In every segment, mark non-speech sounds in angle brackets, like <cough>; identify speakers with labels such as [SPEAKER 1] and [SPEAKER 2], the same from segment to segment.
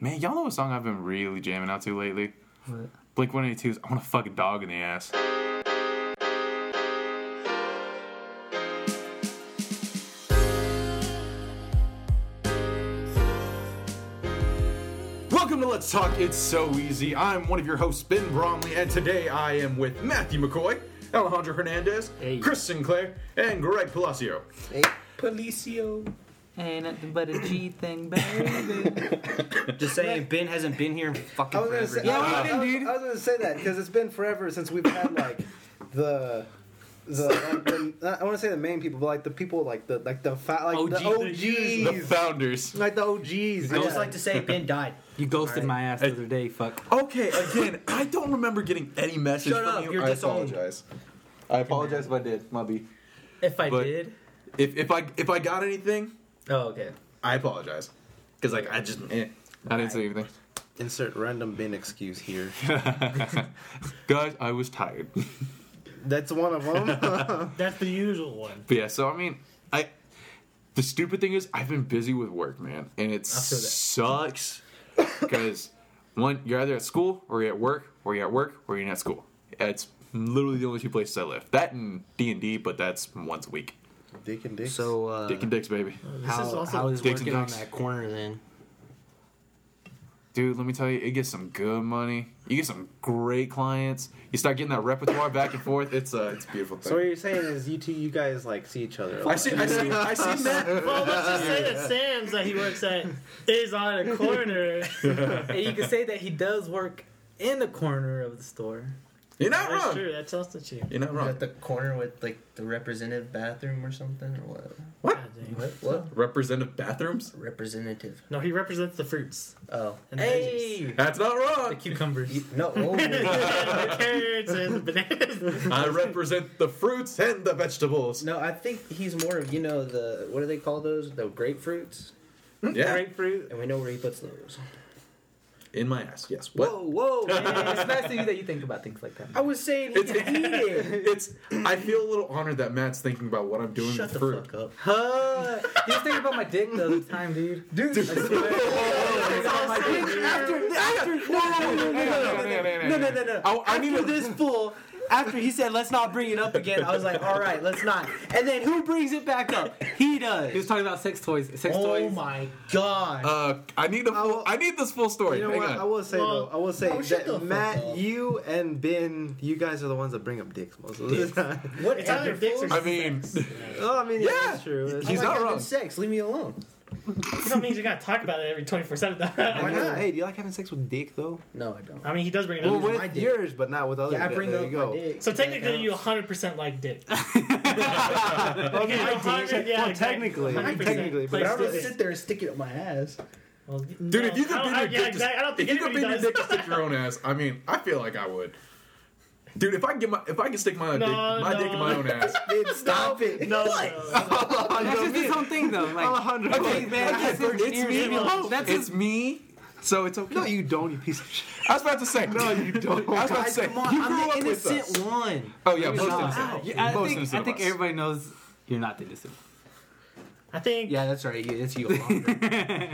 [SPEAKER 1] Man, y'all know a song I've been really jamming out to lately?
[SPEAKER 2] What?
[SPEAKER 1] Blink 182's I Want to Fuck a Dog in the Ass. Welcome to Let's Talk It's So Easy. I'm one of your hosts, Ben Bromley, and today I am with Matthew McCoy, Alejandro Hernandez,
[SPEAKER 2] Hey.
[SPEAKER 1] Chris Sinclair, and Greg Palacio.
[SPEAKER 3] Hey, Policio.
[SPEAKER 2] Ain't nothing but a G thing, baby.
[SPEAKER 4] <laughs> Just saying, Ben hasn't been here in fucking
[SPEAKER 3] I was gonna
[SPEAKER 4] forever.
[SPEAKER 3] say,
[SPEAKER 4] Yeah.
[SPEAKER 3] I, I-
[SPEAKER 1] we did,
[SPEAKER 3] I was-
[SPEAKER 1] dude.
[SPEAKER 3] I was gonna say that because it's been forever since we've had like the. The, like, the I want to say the main people, but like the people like the like the fa- like the
[SPEAKER 4] OGs.
[SPEAKER 1] The
[SPEAKER 3] OGs,
[SPEAKER 1] founders.
[SPEAKER 3] like the OGs.
[SPEAKER 4] I
[SPEAKER 3] yeah.
[SPEAKER 4] just like to say Ben died.
[SPEAKER 2] <laughs> you ghosted my ass the other day. Fuck.
[SPEAKER 1] Okay, again, I don't remember getting any message
[SPEAKER 4] Shut
[SPEAKER 1] from
[SPEAKER 4] up,
[SPEAKER 1] you.
[SPEAKER 4] you're
[SPEAKER 1] I
[SPEAKER 4] disowned.
[SPEAKER 1] apologize. I apologize if I did, my B.
[SPEAKER 4] If I
[SPEAKER 1] But-
[SPEAKER 4] did,
[SPEAKER 1] If if I if I got anything,
[SPEAKER 4] oh okay.
[SPEAKER 1] I apologize. Cause like I just eh, I didn't say anything.
[SPEAKER 5] Insert random bin excuse <laughs> here.
[SPEAKER 1] Guys, I was tired. <laughs>
[SPEAKER 3] that's one of
[SPEAKER 5] <laughs>
[SPEAKER 3] them.
[SPEAKER 6] That's the usual one.
[SPEAKER 1] but yeah, so I mean, I the stupid thing is I've been busy with work, man, and it
[SPEAKER 4] feel that.
[SPEAKER 1] sucks. Cause one, you're either at school or you're at work, or you're at work or you're not at school. It's literally the only two places I live. That and D and D, but that's once a week.
[SPEAKER 5] Dick and dick.
[SPEAKER 4] So uh,
[SPEAKER 1] Dick and dicks, baby.
[SPEAKER 6] This
[SPEAKER 2] How,
[SPEAKER 6] is also
[SPEAKER 2] how is
[SPEAKER 1] Dicks and
[SPEAKER 2] working on
[SPEAKER 1] dicks.
[SPEAKER 2] that corner then?
[SPEAKER 1] Dude, let me tell you, it gets some good money. You get some great clients. You start getting that repertoire back and forth. It's uh, it's a beautiful thing.
[SPEAKER 5] So what you're saying is you two, you guys like see each other. a
[SPEAKER 1] I
[SPEAKER 5] lot.
[SPEAKER 1] see, I see, I see Matt.
[SPEAKER 6] well, let's just
[SPEAKER 2] <laughs>
[SPEAKER 6] say that Sam's that he works at is on a corner.
[SPEAKER 4] and
[SPEAKER 2] you
[SPEAKER 4] you
[SPEAKER 2] can
[SPEAKER 4] can
[SPEAKER 2] say
[SPEAKER 4] say
[SPEAKER 2] that
[SPEAKER 4] that
[SPEAKER 2] he
[SPEAKER 4] he
[SPEAKER 2] does
[SPEAKER 4] does
[SPEAKER 2] work
[SPEAKER 4] work in the corner of the store.
[SPEAKER 1] <laughs> You're not
[SPEAKER 6] That's
[SPEAKER 1] wrong.
[SPEAKER 6] true. That's also true.
[SPEAKER 1] You're not
[SPEAKER 5] At
[SPEAKER 1] wrong.
[SPEAKER 5] the corner with like the representative bathroom or something or what?
[SPEAKER 6] God dang.
[SPEAKER 5] What? What?
[SPEAKER 1] Representative bathrooms?
[SPEAKER 5] Representative.
[SPEAKER 6] No, he represents the fruits
[SPEAKER 5] Oh.
[SPEAKER 6] and the veggies.
[SPEAKER 4] Hey,
[SPEAKER 1] That's not
[SPEAKER 4] the
[SPEAKER 1] wrong.
[SPEAKER 4] cucumbers.
[SPEAKER 2] <laughs>
[SPEAKER 5] You- no. Oh.
[SPEAKER 6] the carrots and the bananas.
[SPEAKER 1] I represent the fruits and the vegetables.
[SPEAKER 5] no, I think he's more of you know the what do they call those? The grapefruits.
[SPEAKER 1] Yeah,
[SPEAKER 4] Grapefruit.
[SPEAKER 5] And we know where he puts those.
[SPEAKER 1] in my ass. Yes. What?
[SPEAKER 4] Whoa, whoa, man!
[SPEAKER 5] <laughs>
[SPEAKER 4] it's nice to you that you think about things <laughs> like that. I was saying he
[SPEAKER 1] It's- <laughs> It's. I feel a little honored that Matt's thinking about what I'm doing with
[SPEAKER 5] Shut the
[SPEAKER 1] fruit.
[SPEAKER 5] fuck up.
[SPEAKER 4] Huh? He was thinking about my dick the other time, dude.
[SPEAKER 5] Dude,
[SPEAKER 1] <laughs>
[SPEAKER 4] After, after,
[SPEAKER 1] No,
[SPEAKER 4] no, no, no, no.
[SPEAKER 1] I, I need
[SPEAKER 4] after
[SPEAKER 1] to.
[SPEAKER 4] this fool, after he said, let's not bring it up again, I was like, all right, let's not. And then who brings it back up? He does.
[SPEAKER 2] He was talking about sex toys. Sex toys.
[SPEAKER 4] Oh my god.
[SPEAKER 1] Uh, I need a full.
[SPEAKER 3] I'll-
[SPEAKER 1] I need this full story.
[SPEAKER 5] You know
[SPEAKER 1] Hang
[SPEAKER 5] what?
[SPEAKER 1] on.
[SPEAKER 5] I will say
[SPEAKER 6] Well,
[SPEAKER 5] though, I will say
[SPEAKER 4] oh, shut the
[SPEAKER 5] that
[SPEAKER 4] fuck
[SPEAKER 5] Matt,
[SPEAKER 4] up.
[SPEAKER 5] you and Ben, you guys are the ones that bring up dicks most of the time. <laughs>
[SPEAKER 4] what
[SPEAKER 6] It's either dicks or
[SPEAKER 1] I mean,
[SPEAKER 5] oh, I mean, yeah,
[SPEAKER 1] Yeah.
[SPEAKER 5] that's true. That's
[SPEAKER 1] He's
[SPEAKER 5] true.
[SPEAKER 1] not wrong.
[SPEAKER 5] Sex, leave me alone.
[SPEAKER 6] that means you gotta talk about it every twenty four seven. <laughs>
[SPEAKER 5] Why
[SPEAKER 6] I
[SPEAKER 5] not? Hey, do you like having sex with dick though?
[SPEAKER 4] No, I don't.
[SPEAKER 6] mean, he does bring it
[SPEAKER 5] Well,
[SPEAKER 6] up.
[SPEAKER 5] with yours, but not with others.
[SPEAKER 4] Yeah, I bring
[SPEAKER 5] there
[SPEAKER 4] up
[SPEAKER 5] you go.
[SPEAKER 4] my dick.
[SPEAKER 6] so technically, you 100 percent like dick.
[SPEAKER 5] Well, I mean,
[SPEAKER 6] Yeah,
[SPEAKER 5] I
[SPEAKER 6] 100,
[SPEAKER 5] do.
[SPEAKER 6] yeah,
[SPEAKER 5] Well, technically,
[SPEAKER 6] 100%.
[SPEAKER 5] technically, but
[SPEAKER 6] Like,
[SPEAKER 5] I
[SPEAKER 4] I
[SPEAKER 5] don't
[SPEAKER 4] don't
[SPEAKER 6] still-
[SPEAKER 4] sit there and stick it up my ass.
[SPEAKER 6] Well,
[SPEAKER 1] Dude, if you could
[SPEAKER 6] I don't-
[SPEAKER 1] bend your
[SPEAKER 6] I-
[SPEAKER 1] dick,
[SPEAKER 6] yeah,
[SPEAKER 1] to-
[SPEAKER 6] exactly. I don't think
[SPEAKER 1] if you could
[SPEAKER 6] anybody
[SPEAKER 1] bend your
[SPEAKER 6] does.
[SPEAKER 1] dick to stick your own ass, I mean, I feel like I would. Dude, if I can get my, if I can stick my own
[SPEAKER 6] No,
[SPEAKER 1] dick, my
[SPEAKER 6] no.
[SPEAKER 1] dick in my own <laughs> ass.
[SPEAKER 5] Dude, stop it.
[SPEAKER 6] no, no.
[SPEAKER 2] That's just his own thing
[SPEAKER 4] <laughs>
[SPEAKER 2] though. Like,
[SPEAKER 5] Alejandro.
[SPEAKER 2] hey, man, that's his
[SPEAKER 1] it's me.
[SPEAKER 2] engineering- That's
[SPEAKER 1] it's
[SPEAKER 2] his.
[SPEAKER 1] me. So it's okay.
[SPEAKER 5] No, you don't, you piece of shit.
[SPEAKER 1] I was about to say. No, <laughs> you don't. I was about to say.
[SPEAKER 4] Come on,
[SPEAKER 1] you grew
[SPEAKER 4] I'm the
[SPEAKER 1] up with us.
[SPEAKER 4] innocent one.
[SPEAKER 1] Oh yeah, most
[SPEAKER 2] not.
[SPEAKER 1] innocent.
[SPEAKER 2] Yeah, I
[SPEAKER 1] Most
[SPEAKER 2] think,
[SPEAKER 1] innocent
[SPEAKER 2] I
[SPEAKER 1] of
[SPEAKER 2] think
[SPEAKER 1] us.
[SPEAKER 2] everybody knows you're not the innocent.
[SPEAKER 6] I think.
[SPEAKER 4] Yeah, that's right. It's <laughs> you. Alejandro.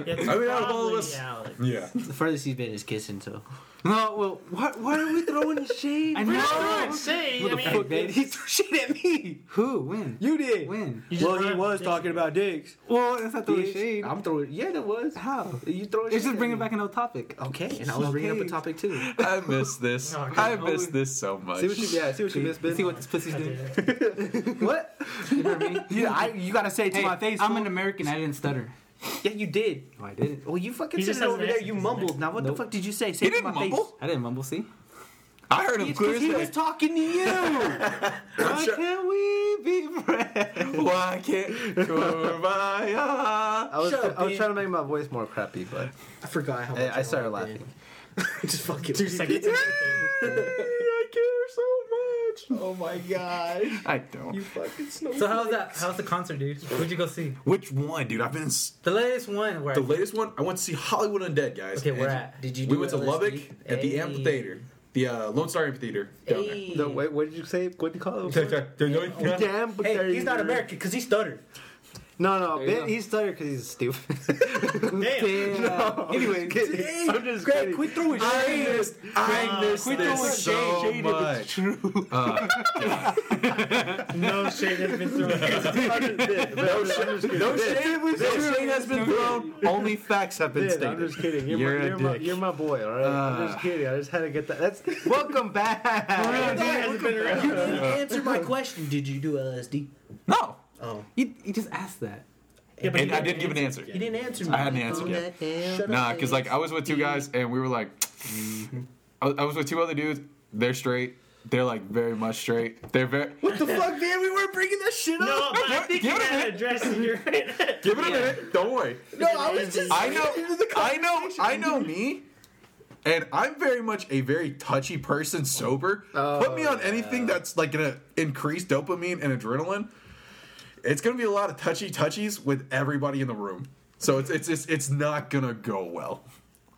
[SPEAKER 6] it's
[SPEAKER 1] I mean, out of all of
[SPEAKER 6] probably
[SPEAKER 1] us-
[SPEAKER 6] Alex.
[SPEAKER 1] Yeah.
[SPEAKER 4] the furthest he's been is kissing, so.
[SPEAKER 2] <laughs> No, well,
[SPEAKER 5] What? Why are we throwing shade?
[SPEAKER 2] I
[SPEAKER 6] No,
[SPEAKER 1] Oh,
[SPEAKER 2] know.
[SPEAKER 6] shade. I mean,
[SPEAKER 2] fuck,
[SPEAKER 4] Man, he threw shit at me.
[SPEAKER 2] Who? When?
[SPEAKER 4] You did.
[SPEAKER 2] When?
[SPEAKER 6] you just
[SPEAKER 4] Well, he
[SPEAKER 6] run-
[SPEAKER 4] was talking about dicks.
[SPEAKER 2] Well, that's not throwing
[SPEAKER 5] Yes,
[SPEAKER 2] shade.
[SPEAKER 5] I'm throwing. Yeah, that was.
[SPEAKER 2] How?
[SPEAKER 5] You throwing?
[SPEAKER 2] It's
[SPEAKER 5] shade
[SPEAKER 2] just
[SPEAKER 5] at
[SPEAKER 2] bringing
[SPEAKER 5] me.
[SPEAKER 2] back an old topic. Oh,
[SPEAKER 5] Okay, and I was bringing up
[SPEAKER 2] Okay.
[SPEAKER 5] a topic too.
[SPEAKER 1] <laughs> I miss this.
[SPEAKER 6] Oh, God.
[SPEAKER 1] I miss this so much.
[SPEAKER 5] See what you? Yeah, see what you missed, Ben.
[SPEAKER 2] See what this pussy's
[SPEAKER 6] I
[SPEAKER 2] doing.
[SPEAKER 6] did.
[SPEAKER 4] What?
[SPEAKER 2] You know what
[SPEAKER 4] <laughs>
[SPEAKER 2] I mean?
[SPEAKER 4] Yeah, I, you gotta say it to
[SPEAKER 2] Hey,
[SPEAKER 4] my face.
[SPEAKER 2] I'm
[SPEAKER 4] fool.
[SPEAKER 2] an American. I didn't stutter.
[SPEAKER 4] Yeah, you did.
[SPEAKER 2] No, I didn't.
[SPEAKER 4] Well, you fucking
[SPEAKER 6] He
[SPEAKER 4] said
[SPEAKER 6] just
[SPEAKER 4] it
[SPEAKER 6] has
[SPEAKER 4] over
[SPEAKER 6] an
[SPEAKER 4] there.
[SPEAKER 6] accent,
[SPEAKER 4] You
[SPEAKER 6] doesn't
[SPEAKER 4] mumbled. Now, what
[SPEAKER 2] Nope.
[SPEAKER 4] the fuck did you say?
[SPEAKER 1] He
[SPEAKER 4] Say it to my
[SPEAKER 1] didn't mumble.
[SPEAKER 2] I didn't mumble. See?
[SPEAKER 1] I heard him
[SPEAKER 4] face.
[SPEAKER 1] clear
[SPEAKER 4] Because
[SPEAKER 1] as
[SPEAKER 4] he
[SPEAKER 1] day.
[SPEAKER 4] was talking to you.
[SPEAKER 1] I'm sure-
[SPEAKER 2] we be friends?
[SPEAKER 1] Why can't <laughs> Kumbaya?
[SPEAKER 5] I was,
[SPEAKER 4] Shut up,
[SPEAKER 5] I was
[SPEAKER 4] Ben.
[SPEAKER 5] trying to make my voice more crappy, but
[SPEAKER 4] I forgot how
[SPEAKER 5] I,
[SPEAKER 4] much
[SPEAKER 5] I started
[SPEAKER 4] liked
[SPEAKER 5] laughing.
[SPEAKER 4] it. Just fucking.
[SPEAKER 6] Two seconds.
[SPEAKER 5] <laughs>
[SPEAKER 1] I care so much.
[SPEAKER 4] Oh my god.
[SPEAKER 1] I don't.
[SPEAKER 5] fucking
[SPEAKER 4] So how's that? How's the concert, dude? Who'd you go see?
[SPEAKER 1] Which one, dude? I've been. s-
[SPEAKER 4] The latest one. Where
[SPEAKER 1] The
[SPEAKER 4] I-
[SPEAKER 1] latest one, I went to see Hollywood Undead, guys.
[SPEAKER 4] Okay, where
[SPEAKER 1] And
[SPEAKER 4] at?
[SPEAKER 5] Did you?
[SPEAKER 1] We
[SPEAKER 5] do
[SPEAKER 1] went to
[SPEAKER 5] LSD?
[SPEAKER 1] Lubbock at the
[SPEAKER 4] Hey.
[SPEAKER 1] amphitheater, the uh, Lone Star Amphitheater down
[SPEAKER 4] Hey.
[SPEAKER 1] <laughs>
[SPEAKER 5] No,
[SPEAKER 4] <laughs>
[SPEAKER 5] wait, what did you say? What did you call it?
[SPEAKER 1] there.
[SPEAKER 5] Damn, but
[SPEAKER 4] Hey,
[SPEAKER 5] there
[SPEAKER 4] he's not
[SPEAKER 5] you-
[SPEAKER 4] American because he stuttered.
[SPEAKER 5] No, no,
[SPEAKER 2] There you
[SPEAKER 5] Ben,
[SPEAKER 2] go.
[SPEAKER 5] he's stuttered because he's
[SPEAKER 4] <laughs>
[SPEAKER 5] stupid.
[SPEAKER 6] Damn.
[SPEAKER 5] no, anyway, I'm just
[SPEAKER 7] Greg,
[SPEAKER 5] kidding.
[SPEAKER 7] quit throwing
[SPEAKER 1] I
[SPEAKER 7] shade.
[SPEAKER 1] missed, I missed
[SPEAKER 7] quit throwing
[SPEAKER 1] this so
[SPEAKER 7] shade.
[SPEAKER 1] much.
[SPEAKER 6] <laughs>
[SPEAKER 1] <laughs>
[SPEAKER 6] No shade has been thrown.
[SPEAKER 4] <laughs>
[SPEAKER 5] no shade.
[SPEAKER 1] No shade was no shade has been thrown. Only facts have been
[SPEAKER 5] Ben, I'm
[SPEAKER 1] stated.
[SPEAKER 5] just kidding. You're,
[SPEAKER 1] You're a
[SPEAKER 5] my, you're, my,
[SPEAKER 1] dick.
[SPEAKER 5] you're my boy, all right?
[SPEAKER 4] Uh.
[SPEAKER 5] I'm just kidding. I just had to get that.
[SPEAKER 4] <laughs>
[SPEAKER 5] That's <laughs> welcome back.
[SPEAKER 6] Shade hasn't been
[SPEAKER 7] You
[SPEAKER 6] around.
[SPEAKER 7] didn't answer my question.
[SPEAKER 4] Question: Did you do LSD?
[SPEAKER 1] <laughs> No,
[SPEAKER 4] Oh,
[SPEAKER 2] You, you just asked that.
[SPEAKER 6] Yeah, but
[SPEAKER 1] and I
[SPEAKER 6] you-
[SPEAKER 1] didn't give an answer.
[SPEAKER 4] you didn't answer me.
[SPEAKER 1] I hadn't answered yet.
[SPEAKER 4] yet.
[SPEAKER 1] Nah, because like I was with two guys and we were like,
[SPEAKER 4] Mm-hmm.
[SPEAKER 1] I I was with two other dudes. They're straight. They're like very much straight. They're very.
[SPEAKER 4] what the fuck, man? We weren't bringing that shit up.
[SPEAKER 6] No, but I think
[SPEAKER 1] Give
[SPEAKER 6] you
[SPEAKER 1] it a
[SPEAKER 6] gotta
[SPEAKER 1] minute.
[SPEAKER 6] address it. You're right.
[SPEAKER 1] Give it a minute. Don't worry.
[SPEAKER 4] No, I was just.
[SPEAKER 1] I know. I know. I know me. And I'm very much a very touchy person. Sober. Put me on anything that's like gonna increase dopamine and adrenaline. It's gonna be a lot of touchy touchies with everybody in the room. So it's it's it's, it's not gonna go well.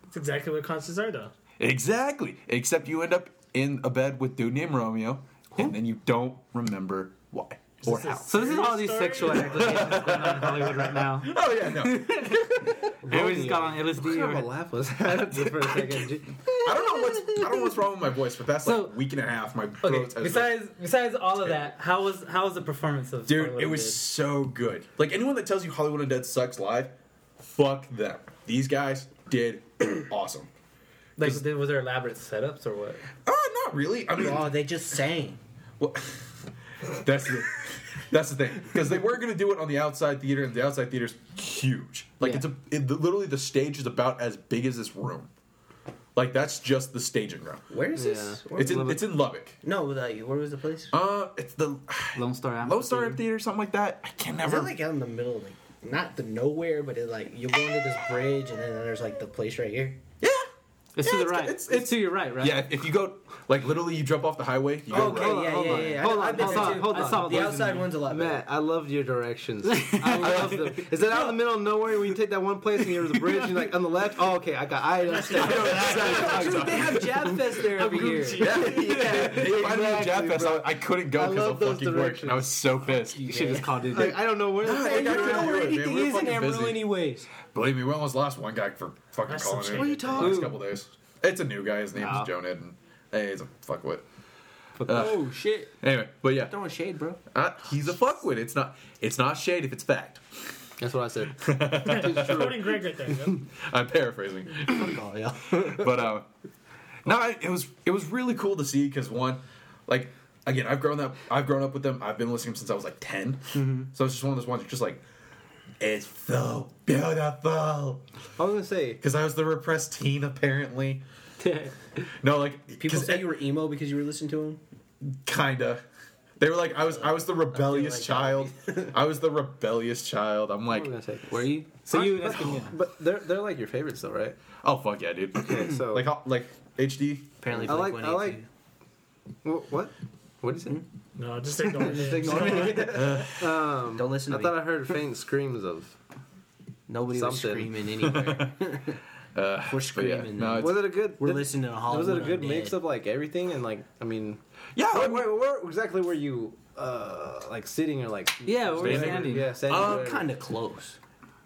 [SPEAKER 6] That's exactly what constants are, though.
[SPEAKER 1] Exactly. Except you end up in a bed with dude named Romeo, and then you don't remember why or how.
[SPEAKER 2] So this is all these
[SPEAKER 6] Story.
[SPEAKER 2] sexual accusations going on in Hollywood right now.
[SPEAKER 1] Oh yeah, no.
[SPEAKER 2] Everyone just got on
[SPEAKER 5] Kind of a
[SPEAKER 2] LSD. Or,
[SPEAKER 5] laugh was that for a second?
[SPEAKER 1] I don't know what's I don't know what's wrong with my voice, but that's
[SPEAKER 2] So-
[SPEAKER 1] like week and a half. My throat
[SPEAKER 8] Okay. Besides, besides all of that, how was how was the performance of
[SPEAKER 1] dude,
[SPEAKER 8] Scarlet
[SPEAKER 1] it was
[SPEAKER 8] Dead?
[SPEAKER 1] so good. Like anyone that tells you Hollywood Undead sucks live, fuck them. These guys did <clears throat> awesome.
[SPEAKER 8] like did- was there elaborate setups or what?
[SPEAKER 1] Oh, not really. I mean,
[SPEAKER 4] Oh, they just sang.
[SPEAKER 1] Well, that's the, <laughs> that's the thing because they were going to do it on the outside theater, and the outside theater's huge. Like
[SPEAKER 2] Yeah.
[SPEAKER 1] it's a it, literally the stage is about as big as this room. Like that's just the staging room.
[SPEAKER 4] Where is this?
[SPEAKER 2] Yeah.
[SPEAKER 4] Where-
[SPEAKER 1] It's in
[SPEAKER 2] Lubbock.
[SPEAKER 1] it's in Lubbock.
[SPEAKER 4] no, like, where was the place?
[SPEAKER 1] Uh, it's the <sighs>
[SPEAKER 2] Lone Star Amphitheater.
[SPEAKER 1] Lone Star Theater, something like that. I can
[SPEAKER 4] Is
[SPEAKER 1] never.
[SPEAKER 4] it like out in the middle, of, like not the nowhere, but it like you're going to this bridge, and then there's like the place right here.
[SPEAKER 1] yeah,
[SPEAKER 2] It's
[SPEAKER 1] Yeah,
[SPEAKER 2] to the
[SPEAKER 1] it's-
[SPEAKER 2] right.
[SPEAKER 1] it's-
[SPEAKER 2] It's,
[SPEAKER 1] it's-
[SPEAKER 2] to your right, right?
[SPEAKER 1] yeah. If you go, like literally, you jump off the highway. You go
[SPEAKER 4] Okay,
[SPEAKER 1] right.
[SPEAKER 2] on,
[SPEAKER 4] yeah,
[SPEAKER 2] hold
[SPEAKER 4] yeah,
[SPEAKER 2] on.
[SPEAKER 4] yeah, yeah.
[SPEAKER 2] Hold
[SPEAKER 4] I-
[SPEAKER 2] on,
[SPEAKER 4] I've been
[SPEAKER 2] I
[SPEAKER 4] there
[SPEAKER 2] saw-
[SPEAKER 4] too.
[SPEAKER 2] hold on.
[SPEAKER 4] I saw the
[SPEAKER 2] Boys in
[SPEAKER 4] outside
[SPEAKER 2] there.
[SPEAKER 4] one's a lot better.
[SPEAKER 5] Matt, I loved your
[SPEAKER 4] <laughs>
[SPEAKER 5] directions. I
[SPEAKER 1] <laughs>
[SPEAKER 5] love them. Is that out in the middle of nowhere? Where you take that one place and you're at the bridge and you're like on the left? Oh, okay, I got. I understand. <laughs>
[SPEAKER 7] Dude, they have Jab Fest there every year.
[SPEAKER 1] Yeah,
[SPEAKER 5] yeah,
[SPEAKER 1] They invited me to Jab Fest. I, I couldn't
[SPEAKER 5] I
[SPEAKER 1] go because
[SPEAKER 5] love
[SPEAKER 1] of
[SPEAKER 5] those
[SPEAKER 1] fucking work, and I was so pissed.
[SPEAKER 2] You should have just called it.
[SPEAKER 5] Like, I don't know where.
[SPEAKER 1] Nah,
[SPEAKER 5] the
[SPEAKER 1] they
[SPEAKER 5] fuck
[SPEAKER 1] got
[SPEAKER 5] I-
[SPEAKER 1] it
[SPEAKER 7] know
[SPEAKER 1] on
[SPEAKER 7] where
[SPEAKER 1] Europe,
[SPEAKER 7] anything
[SPEAKER 1] man. We
[SPEAKER 7] is
[SPEAKER 1] were
[SPEAKER 7] in
[SPEAKER 1] fucking
[SPEAKER 7] Amarillo,
[SPEAKER 1] busy.
[SPEAKER 7] anyways.
[SPEAKER 1] Believe me, we almost lost one guy for fucking
[SPEAKER 6] That's
[SPEAKER 1] calling
[SPEAKER 6] some
[SPEAKER 1] in.
[SPEAKER 6] shit. What are you
[SPEAKER 1] the
[SPEAKER 6] talking
[SPEAKER 1] Last
[SPEAKER 2] about?
[SPEAKER 1] couple days. It's a new guy. His name
[SPEAKER 2] Nah.
[SPEAKER 1] is Jonah, and hey, he's a fuckwit.
[SPEAKER 5] Uh,
[SPEAKER 2] oh shit!
[SPEAKER 1] Anyway, but yeah,
[SPEAKER 2] Throwing shade, bro.
[SPEAKER 1] uh, he's a fuckwit. It's not. It's not shade if it's fact.
[SPEAKER 5] That's what I said.
[SPEAKER 6] Quoting Greg right there. Though.
[SPEAKER 1] I'm paraphrasing,
[SPEAKER 4] Oh, yeah.
[SPEAKER 1] but uh, no, I- it was it was really cool to see because one, like again, I've grown up. I've grown up with them. I've been listening since I was like 10
[SPEAKER 4] Mm-hmm.
[SPEAKER 1] So it's just one of those ones. Just like it's so beautiful
[SPEAKER 5] <laughs> I was gonna say.
[SPEAKER 1] because I was the repressed teen apparently. No, like
[SPEAKER 4] <laughs> People
[SPEAKER 1] 'cause
[SPEAKER 4] say you were emo because you were listening to him.
[SPEAKER 1] kinda. They were like, I was, I was the rebellious
[SPEAKER 4] like
[SPEAKER 1] child. I was the rebellious child. I'm like,
[SPEAKER 2] What
[SPEAKER 4] Oh,
[SPEAKER 2] was I gonna say? Where are you? So you
[SPEAKER 5] but,
[SPEAKER 2] asking me?
[SPEAKER 5] but they're they're like your favorites though, right?
[SPEAKER 1] oh fuck yeah, dude.
[SPEAKER 5] Okay, <clears throat> so
[SPEAKER 1] Like, how- like HD.
[SPEAKER 4] Apparently,
[SPEAKER 5] I like I
[SPEAKER 4] Blink-182.
[SPEAKER 5] like. Wh- What? What is it?
[SPEAKER 6] No, just ignore it. <laughs>
[SPEAKER 5] Just ignore
[SPEAKER 4] <laughs>
[SPEAKER 5] it. um,
[SPEAKER 4] Don't listen
[SPEAKER 5] I
[SPEAKER 4] to me.
[SPEAKER 5] thought I heard faint screams of.
[SPEAKER 4] Nobody was
[SPEAKER 5] something.
[SPEAKER 4] screaming anywhere.
[SPEAKER 1] Uh,
[SPEAKER 4] We're
[SPEAKER 1] but yeah,
[SPEAKER 4] screaming.
[SPEAKER 1] no,
[SPEAKER 4] though.
[SPEAKER 1] it's,
[SPEAKER 5] Was it a good?
[SPEAKER 4] we're
[SPEAKER 5] did-
[SPEAKER 4] listening to
[SPEAKER 5] Was
[SPEAKER 4] Hollywood.
[SPEAKER 5] it a good
[SPEAKER 4] Undead.
[SPEAKER 5] mix of like everything and like I mean?
[SPEAKER 1] yeah.
[SPEAKER 5] Where,
[SPEAKER 1] I'm-
[SPEAKER 5] where, where exactly were you? Uh, like sitting or like?
[SPEAKER 2] Yeah, where were you
[SPEAKER 1] Standing?
[SPEAKER 2] standing?
[SPEAKER 5] Yeah, standing.
[SPEAKER 1] Uh,
[SPEAKER 5] whatever.
[SPEAKER 4] kind of close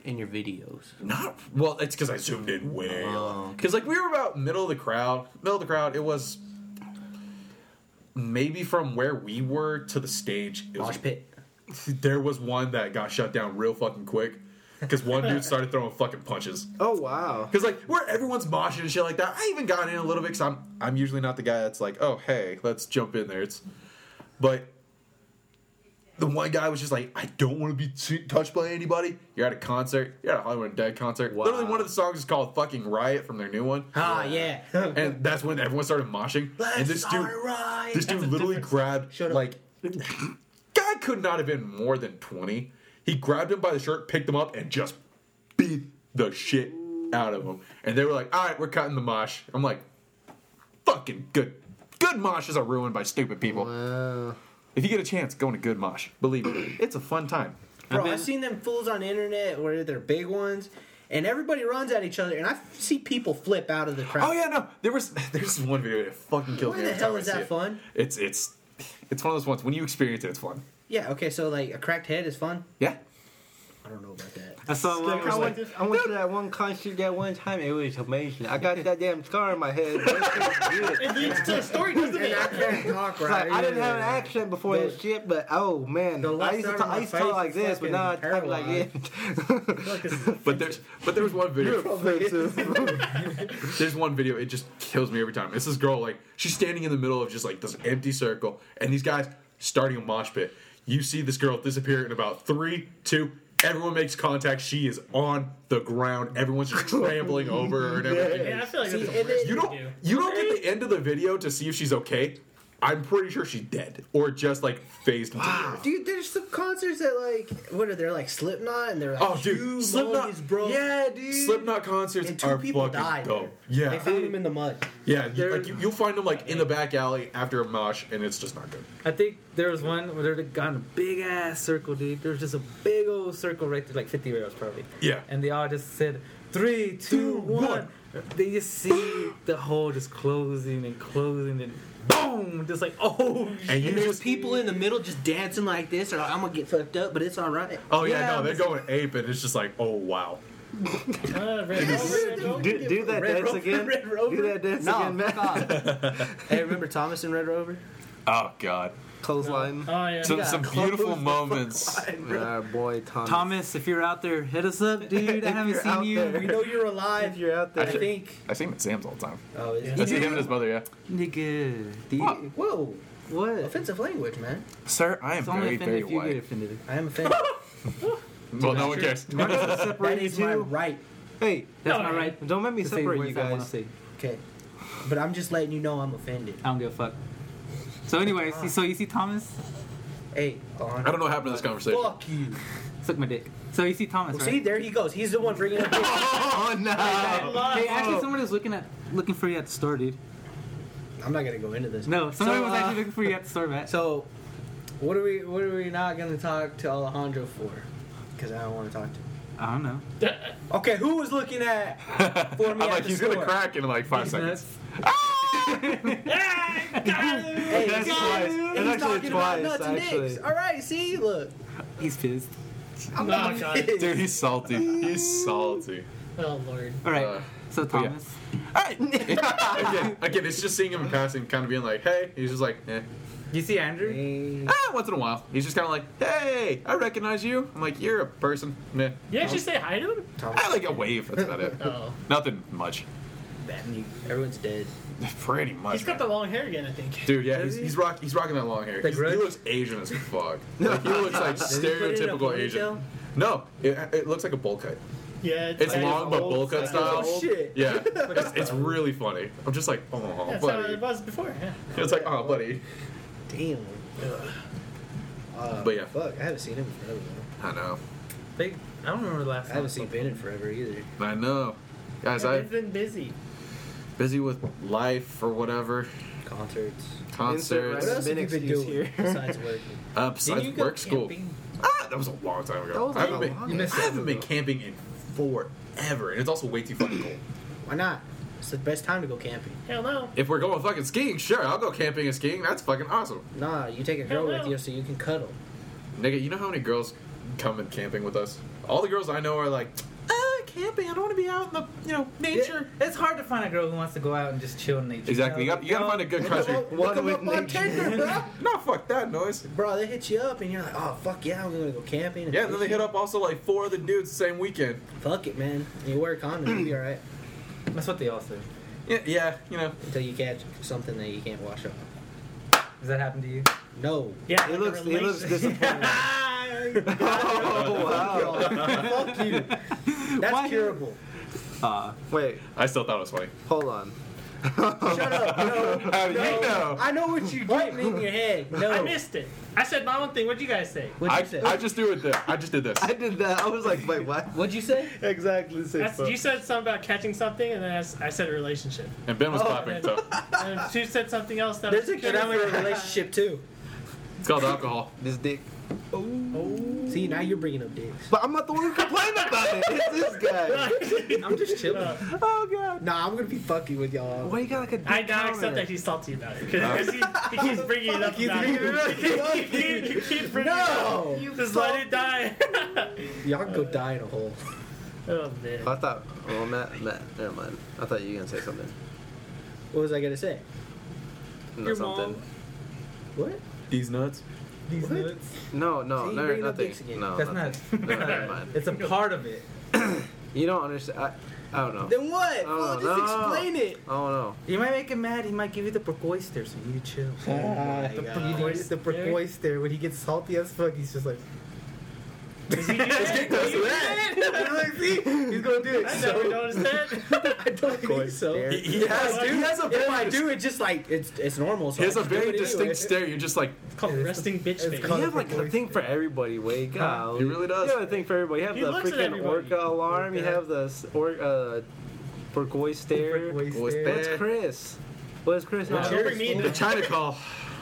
[SPEAKER 4] in your videos?
[SPEAKER 1] Not well. It's because I zoomed in way.
[SPEAKER 4] Oh, okay.
[SPEAKER 1] Because like we were about middle of the crowd. Middle of the crowd. It was maybe from where we were to the stage. It was,
[SPEAKER 4] Mosh pit.
[SPEAKER 1] there was one that got shut down real fucking quick. Because one dude started throwing fucking punches.
[SPEAKER 5] Oh wow.
[SPEAKER 1] Because like where everyone's moshing and shit like that, I even got in a little bit because I'm I'm usually not the guy that's like, oh hey, let's jump in there. It's, but the one guy was just like, I don't want to be t- touched by anybody. You're at a concert. You're at a Hollywood Dead concert.
[SPEAKER 5] Wow.
[SPEAKER 1] Literally, one of the songs is called "Fucking Riot" from their new one,
[SPEAKER 4] Ah, yeah. <laughs>
[SPEAKER 1] and that's when everyone started moshing. and this dude, this dude literally grabbed like, guy could not have been more than twenty. He grabbed him by the shirt, picked him up, and just beat the shit out of him. And they were like, "All right, we're cutting the mosh." I'm like, "Fucking good, good moshes are ruined by stupid people."
[SPEAKER 5] Wow.
[SPEAKER 1] If you get a chance, go on a good mosh. Believe me, it's a fun time.
[SPEAKER 4] Bro, I've seen them fools on the internet where they're big ones, and everybody runs at each other, and I see people flip out of the crowd.
[SPEAKER 1] Oh yeah, no, there was <laughs> there's one video that fucking killed
[SPEAKER 4] Why
[SPEAKER 1] me.
[SPEAKER 4] the
[SPEAKER 1] every
[SPEAKER 4] hell
[SPEAKER 1] time I
[SPEAKER 4] is
[SPEAKER 1] see
[SPEAKER 4] Oh, that
[SPEAKER 1] it.
[SPEAKER 4] fun?
[SPEAKER 1] It's it's it's one of those ones when you experience it, it's fun.
[SPEAKER 4] Yeah, okay, so like a cracked head is fun.
[SPEAKER 1] Yeah,
[SPEAKER 4] I don't know about that.
[SPEAKER 9] I saw one.
[SPEAKER 6] Like,
[SPEAKER 9] that was
[SPEAKER 6] I
[SPEAKER 9] like,
[SPEAKER 6] went to,
[SPEAKER 5] I went to that one concert that one time. It was amazing. I got that damn scar on my
[SPEAKER 4] <laughs>
[SPEAKER 5] head. It feels good.
[SPEAKER 6] it leads to a story, doesn't
[SPEAKER 4] And
[SPEAKER 6] it?
[SPEAKER 4] I can't talk
[SPEAKER 5] It's
[SPEAKER 4] right.
[SPEAKER 5] like, I didn't
[SPEAKER 4] <laughs>
[SPEAKER 5] have an accent before
[SPEAKER 4] The-
[SPEAKER 5] this shit, but oh man,
[SPEAKER 4] the left
[SPEAKER 5] I used to
[SPEAKER 4] side
[SPEAKER 5] talk,
[SPEAKER 4] of my
[SPEAKER 5] I used to talk
[SPEAKER 4] face
[SPEAKER 5] like
[SPEAKER 4] is
[SPEAKER 5] this, but
[SPEAKER 4] fucking
[SPEAKER 5] now I talk like
[SPEAKER 4] paralyzed.
[SPEAKER 5] this. <laughs>
[SPEAKER 4] Look, this is-
[SPEAKER 1] But there's but there was one video.
[SPEAKER 4] <laughs>
[SPEAKER 5] Offensive.
[SPEAKER 1] There's one video. It just kills me every time. It's this girl like she's standing in the middle of just like this empty circle, and these guys starting a mosh pit. You see this girl disappear in about three, two. Everyone makes contact. She is on the ground. Everyone's just trampling over her and everything.
[SPEAKER 6] Yeah, I feel like that's
[SPEAKER 4] See,
[SPEAKER 6] the
[SPEAKER 4] and
[SPEAKER 6] worst
[SPEAKER 1] You
[SPEAKER 6] you
[SPEAKER 1] don't
[SPEAKER 6] do.
[SPEAKER 1] you don't get the end of the video to see if she's okay. I'm pretty sure she's dead or just like phased into the earth.
[SPEAKER 4] Dude, there's some concerts that like what are they like Slipknot and they're like
[SPEAKER 1] Oh, dude,
[SPEAKER 4] two
[SPEAKER 1] Slipknot-
[SPEAKER 4] lungs broke.
[SPEAKER 1] yeah, Slipknot concerts
[SPEAKER 4] And two
[SPEAKER 1] are
[SPEAKER 4] people
[SPEAKER 1] fucking
[SPEAKER 4] died.
[SPEAKER 1] dope.
[SPEAKER 4] They
[SPEAKER 1] Yeah,
[SPEAKER 4] found him in the mud.
[SPEAKER 1] yeah. you- like you, you'll find them like in the back alley after a mosh, and it's just not good.
[SPEAKER 2] I think there was one where they got in a big ass circle, dude. There was just a big old circle right there, like 50 rows probably.
[SPEAKER 1] Yeah.
[SPEAKER 2] And they all just said, three, two, one. They just see the hole just closing and closing and boom! Just like, oh, shit.
[SPEAKER 1] And you
[SPEAKER 4] And there's
[SPEAKER 1] just
[SPEAKER 4] people in the middle just dancing like this, or like, I'm gonna get fucked up, but it's all right.
[SPEAKER 1] oh yeah,
[SPEAKER 2] Yeah,
[SPEAKER 1] no, they're
[SPEAKER 2] this-
[SPEAKER 1] going ape, and it's just like oh wow.
[SPEAKER 6] Uh, Red Velvet, Red Velvet.
[SPEAKER 5] do, do that
[SPEAKER 4] Red
[SPEAKER 5] dance
[SPEAKER 4] Rover,
[SPEAKER 5] again.
[SPEAKER 4] <laughs> Red Rover.
[SPEAKER 5] Do that dance
[SPEAKER 10] No,
[SPEAKER 5] again, man.
[SPEAKER 4] hey, remember Thomas and Red Rover?
[SPEAKER 1] Oh god,
[SPEAKER 5] <laughs> Clothesline.
[SPEAKER 6] Oh yeah.
[SPEAKER 1] some some beautiful moments.
[SPEAKER 5] Uh, boy, Thomas.
[SPEAKER 10] Thomas, if you're out there, hit us up,
[SPEAKER 5] <laughs>
[SPEAKER 10] dude. I
[SPEAKER 5] If
[SPEAKER 10] haven't
[SPEAKER 5] you're
[SPEAKER 10] seen
[SPEAKER 5] out
[SPEAKER 10] you.
[SPEAKER 2] <laughs>
[SPEAKER 5] there.
[SPEAKER 4] We know you're alive.
[SPEAKER 5] If you're out there,
[SPEAKER 4] I think.
[SPEAKER 1] I see him at Sam's all the time.
[SPEAKER 4] Oh, is
[SPEAKER 1] That's him and his mother. Yeah,
[SPEAKER 10] Nigga.
[SPEAKER 5] Do you-
[SPEAKER 4] Whoa,
[SPEAKER 10] What? It's
[SPEAKER 4] offensive language, man.
[SPEAKER 1] sir, I am
[SPEAKER 10] only offended if you get offended.
[SPEAKER 4] I am offended.
[SPEAKER 1] Well, no one cares.
[SPEAKER 4] that
[SPEAKER 5] separate you
[SPEAKER 4] is my
[SPEAKER 5] two.
[SPEAKER 4] right.
[SPEAKER 5] Hey,
[SPEAKER 10] That's
[SPEAKER 6] No,
[SPEAKER 10] my right.
[SPEAKER 5] don't make me
[SPEAKER 10] to say
[SPEAKER 5] separate you
[SPEAKER 10] words I wanna
[SPEAKER 5] guys.
[SPEAKER 10] say.
[SPEAKER 4] Okay, but I'm just letting you know I'm offended.
[SPEAKER 10] I don't give a fuck. So, anyways, so you see Thomas?
[SPEAKER 4] Hey,
[SPEAKER 1] I
[SPEAKER 4] on.
[SPEAKER 1] don't know what happened to this conversation. <laughs>
[SPEAKER 4] Fuck you.
[SPEAKER 10] Suck my dick. So you see Thomas,
[SPEAKER 4] See,
[SPEAKER 10] right?
[SPEAKER 4] there he goes. He's the one bringing up.
[SPEAKER 5] Oh
[SPEAKER 2] <laughs>
[SPEAKER 5] no!
[SPEAKER 10] Hey,
[SPEAKER 2] oh.
[SPEAKER 10] actually, someone is looking at looking for you at the store, dude.
[SPEAKER 4] I'm not gonna go into this.
[SPEAKER 2] Oh,
[SPEAKER 10] No, somebody
[SPEAKER 4] So,
[SPEAKER 10] was
[SPEAKER 4] uh,
[SPEAKER 10] actually looking for you at the store, Matt.
[SPEAKER 4] So, what are we? What are we not gonna talk to Alejandro for? Because I don't want to talk to. him.
[SPEAKER 10] I don't know.
[SPEAKER 4] Okay, who was looking at?
[SPEAKER 1] I'm
[SPEAKER 4] at
[SPEAKER 1] like
[SPEAKER 4] the
[SPEAKER 1] he's
[SPEAKER 4] store.
[SPEAKER 1] gonna crack in like five seconds. <laughs> Ah!
[SPEAKER 4] Hey,
[SPEAKER 5] That's twice. That's
[SPEAKER 4] he's talking- he's
[SPEAKER 5] actually
[SPEAKER 4] talking about
[SPEAKER 5] twice,
[SPEAKER 4] nuts and
[SPEAKER 5] actually.
[SPEAKER 4] dicks. All right, see, look.
[SPEAKER 10] He's pissed.
[SPEAKER 4] I'm
[SPEAKER 6] Oh,
[SPEAKER 4] not
[SPEAKER 6] God.
[SPEAKER 4] pissed.
[SPEAKER 1] Dude, he's salty. He's salty.
[SPEAKER 6] Oh lord.
[SPEAKER 10] All right.
[SPEAKER 1] Uh,
[SPEAKER 10] so
[SPEAKER 1] yeah.
[SPEAKER 10] Thomas,
[SPEAKER 1] again, again, it's just seeing him in passing, kind of being like, hey. He's just like, eh.
[SPEAKER 10] you see Andrew?
[SPEAKER 1] Ah, once in a while. He's just kind of like, hey, I recognize you. I'm like, you're a person. Nah.
[SPEAKER 6] You actually say hi to him?
[SPEAKER 1] I like a wave. That's about it.
[SPEAKER 6] Oh.
[SPEAKER 1] Nothing much. <laughs>
[SPEAKER 4] Man, you- Everyone's dead.
[SPEAKER 1] Pretty much.
[SPEAKER 6] He's got the
[SPEAKER 1] man.
[SPEAKER 6] long hair again, I think.
[SPEAKER 1] Dude, yeah, he's, he's, rock, he's rocking that long hair. He's- he looks Asian as fuck. Like, he looks like
[SPEAKER 4] put it in a
[SPEAKER 1] stereotypical Asian.
[SPEAKER 4] ponytail?
[SPEAKER 1] No, it, it looks like a bowl cut.
[SPEAKER 6] Yeah,
[SPEAKER 1] It's
[SPEAKER 6] like-
[SPEAKER 1] long but bowl cut style.
[SPEAKER 4] Oh shit.
[SPEAKER 1] Yeah, it's, it's really funny. I'm just like, oh,
[SPEAKER 6] That's how it
[SPEAKER 1] buddy.
[SPEAKER 6] was before. Yeah.
[SPEAKER 1] It's like, oh, buddy.
[SPEAKER 4] Damn. Ugh. Uh,
[SPEAKER 1] But yeah.
[SPEAKER 4] Fuck, I haven't seen him in forever. though.
[SPEAKER 1] I know.
[SPEAKER 2] They, I don't remember the last
[SPEAKER 4] I
[SPEAKER 2] time.
[SPEAKER 4] haven't seen Ben in forever either.
[SPEAKER 1] I know. Guys,
[SPEAKER 6] I've
[SPEAKER 1] I'm
[SPEAKER 6] been busy.
[SPEAKER 1] busy with life or whatever,
[SPEAKER 4] Concerts.
[SPEAKER 5] Insert
[SPEAKER 1] concerts.
[SPEAKER 4] What else
[SPEAKER 5] Ben
[SPEAKER 4] have you been
[SPEAKER 5] excuse
[SPEAKER 4] doing
[SPEAKER 5] here.
[SPEAKER 4] besides working?
[SPEAKER 1] Uh, <laughs> besides work school. Ah, that was a long time ago.
[SPEAKER 5] That was
[SPEAKER 1] I haven't,
[SPEAKER 5] a
[SPEAKER 1] been,
[SPEAKER 5] long
[SPEAKER 1] I
[SPEAKER 5] time
[SPEAKER 1] haven't been camping in forever, and it's also way too fucking cold.
[SPEAKER 4] Why not? It's the best time to go camping.
[SPEAKER 6] Hell no.
[SPEAKER 1] If we're going fucking skiing, sure, I'll go camping and skiing. That's fucking awesome.
[SPEAKER 4] Nah, you take a girl
[SPEAKER 6] Hell
[SPEAKER 4] with
[SPEAKER 6] no.
[SPEAKER 4] you so you can cuddle.
[SPEAKER 1] Nigga, you know how many girls come and camping with us? All the girls I know are like, uh, camping. I don't want to be out in the, you know, nature.
[SPEAKER 2] It's hard to find a girl who wants to go out and just chill in nature.
[SPEAKER 1] Exactly. You got, you got to find a good country.
[SPEAKER 5] <laughs> One with nature.
[SPEAKER 4] Tinder, bro.
[SPEAKER 1] No, fuck that noise.
[SPEAKER 4] Bro, they hit you up and you're like, oh fuck yeah, I'm gonna go camping.
[SPEAKER 1] Yeah, and then they hit up also like four other dudes the same weekend.
[SPEAKER 4] Fuck it, man. You wear a condom, you'll be all right <clears throat>
[SPEAKER 2] That's what they all say.
[SPEAKER 1] Yeah, yeah, you know.
[SPEAKER 4] until you catch something that you can't wash off.
[SPEAKER 2] Does that happen to you?
[SPEAKER 1] <laughs>
[SPEAKER 4] No.
[SPEAKER 6] Yeah. like
[SPEAKER 5] It
[SPEAKER 6] a
[SPEAKER 5] looks, it looks
[SPEAKER 6] relation-
[SPEAKER 5] disappointing. oh wow!
[SPEAKER 4] fuck you. That's
[SPEAKER 10] Why?
[SPEAKER 4] curable.
[SPEAKER 10] Uh,
[SPEAKER 5] Wait,
[SPEAKER 1] I still thought it was funny.
[SPEAKER 5] hold on. <laughs>
[SPEAKER 1] <laughs>
[SPEAKER 4] Shut up. No.
[SPEAKER 1] How do Uh, you know?
[SPEAKER 4] I know what you're getting in your head. No.
[SPEAKER 6] <laughs> I missed it. I said my own thing. What'd you guys say?
[SPEAKER 4] What'd
[SPEAKER 1] I,
[SPEAKER 4] you say?
[SPEAKER 1] I just do it there. I just did this.
[SPEAKER 5] I did that. I was like, wait, what?
[SPEAKER 4] What'd you say?
[SPEAKER 5] Exactly. Same
[SPEAKER 6] That's, you said something about catching something, and then I, s- I said
[SPEAKER 1] <laughs>
[SPEAKER 6] relationship.
[SPEAKER 1] And Ben was clapping, so
[SPEAKER 6] And she said something else. That
[SPEAKER 4] There's
[SPEAKER 6] was
[SPEAKER 4] a good for a relationship too.
[SPEAKER 1] it's called alcohol.
[SPEAKER 5] This dick.
[SPEAKER 4] Oh. See, now you're bringing up dicks.
[SPEAKER 5] But I'm not the one who complained about it. It's this
[SPEAKER 4] <laughs>
[SPEAKER 5] guy.
[SPEAKER 6] <laughs>
[SPEAKER 2] I'm just chilling.
[SPEAKER 5] Oh god.
[SPEAKER 4] Nah, I'm gonna be fucking with y'all.
[SPEAKER 5] Why you got like a dick
[SPEAKER 6] I now
[SPEAKER 5] counter?
[SPEAKER 6] accept that he's salty about it because he, <laughs> he keeps bringing it up.
[SPEAKER 4] Keep
[SPEAKER 6] about
[SPEAKER 4] bringing it up.
[SPEAKER 6] it. He keep- <laughs> he keep bringing it up.
[SPEAKER 4] No!
[SPEAKER 6] Just let it die.
[SPEAKER 4] Oh,
[SPEAKER 6] <laughs>
[SPEAKER 4] Y'all can go die in a hole.
[SPEAKER 6] oh man.
[SPEAKER 5] I thought. Well, Matt. Matt. Never mind. I thought you were gonna say something.
[SPEAKER 4] What was I gonna say?
[SPEAKER 5] No,
[SPEAKER 2] Your
[SPEAKER 5] something.
[SPEAKER 2] mom.
[SPEAKER 4] What?
[SPEAKER 11] These nuts.
[SPEAKER 2] These
[SPEAKER 4] What?
[SPEAKER 2] nuts.
[SPEAKER 5] No, no,
[SPEAKER 4] See,
[SPEAKER 5] no,
[SPEAKER 4] bringing up
[SPEAKER 5] nothing.
[SPEAKER 4] dicks again.
[SPEAKER 5] No,
[SPEAKER 2] That's
[SPEAKER 5] nothing.
[SPEAKER 2] not.
[SPEAKER 5] No, Oh, never mind.
[SPEAKER 2] <laughs> It's a part of it.
[SPEAKER 5] You don't understand. I, I don't know.
[SPEAKER 4] Then what?
[SPEAKER 5] Oh,
[SPEAKER 4] well,
[SPEAKER 5] no.
[SPEAKER 4] just explain it.
[SPEAKER 5] I don't know.
[SPEAKER 2] You might make him mad. He might give you the percoister, so you chill. the percoister, the percoister. When he gets salty as fuck, he's just like.
[SPEAKER 6] Is he doing it?
[SPEAKER 2] See? he's gonna do it.
[SPEAKER 6] I never noticed that.
[SPEAKER 4] <laughs> I don't think so.
[SPEAKER 1] He, he has, dude. He has a
[SPEAKER 4] <laughs> If
[SPEAKER 1] very,
[SPEAKER 4] I do, it's just like it's it's normal. So
[SPEAKER 1] he has
[SPEAKER 4] I
[SPEAKER 1] a
[SPEAKER 4] just do
[SPEAKER 1] very
[SPEAKER 4] it
[SPEAKER 1] distinct
[SPEAKER 4] anyway.
[SPEAKER 1] stare. You're just like,
[SPEAKER 6] It's called resting bitch face.
[SPEAKER 5] You have like a thing for everybody, Wade. God,
[SPEAKER 1] He really does.
[SPEAKER 5] You have a thing for everybody. You have
[SPEAKER 6] He
[SPEAKER 5] the
[SPEAKER 6] looks at
[SPEAKER 5] freaking
[SPEAKER 6] everybody.
[SPEAKER 5] orca alarm. You have the s- or uh, percoister. What's
[SPEAKER 1] Eh.
[SPEAKER 5] Chris? What's Chris?
[SPEAKER 6] Don't
[SPEAKER 5] now?
[SPEAKER 6] bring me into
[SPEAKER 1] the China <laughs> call.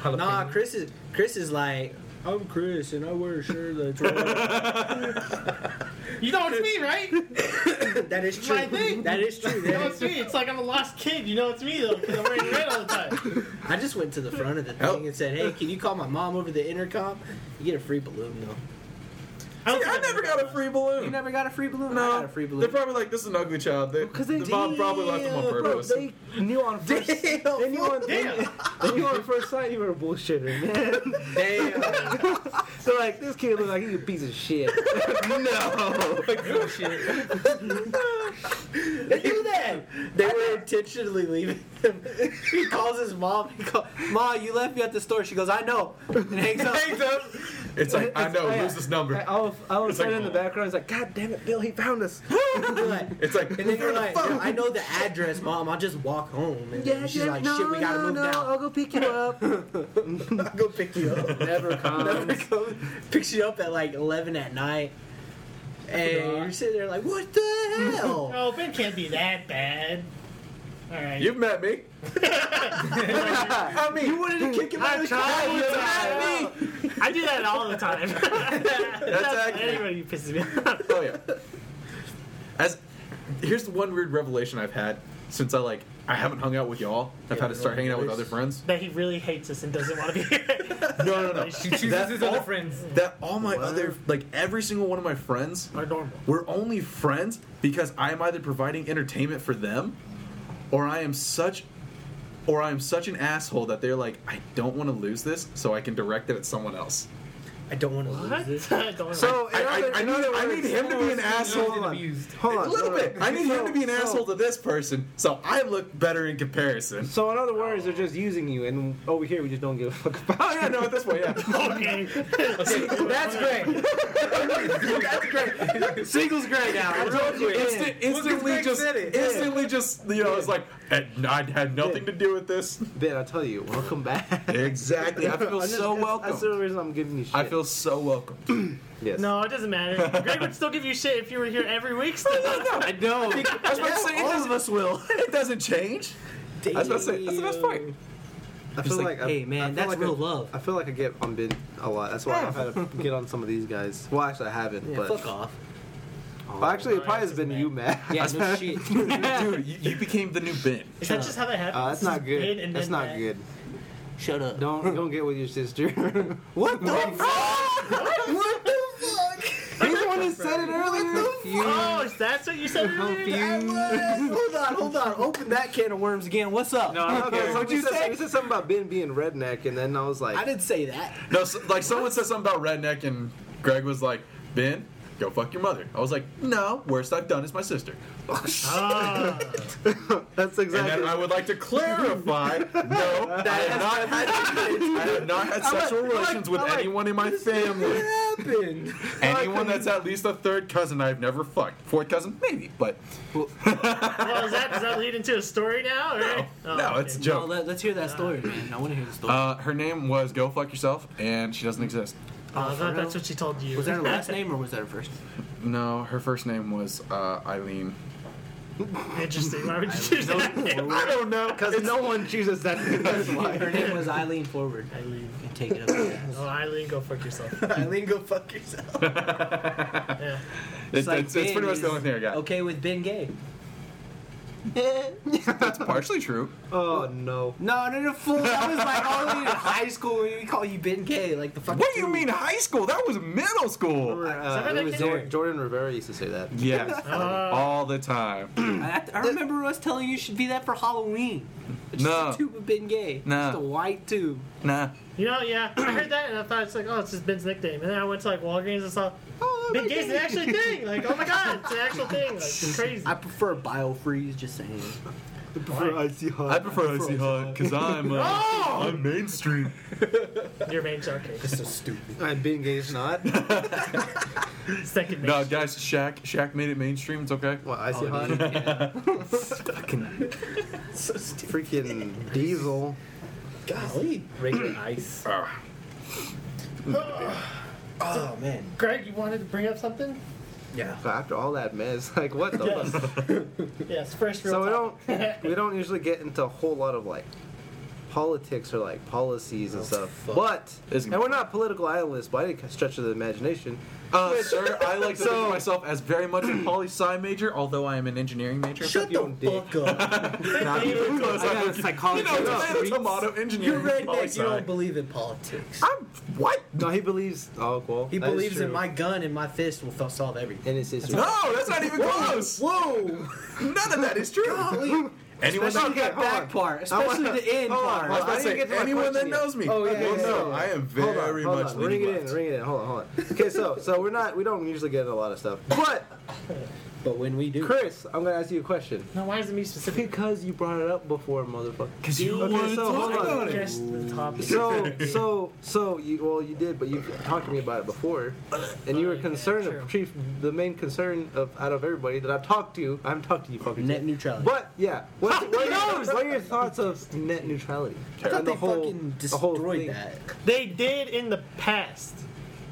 [SPEAKER 4] Nah, Chris is Chris is like I'm Chris and I wear a shirt that's
[SPEAKER 1] <laughs>
[SPEAKER 4] red.
[SPEAKER 6] You know it's me, right? You
[SPEAKER 4] that is true.
[SPEAKER 6] My thing.
[SPEAKER 4] That is <laughs> true. That
[SPEAKER 6] know
[SPEAKER 4] is
[SPEAKER 6] it's me. It's like I'm a lost kid. You know it's me though, because I'm wearing red all the time.
[SPEAKER 4] I just went to the front of the thing and said, "Hey, can you call my mom over the intercom? You get a free balloon though."
[SPEAKER 6] I, don't
[SPEAKER 1] I
[SPEAKER 6] think
[SPEAKER 1] never got a free balloon.
[SPEAKER 4] You never got a free balloon. I
[SPEAKER 1] no,
[SPEAKER 4] got a free
[SPEAKER 1] they're
[SPEAKER 4] <laughs> balloon.
[SPEAKER 1] probably like, this is an ugly child. They,
[SPEAKER 5] Because they
[SPEAKER 1] the mom probably left him on
[SPEAKER 5] Damn, bro,
[SPEAKER 1] purpose.
[SPEAKER 5] They knew on first. They knew on, they, they knew on first sight you were a bullshitter, man.
[SPEAKER 4] Damn.
[SPEAKER 5] <laughs> They're like, this kid looks like he's a piece of shit. <laughs> no.
[SPEAKER 4] they <laughs> do that. They were intentionally leaving him. He calls his mom. He call, Ma, you left me at the store. She goes, "I know," and hangs up.
[SPEAKER 1] It's like, I know, who's this number?
[SPEAKER 5] I was, I was
[SPEAKER 1] It's like-
[SPEAKER 5] in the background. He's like, God damn it, Bill, he found <gasps> us.
[SPEAKER 4] You're like-
[SPEAKER 1] It's like,
[SPEAKER 4] <laughs> And then you're like, "Yo, I know the address, mom. I'll just walk home. And then she's like, shit, we gotta move down.
[SPEAKER 5] I'll go pick you <laughs> up.
[SPEAKER 4] I'll go pick you up.
[SPEAKER 5] Never comes.
[SPEAKER 4] Never comes. Picks you up at like 11 at night. And you're sitting there like, what the hell?
[SPEAKER 6] <laughs> Oh, Ben can't be that bad. All
[SPEAKER 1] <laughs>
[SPEAKER 6] right.
[SPEAKER 1] you've met me.
[SPEAKER 4] <laughs> I mean, you wanted to kick him out of the car.
[SPEAKER 6] I do that all the time. <laughs> That's
[SPEAKER 1] accurate.
[SPEAKER 6] Anybody who pisses me <laughs> off.
[SPEAKER 1] Oh yeah. As here's the one weird revelation I've had since I like I haven't hung out with y'all. I've had to start hanging out with other friends.
[SPEAKER 6] That he really hates us and doesn't want to be here.
[SPEAKER 1] <laughs> No, no, no.
[SPEAKER 2] He chooses
[SPEAKER 1] That
[SPEAKER 2] his
[SPEAKER 1] all-
[SPEAKER 2] other friends.
[SPEAKER 1] That all my other like every single one of my friends
[SPEAKER 6] Are normal.
[SPEAKER 1] we're only friends because I am either providing entertainment for them or I am such or I am such an asshole that they're like, I don't want to lose this, so I can direct it at someone else.
[SPEAKER 4] I don't want to lose this.
[SPEAKER 6] <laughs> What?
[SPEAKER 5] <laughs> So, in
[SPEAKER 1] I- I-
[SPEAKER 5] other,
[SPEAKER 1] I
[SPEAKER 5] in
[SPEAKER 1] need-
[SPEAKER 5] other
[SPEAKER 1] I
[SPEAKER 5] words-
[SPEAKER 1] need him to be an
[SPEAKER 5] Hold on,
[SPEAKER 1] asshole.
[SPEAKER 5] Hold on.
[SPEAKER 2] Abused.
[SPEAKER 1] A
[SPEAKER 5] Hold on.
[SPEAKER 1] little
[SPEAKER 5] hold on.
[SPEAKER 1] bit. I need him to be an
[SPEAKER 5] So-
[SPEAKER 1] asshole to this person, so I look better in comparison.
[SPEAKER 5] So, in other words, they're just using you, and over here we just don't give a fuck about
[SPEAKER 1] Oh yeah, no, at this point, yeah.
[SPEAKER 6] Okay.
[SPEAKER 2] That's great.
[SPEAKER 4] Single's great now.
[SPEAKER 1] Instant, instantly just, instantly just, you know, it's like I I had nothing to do with this.
[SPEAKER 5] it. Ben, I tell you, welcome back. <laughs>
[SPEAKER 1] Exactly, I feel
[SPEAKER 5] I'm just-
[SPEAKER 1] so
[SPEAKER 5] that's- That's the
[SPEAKER 1] welcome.
[SPEAKER 5] reason I'm giving you shit.
[SPEAKER 1] I feel so welcome.
[SPEAKER 5] yes.
[SPEAKER 6] No, it doesn't matter. Greg would still give you shit if you were here every
[SPEAKER 1] <laughs>
[SPEAKER 6] week still.
[SPEAKER 5] I know.
[SPEAKER 1] I was about to say, it doesn't, will. <laughs> It doesn't change. I was about to say, that's the best
[SPEAKER 5] <laughs>
[SPEAKER 1] part.
[SPEAKER 5] I feel
[SPEAKER 1] like,
[SPEAKER 5] like, I-
[SPEAKER 12] hey, man,
[SPEAKER 5] I feel
[SPEAKER 12] that's
[SPEAKER 5] like
[SPEAKER 12] real
[SPEAKER 5] I-
[SPEAKER 12] love.
[SPEAKER 5] I feel like I get on Ben a lot. That's why I've had to get on some of these guys. Well, actually, I haven't. but
[SPEAKER 12] Fuck off.
[SPEAKER 5] Well, actually, it
[SPEAKER 6] Oh,
[SPEAKER 5] probably
[SPEAKER 6] that's
[SPEAKER 5] has been
[SPEAKER 6] bad.
[SPEAKER 5] you, Matt.
[SPEAKER 12] Yeah,
[SPEAKER 5] <laughs>
[SPEAKER 12] no shit.
[SPEAKER 1] Dude, you, you became the new Ben.
[SPEAKER 6] Is that just how that happens?
[SPEAKER 5] Uh, that's not
[SPEAKER 6] Bid and
[SPEAKER 5] good. That's
[SPEAKER 6] then
[SPEAKER 5] not
[SPEAKER 6] that.
[SPEAKER 5] good.
[SPEAKER 12] Shut up.
[SPEAKER 5] Don't don't get with your sister. <laughs>
[SPEAKER 4] What the fuck? What the fuck?
[SPEAKER 5] He's the one who said it earlier.
[SPEAKER 6] Oh, is that what you said earlier?
[SPEAKER 4] That was- Hold on, hold on. Open that can of worms again. What's up?
[SPEAKER 2] No, I don't care.
[SPEAKER 5] What'd you say? You said something about Ben being redneck, and then I was like,
[SPEAKER 4] I didn't say that.
[SPEAKER 1] No, so, like someone said something about redneck, and Greg was like, Ben, go fuck your mother. I was like, no, worst I've done is my sister.
[SPEAKER 6] Oh,
[SPEAKER 5] <laughs> that's
[SPEAKER 1] And then
[SPEAKER 5] exactly.
[SPEAKER 1] I would like to clarify, no, I have not had, I have not had sexual relations with anyone in my family.
[SPEAKER 4] Happened.
[SPEAKER 1] <laughs> Anyone that's at least a third cousin I've never fucked. Fourth cousin, maybe, but
[SPEAKER 6] well, is that, does that lead into a story now? Or? Oh, No,
[SPEAKER 1] no, it's a
[SPEAKER 12] No,
[SPEAKER 1] joke.
[SPEAKER 12] let, us hear that story, man. I want to hear the story.
[SPEAKER 1] Uh, her name was Go Fuck Yourself, and she doesn't exist.
[SPEAKER 6] Oh, I thought that's what she told you. <laughs>
[SPEAKER 12] was that her last name or was that her first?
[SPEAKER 1] No, her first name was uh, Eileen.
[SPEAKER 6] Interesting. Why would you choose that?
[SPEAKER 1] I don't know.
[SPEAKER 5] Because no one chooses that. That's
[SPEAKER 4] <laughs>
[SPEAKER 5] why.
[SPEAKER 1] <laughs>
[SPEAKER 4] Her name was Eileen Forward.
[SPEAKER 6] Eileen.
[SPEAKER 4] And take it up. your ass.
[SPEAKER 6] <laughs> Oh, Eileen, go fuck yourself.
[SPEAKER 13] Eileen, go fuck yourself.
[SPEAKER 5] Uh,
[SPEAKER 6] Yeah.
[SPEAKER 1] It's,
[SPEAKER 4] like
[SPEAKER 1] it's, it's pretty
[SPEAKER 4] Ben
[SPEAKER 1] much the
[SPEAKER 4] is-
[SPEAKER 1] only thing I got.
[SPEAKER 4] Okay with Ben
[SPEAKER 1] <laughs>
[SPEAKER 4] Gay.
[SPEAKER 1] That's partially true.
[SPEAKER 5] Oh no.
[SPEAKER 4] No, no, no, fool. That was like only in high school when we call you Ben Gay. Like the fucking.
[SPEAKER 1] What do you mean high school? That was middle school.
[SPEAKER 5] Remember,
[SPEAKER 6] Is that
[SPEAKER 5] uh,
[SPEAKER 6] what
[SPEAKER 5] it
[SPEAKER 6] I
[SPEAKER 5] was
[SPEAKER 6] did?
[SPEAKER 5] Jordan, Jordan Rivera used to say that.
[SPEAKER 1] Yes,
[SPEAKER 6] Uh,
[SPEAKER 1] all the time.
[SPEAKER 4] I, I remember us telling you should be that for Halloween. Just
[SPEAKER 1] No.
[SPEAKER 4] a tube of Ben Gay.
[SPEAKER 1] No.
[SPEAKER 4] Just a white tube.
[SPEAKER 1] Nah.
[SPEAKER 6] you know, yeah, <clears throat> I heard that and I thought it's like, oh, it's just Ben's nickname. And then I went to like Walgreens and saw, oh,
[SPEAKER 5] Oh,
[SPEAKER 6] Ben Gay's an
[SPEAKER 5] <laughs>
[SPEAKER 6] actual thing. Like, oh my god, it's an actual thing. Like, it's
[SPEAKER 4] <laughs>
[SPEAKER 6] crazy.
[SPEAKER 4] I prefer biofreeze, just saying.
[SPEAKER 6] Why?
[SPEAKER 1] I prefer Icy Hot because I'm,
[SPEAKER 5] <laughs>
[SPEAKER 1] uh,
[SPEAKER 5] Oh!
[SPEAKER 1] I'm mainstream.
[SPEAKER 6] Your main jockey.
[SPEAKER 3] so stupid.
[SPEAKER 5] I've been engaged not.
[SPEAKER 6] Second main.
[SPEAKER 1] No, guys, Shaq Shaq made it mainstream. It's okay.
[SPEAKER 5] <laughs> What I see hot. Freaking Diesel.
[SPEAKER 2] Golly. Regular ice.
[SPEAKER 13] Oh man.
[SPEAKER 6] Greg, you wanted to bring up something?
[SPEAKER 5] After all that mess, <laughs> like what the.
[SPEAKER 6] Yes.
[SPEAKER 5] fuck?
[SPEAKER 6] yes, first real
[SPEAKER 5] So we
[SPEAKER 6] talk.
[SPEAKER 5] don't we don't usually get into a whole lot of like politics or like policies and stuff. But
[SPEAKER 1] This-
[SPEAKER 5] and we're not political analysts by any stretch of the imagination.
[SPEAKER 1] Uh, sir, I like to think of myself as very much a poli sci major, although I am an engineering major. <laughs>
[SPEAKER 13] Shut the fuck up.
[SPEAKER 1] Not even close.
[SPEAKER 14] I got a
[SPEAKER 1] You
[SPEAKER 14] psychology.
[SPEAKER 1] know, tomato, tomato,
[SPEAKER 13] You're
[SPEAKER 1] engineering, poli
[SPEAKER 13] redneck. You
[SPEAKER 1] sci.
[SPEAKER 13] don't believe in politics.
[SPEAKER 5] I'm what? No, he believes. <laughs> Oh well,
[SPEAKER 13] He
[SPEAKER 5] that is
[SPEAKER 13] believes in
[SPEAKER 5] true.
[SPEAKER 13] my gun and my fist will solve everything.
[SPEAKER 5] and his sister.
[SPEAKER 1] No, that's not even close.
[SPEAKER 13] Whoa!
[SPEAKER 1] None of that is true. anyone
[SPEAKER 5] Especially
[SPEAKER 1] that,
[SPEAKER 5] that
[SPEAKER 4] Back
[SPEAKER 5] on.
[SPEAKER 4] part, especially
[SPEAKER 5] wanna-
[SPEAKER 4] the end
[SPEAKER 5] hold on,
[SPEAKER 4] part.
[SPEAKER 1] I was
[SPEAKER 5] hold
[SPEAKER 1] about
[SPEAKER 5] I
[SPEAKER 1] to
[SPEAKER 5] didn't
[SPEAKER 1] say,
[SPEAKER 5] get to my
[SPEAKER 1] anyone that
[SPEAKER 5] question yet.
[SPEAKER 1] knows me.
[SPEAKER 5] Oh, yeah,
[SPEAKER 1] well,
[SPEAKER 5] yeah,
[SPEAKER 1] no,
[SPEAKER 5] yeah,
[SPEAKER 1] I am
[SPEAKER 5] Hold on,
[SPEAKER 1] very
[SPEAKER 5] hold
[SPEAKER 1] much
[SPEAKER 5] on.
[SPEAKER 1] leaning
[SPEAKER 5] Ring it
[SPEAKER 1] left.
[SPEAKER 5] in, ring it in. Hold on, hold on. Okay, so so we're not we don't usually get into a lot of stuff, but
[SPEAKER 13] But when we do,
[SPEAKER 5] Chris, I'm gonna ask you a question
[SPEAKER 6] <laughs> No, why is it me specific?
[SPEAKER 5] because you brought it up before, motherfucker.
[SPEAKER 1] Because you
[SPEAKER 5] Okay,
[SPEAKER 1] wanna
[SPEAKER 5] so
[SPEAKER 1] talk
[SPEAKER 5] <laughs> hold on.
[SPEAKER 1] about it.
[SPEAKER 6] Just the topic. <laughs>
[SPEAKER 5] So so so you well you did, but you talked to me about it before, and you were concerned
[SPEAKER 6] True.
[SPEAKER 5] of chief the main concern of out of everybody that I've talked to. I haven't talked to you fucking.
[SPEAKER 13] net neutrality.
[SPEAKER 5] But yeah, what, what, are your, what are your thoughts of net neutrality?
[SPEAKER 13] I thought
[SPEAKER 5] And the
[SPEAKER 13] they
[SPEAKER 5] whole-
[SPEAKER 13] fucking
[SPEAKER 5] the whole
[SPEAKER 13] destroyed
[SPEAKER 5] thing.
[SPEAKER 13] that.
[SPEAKER 6] They did in the past.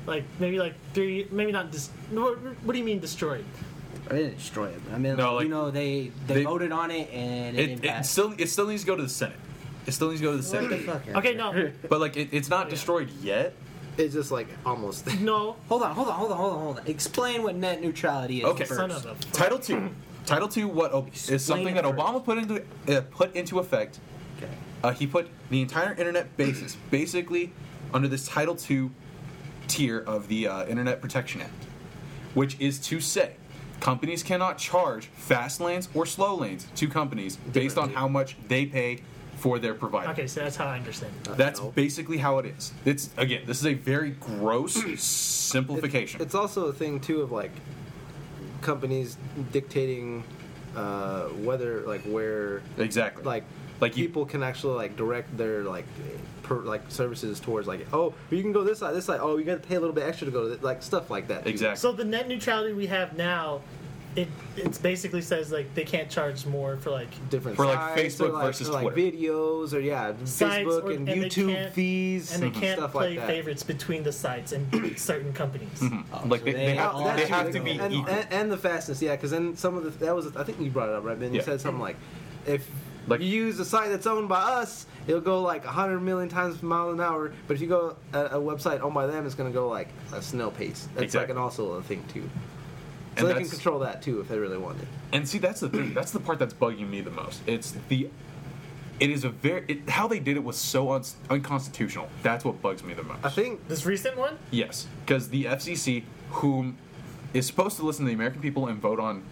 [SPEAKER 6] Like, maybe like three, maybe not dis- What what do you mean destroyed?
[SPEAKER 13] I didn't destroy it. but I mean,
[SPEAKER 1] No,
[SPEAKER 13] like,
[SPEAKER 1] like-
[SPEAKER 13] you know, they they,
[SPEAKER 1] They-
[SPEAKER 13] voted on it and it,
[SPEAKER 1] It,
[SPEAKER 13] didn't
[SPEAKER 1] it
[SPEAKER 13] pass.
[SPEAKER 1] still it still needs to go to the Senate. It still needs to go to the
[SPEAKER 13] What the
[SPEAKER 1] Senate.
[SPEAKER 13] fuck?
[SPEAKER 6] Okay, no.
[SPEAKER 1] But like it, it's not destroyed yet.
[SPEAKER 5] It's just like almost. <laughs>
[SPEAKER 6] No.
[SPEAKER 13] Hold on, hold on, hold on, hold on, hold on. Explain what net neutrality is.
[SPEAKER 1] Okay.
[SPEAKER 6] Son of a.
[SPEAKER 1] Title two. Title two. What o- is something
[SPEAKER 13] it
[SPEAKER 1] that Obama put into uh, put into effect? Uh, he put the entire internet basis basically under this Title two tier of the uh, Internet Protection Act, which is to say, companies cannot charge fast lanes or slow lanes to companies based on how much they pay for their provider.
[SPEAKER 6] Okay, so that's how I understand it.
[SPEAKER 1] That's basically how it is. It's again, this is a very gross simplification.
[SPEAKER 5] It's also a thing too of like companies dictating uh, whether like where
[SPEAKER 1] exactly.
[SPEAKER 5] like
[SPEAKER 1] Like you-
[SPEAKER 5] people can actually like direct their like per, like services towards like oh you can go this side this side oh you got to pay a little bit extra to go to th-, like stuff like that.
[SPEAKER 1] exactly.
[SPEAKER 6] So the net neutrality we have now, it it's basically says like they can't charge more for like
[SPEAKER 5] Different
[SPEAKER 1] For, like,
[SPEAKER 5] sites, or,
[SPEAKER 1] Facebook versus
[SPEAKER 5] or, like,
[SPEAKER 1] Twitter.
[SPEAKER 5] videos or yeah
[SPEAKER 6] Sites
[SPEAKER 5] Facebook
[SPEAKER 6] or-
[SPEAKER 5] and,
[SPEAKER 6] and they
[SPEAKER 5] YouTube
[SPEAKER 6] can't-
[SPEAKER 5] fees
[SPEAKER 6] and they
[SPEAKER 1] Mm-hmm.
[SPEAKER 6] can't
[SPEAKER 5] Mhm. stuff
[SPEAKER 6] play
[SPEAKER 5] like that. Mm-hmm.
[SPEAKER 6] favorites between the sites and
[SPEAKER 5] <coughs>
[SPEAKER 6] certain companies.
[SPEAKER 1] like they,
[SPEAKER 13] so
[SPEAKER 1] they
[SPEAKER 13] they
[SPEAKER 1] have
[SPEAKER 5] Oh,
[SPEAKER 1] to,
[SPEAKER 5] that's
[SPEAKER 1] they have
[SPEAKER 5] true.
[SPEAKER 1] to be
[SPEAKER 5] and,
[SPEAKER 1] equal.
[SPEAKER 5] and, and the fastness, yeah. Because then some of the that was I think you brought it up, right? Ben, you
[SPEAKER 1] Yeah.
[SPEAKER 5] said something like, if
[SPEAKER 1] Like-
[SPEAKER 5] you use a site that's owned by us, it'll go like hundred million times per mile an hour. But if you go a, a website owned by them, it's gonna go like a snail pace. That's like
[SPEAKER 1] Exactly.
[SPEAKER 5] an also a thing too. So
[SPEAKER 1] And
[SPEAKER 5] they can
[SPEAKER 1] that's-
[SPEAKER 5] control that too if they really wanted.
[SPEAKER 1] and see, that's the thing. That's the part that's bugging me the most. It's the it is a very it, how they did it was so un, unconstitutional. That's what bugs me the most.
[SPEAKER 5] I think
[SPEAKER 6] This recent one,
[SPEAKER 1] Yes, because the FCC, whom is supposed to listen to the American people and vote on,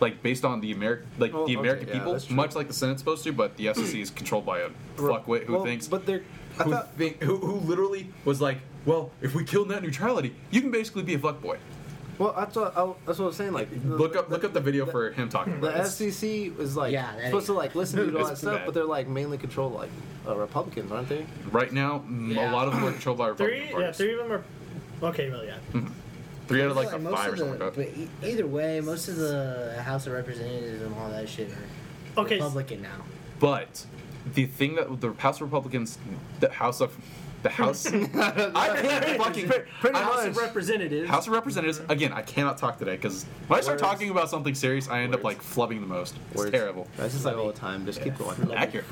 [SPEAKER 1] like based on the American, like
[SPEAKER 5] Well,
[SPEAKER 1] the
[SPEAKER 5] okay,
[SPEAKER 1] American
[SPEAKER 5] yeah,
[SPEAKER 1] people,
[SPEAKER 5] that's true.
[SPEAKER 1] much like the Senate's supposed to, but the FCC is controlled by a fuckwit who
[SPEAKER 5] well,
[SPEAKER 1] thinks,
[SPEAKER 5] but they're. I
[SPEAKER 1] who,
[SPEAKER 5] thought,
[SPEAKER 1] think, who, who literally was like, well, if we kill net neutrality, you can basically be a fuckboy.
[SPEAKER 5] well, that's what I, that's what I was saying. Like, the-
[SPEAKER 1] Look up, look up the video for him talking
[SPEAKER 5] The
[SPEAKER 1] about it.
[SPEAKER 5] FCC is like
[SPEAKER 13] Yeah, that
[SPEAKER 5] supposed to like listen to you and all
[SPEAKER 1] <laughs> It's
[SPEAKER 5] that stuff,
[SPEAKER 1] bad.
[SPEAKER 5] but they're like mainly controlled like uh, Republicans, aren't they?
[SPEAKER 1] Right now, m a a
[SPEAKER 13] Yeah.
[SPEAKER 1] lot of them are controlled by Republican
[SPEAKER 6] three, yeah,
[SPEAKER 1] parties.
[SPEAKER 6] three of them are okay. Well, yeah,
[SPEAKER 1] Three out of like,
[SPEAKER 4] Like,
[SPEAKER 1] the
[SPEAKER 4] most
[SPEAKER 1] five
[SPEAKER 4] of
[SPEAKER 1] or
[SPEAKER 4] the-
[SPEAKER 1] something like that.
[SPEAKER 13] But e- either way, most of the House of Representatives and all that shit
[SPEAKER 5] Mm-hmm.
[SPEAKER 13] are
[SPEAKER 6] Okay, s-
[SPEAKER 13] Republican now.
[SPEAKER 1] But the thing that the House Republicans, the House of The House. <laughs> I fucking
[SPEAKER 5] Pretty
[SPEAKER 1] I-
[SPEAKER 5] much.
[SPEAKER 13] House of Representatives.
[SPEAKER 1] House of Representatives. Again, I cannot talk today because when I start
[SPEAKER 5] Words.
[SPEAKER 1] talking about something serious, I end up like flubbing the most. It's
[SPEAKER 5] Words.
[SPEAKER 1] terrible.
[SPEAKER 5] That's just like all the time. Just keep going.
[SPEAKER 1] Accurate.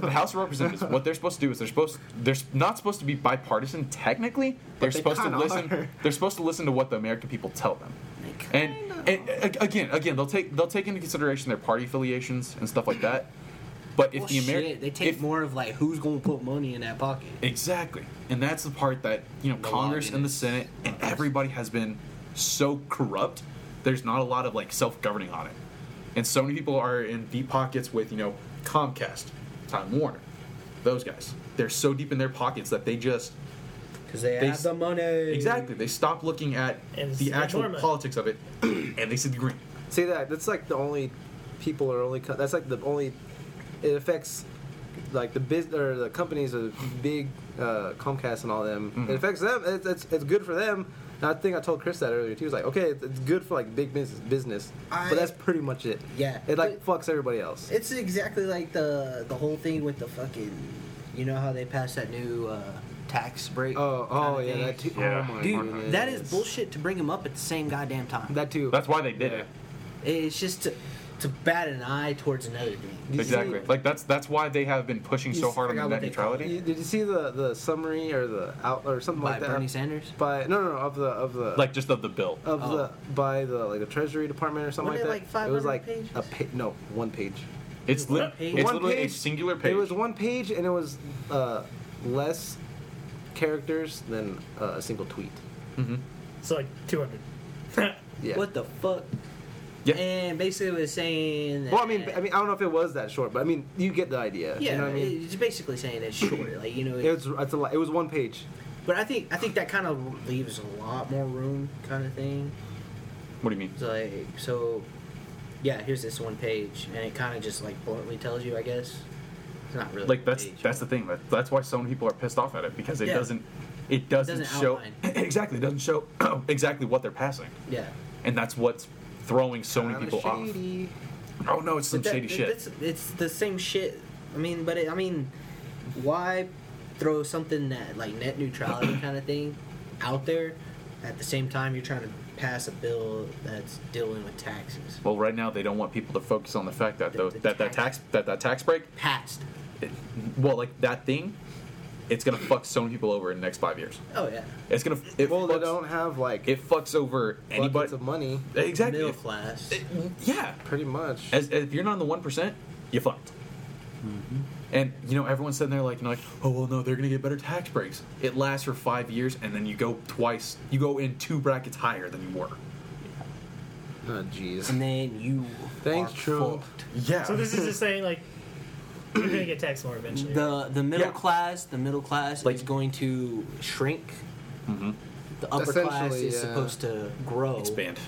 [SPEAKER 1] the House of Representatives. What they're supposed to do is they're supposed they're s- not supposed to be bipartisan technically. They're
[SPEAKER 5] they
[SPEAKER 1] supposed to
[SPEAKER 5] kinda
[SPEAKER 1] listen.
[SPEAKER 5] are.
[SPEAKER 1] They're supposed to listen to what the American people tell them. And, and a- again, again, they'll take they'll take into consideration their party affiliations and stuff like that. But if
[SPEAKER 4] Well,
[SPEAKER 1] the American
[SPEAKER 4] shit, they take
[SPEAKER 1] if,
[SPEAKER 4] more of like who's gonna put money in that pocket.
[SPEAKER 1] Exactly. And that's the part that, you know, Congress and the Senate and everybody has been so corrupt. There's not a lot of like self-governing on it. And so many people are in deep pockets with, you know, Comcast, Time Warner. Those guys. They're so deep in their pockets that they just
[SPEAKER 4] Because they,
[SPEAKER 1] They
[SPEAKER 4] have
[SPEAKER 1] s-
[SPEAKER 4] the money.
[SPEAKER 1] exactly, they stop looking at
[SPEAKER 6] And
[SPEAKER 1] the
[SPEAKER 6] it's
[SPEAKER 1] actual
[SPEAKER 6] enormous.
[SPEAKER 1] politics of it <clears throat> and they see the green.
[SPEAKER 5] See that? That's like the only people are only. Co- that's like the only. It affects like the biz or the companies or the big uh, Comcast and all them.
[SPEAKER 1] Mm-hmm.
[SPEAKER 5] It affects them. It's, it's it's good for them. And I think I told Chris that earlier too. He was like, okay, it's, it's good for like big business, business,
[SPEAKER 4] I-
[SPEAKER 5] but that's pretty much it.
[SPEAKER 4] Yeah.
[SPEAKER 5] It like fucks everybody else.
[SPEAKER 4] It's exactly like the the whole thing with the fucking. You know how they passed that new uh, tax break?
[SPEAKER 5] Oh, oh
[SPEAKER 4] kinda
[SPEAKER 5] yeah,
[SPEAKER 4] thing?
[SPEAKER 5] that too.
[SPEAKER 1] Yeah.
[SPEAKER 5] Oh my
[SPEAKER 4] Dude,
[SPEAKER 5] goodness.
[SPEAKER 4] that is bullshit to bring them up at the same goddamn time.
[SPEAKER 5] That too.
[SPEAKER 1] That's why they did it.
[SPEAKER 4] It's just to, to bat an eye towards another thing.
[SPEAKER 5] You see-
[SPEAKER 1] Exactly. Like that's that's why they have been pushing
[SPEAKER 5] you
[SPEAKER 1] so
[SPEAKER 5] see-
[SPEAKER 1] hard on
[SPEAKER 5] I
[SPEAKER 1] the net
[SPEAKER 5] forgot what they call it.
[SPEAKER 1] neutrality.
[SPEAKER 5] You- Did you see the the summary or the out or something
[SPEAKER 4] By
[SPEAKER 5] like that?
[SPEAKER 4] Bernie Sanders?
[SPEAKER 5] By no, no, no, of the of the
[SPEAKER 1] Like just of the bill.
[SPEAKER 5] of
[SPEAKER 4] Oh.
[SPEAKER 5] the by the like the Treasury Department or something
[SPEAKER 4] Wasn't
[SPEAKER 5] like
[SPEAKER 4] it,
[SPEAKER 5] that.
[SPEAKER 4] like,
[SPEAKER 5] it was
[SPEAKER 4] 500
[SPEAKER 5] like a
[SPEAKER 4] pages?
[SPEAKER 5] pa- no one page.
[SPEAKER 1] It's li- it's
[SPEAKER 5] One
[SPEAKER 1] literally a
[SPEAKER 5] page.
[SPEAKER 1] singular page.
[SPEAKER 5] It was one page and it was uh, less characters than uh, a single tweet.
[SPEAKER 1] Mm-hmm.
[SPEAKER 6] It's like 200.
[SPEAKER 5] Yeah.
[SPEAKER 4] What the fuck?
[SPEAKER 1] Yeah.
[SPEAKER 4] And basically it was saying. That,
[SPEAKER 5] Well, I mean, I mean, I don't know if it was that short, but I mean, you get the idea.
[SPEAKER 4] yeah,
[SPEAKER 5] you know what I mean.
[SPEAKER 4] it's basically saying
[SPEAKER 5] <clears throat>
[SPEAKER 4] it's short, like you know.
[SPEAKER 5] It was, it's a lot. It was one page.
[SPEAKER 4] but I think I think that kind of leaves a lot more room, kind of thing.
[SPEAKER 1] what do you mean?
[SPEAKER 4] So, like so yeah here's this one page and it kind of just like bluntly tells you i guess it's not really
[SPEAKER 1] like
[SPEAKER 4] a
[SPEAKER 1] that's
[SPEAKER 4] page.
[SPEAKER 1] that's the thing that, that's why so many people are pissed off at it because it
[SPEAKER 4] Yeah.
[SPEAKER 1] doesn't it doesn't,
[SPEAKER 4] doesn't
[SPEAKER 1] show
[SPEAKER 4] outline.
[SPEAKER 1] <clears throat> exactly it doesn't show <clears throat> exactly what they're passing
[SPEAKER 4] yeah
[SPEAKER 1] and that's what's throwing so many people off
[SPEAKER 5] Shady.
[SPEAKER 1] oh no it's some
[SPEAKER 4] But that-
[SPEAKER 1] shady
[SPEAKER 4] that-
[SPEAKER 1] shit
[SPEAKER 4] that's- it's the same shit i mean but it, i mean why throw something that like net <clears throat> neutrality kind of thing out there at the same time you're trying to pass a bill that's dealing with taxes
[SPEAKER 1] well right now they don't want people to focus on the fact that
[SPEAKER 4] The-
[SPEAKER 1] those
[SPEAKER 4] the
[SPEAKER 1] that that
[SPEAKER 4] tax-
[SPEAKER 1] tax that that tax break
[SPEAKER 4] passed
[SPEAKER 1] it, well like that thing it's gonna fuck so many people over in the next five years
[SPEAKER 4] oh yeah
[SPEAKER 1] it's gonna it
[SPEAKER 5] Well, they
[SPEAKER 1] fucks,
[SPEAKER 5] don't have like
[SPEAKER 1] it fucks over
[SPEAKER 5] buckets
[SPEAKER 1] anybody
[SPEAKER 5] of money,
[SPEAKER 1] exactly
[SPEAKER 4] middle class
[SPEAKER 1] It- yeah
[SPEAKER 5] pretty much.
[SPEAKER 1] as, if you're not in the one percent, you fucked.
[SPEAKER 5] Mm-hmm.
[SPEAKER 1] And you know everyone's sitting there like, you know, like, oh well, no, they're gonna get better tax breaks. It lasts for five years, and then you go twice. You go in two brackets higher than you were.
[SPEAKER 5] oh jeez.
[SPEAKER 4] and then you
[SPEAKER 5] Thanks,
[SPEAKER 4] are
[SPEAKER 5] Trump.
[SPEAKER 4] fucked.
[SPEAKER 1] Yeah.
[SPEAKER 6] So this is just saying, like, we're going
[SPEAKER 5] <coughs>
[SPEAKER 6] to get taxed more eventually.
[SPEAKER 4] the the middle
[SPEAKER 1] Yeah.
[SPEAKER 4] class the middle class
[SPEAKER 1] Like-
[SPEAKER 4] is going to shrink the upper class
[SPEAKER 5] Mm-hmm. Essentially,
[SPEAKER 4] is
[SPEAKER 5] yeah.
[SPEAKER 4] supposed to grow
[SPEAKER 1] expand.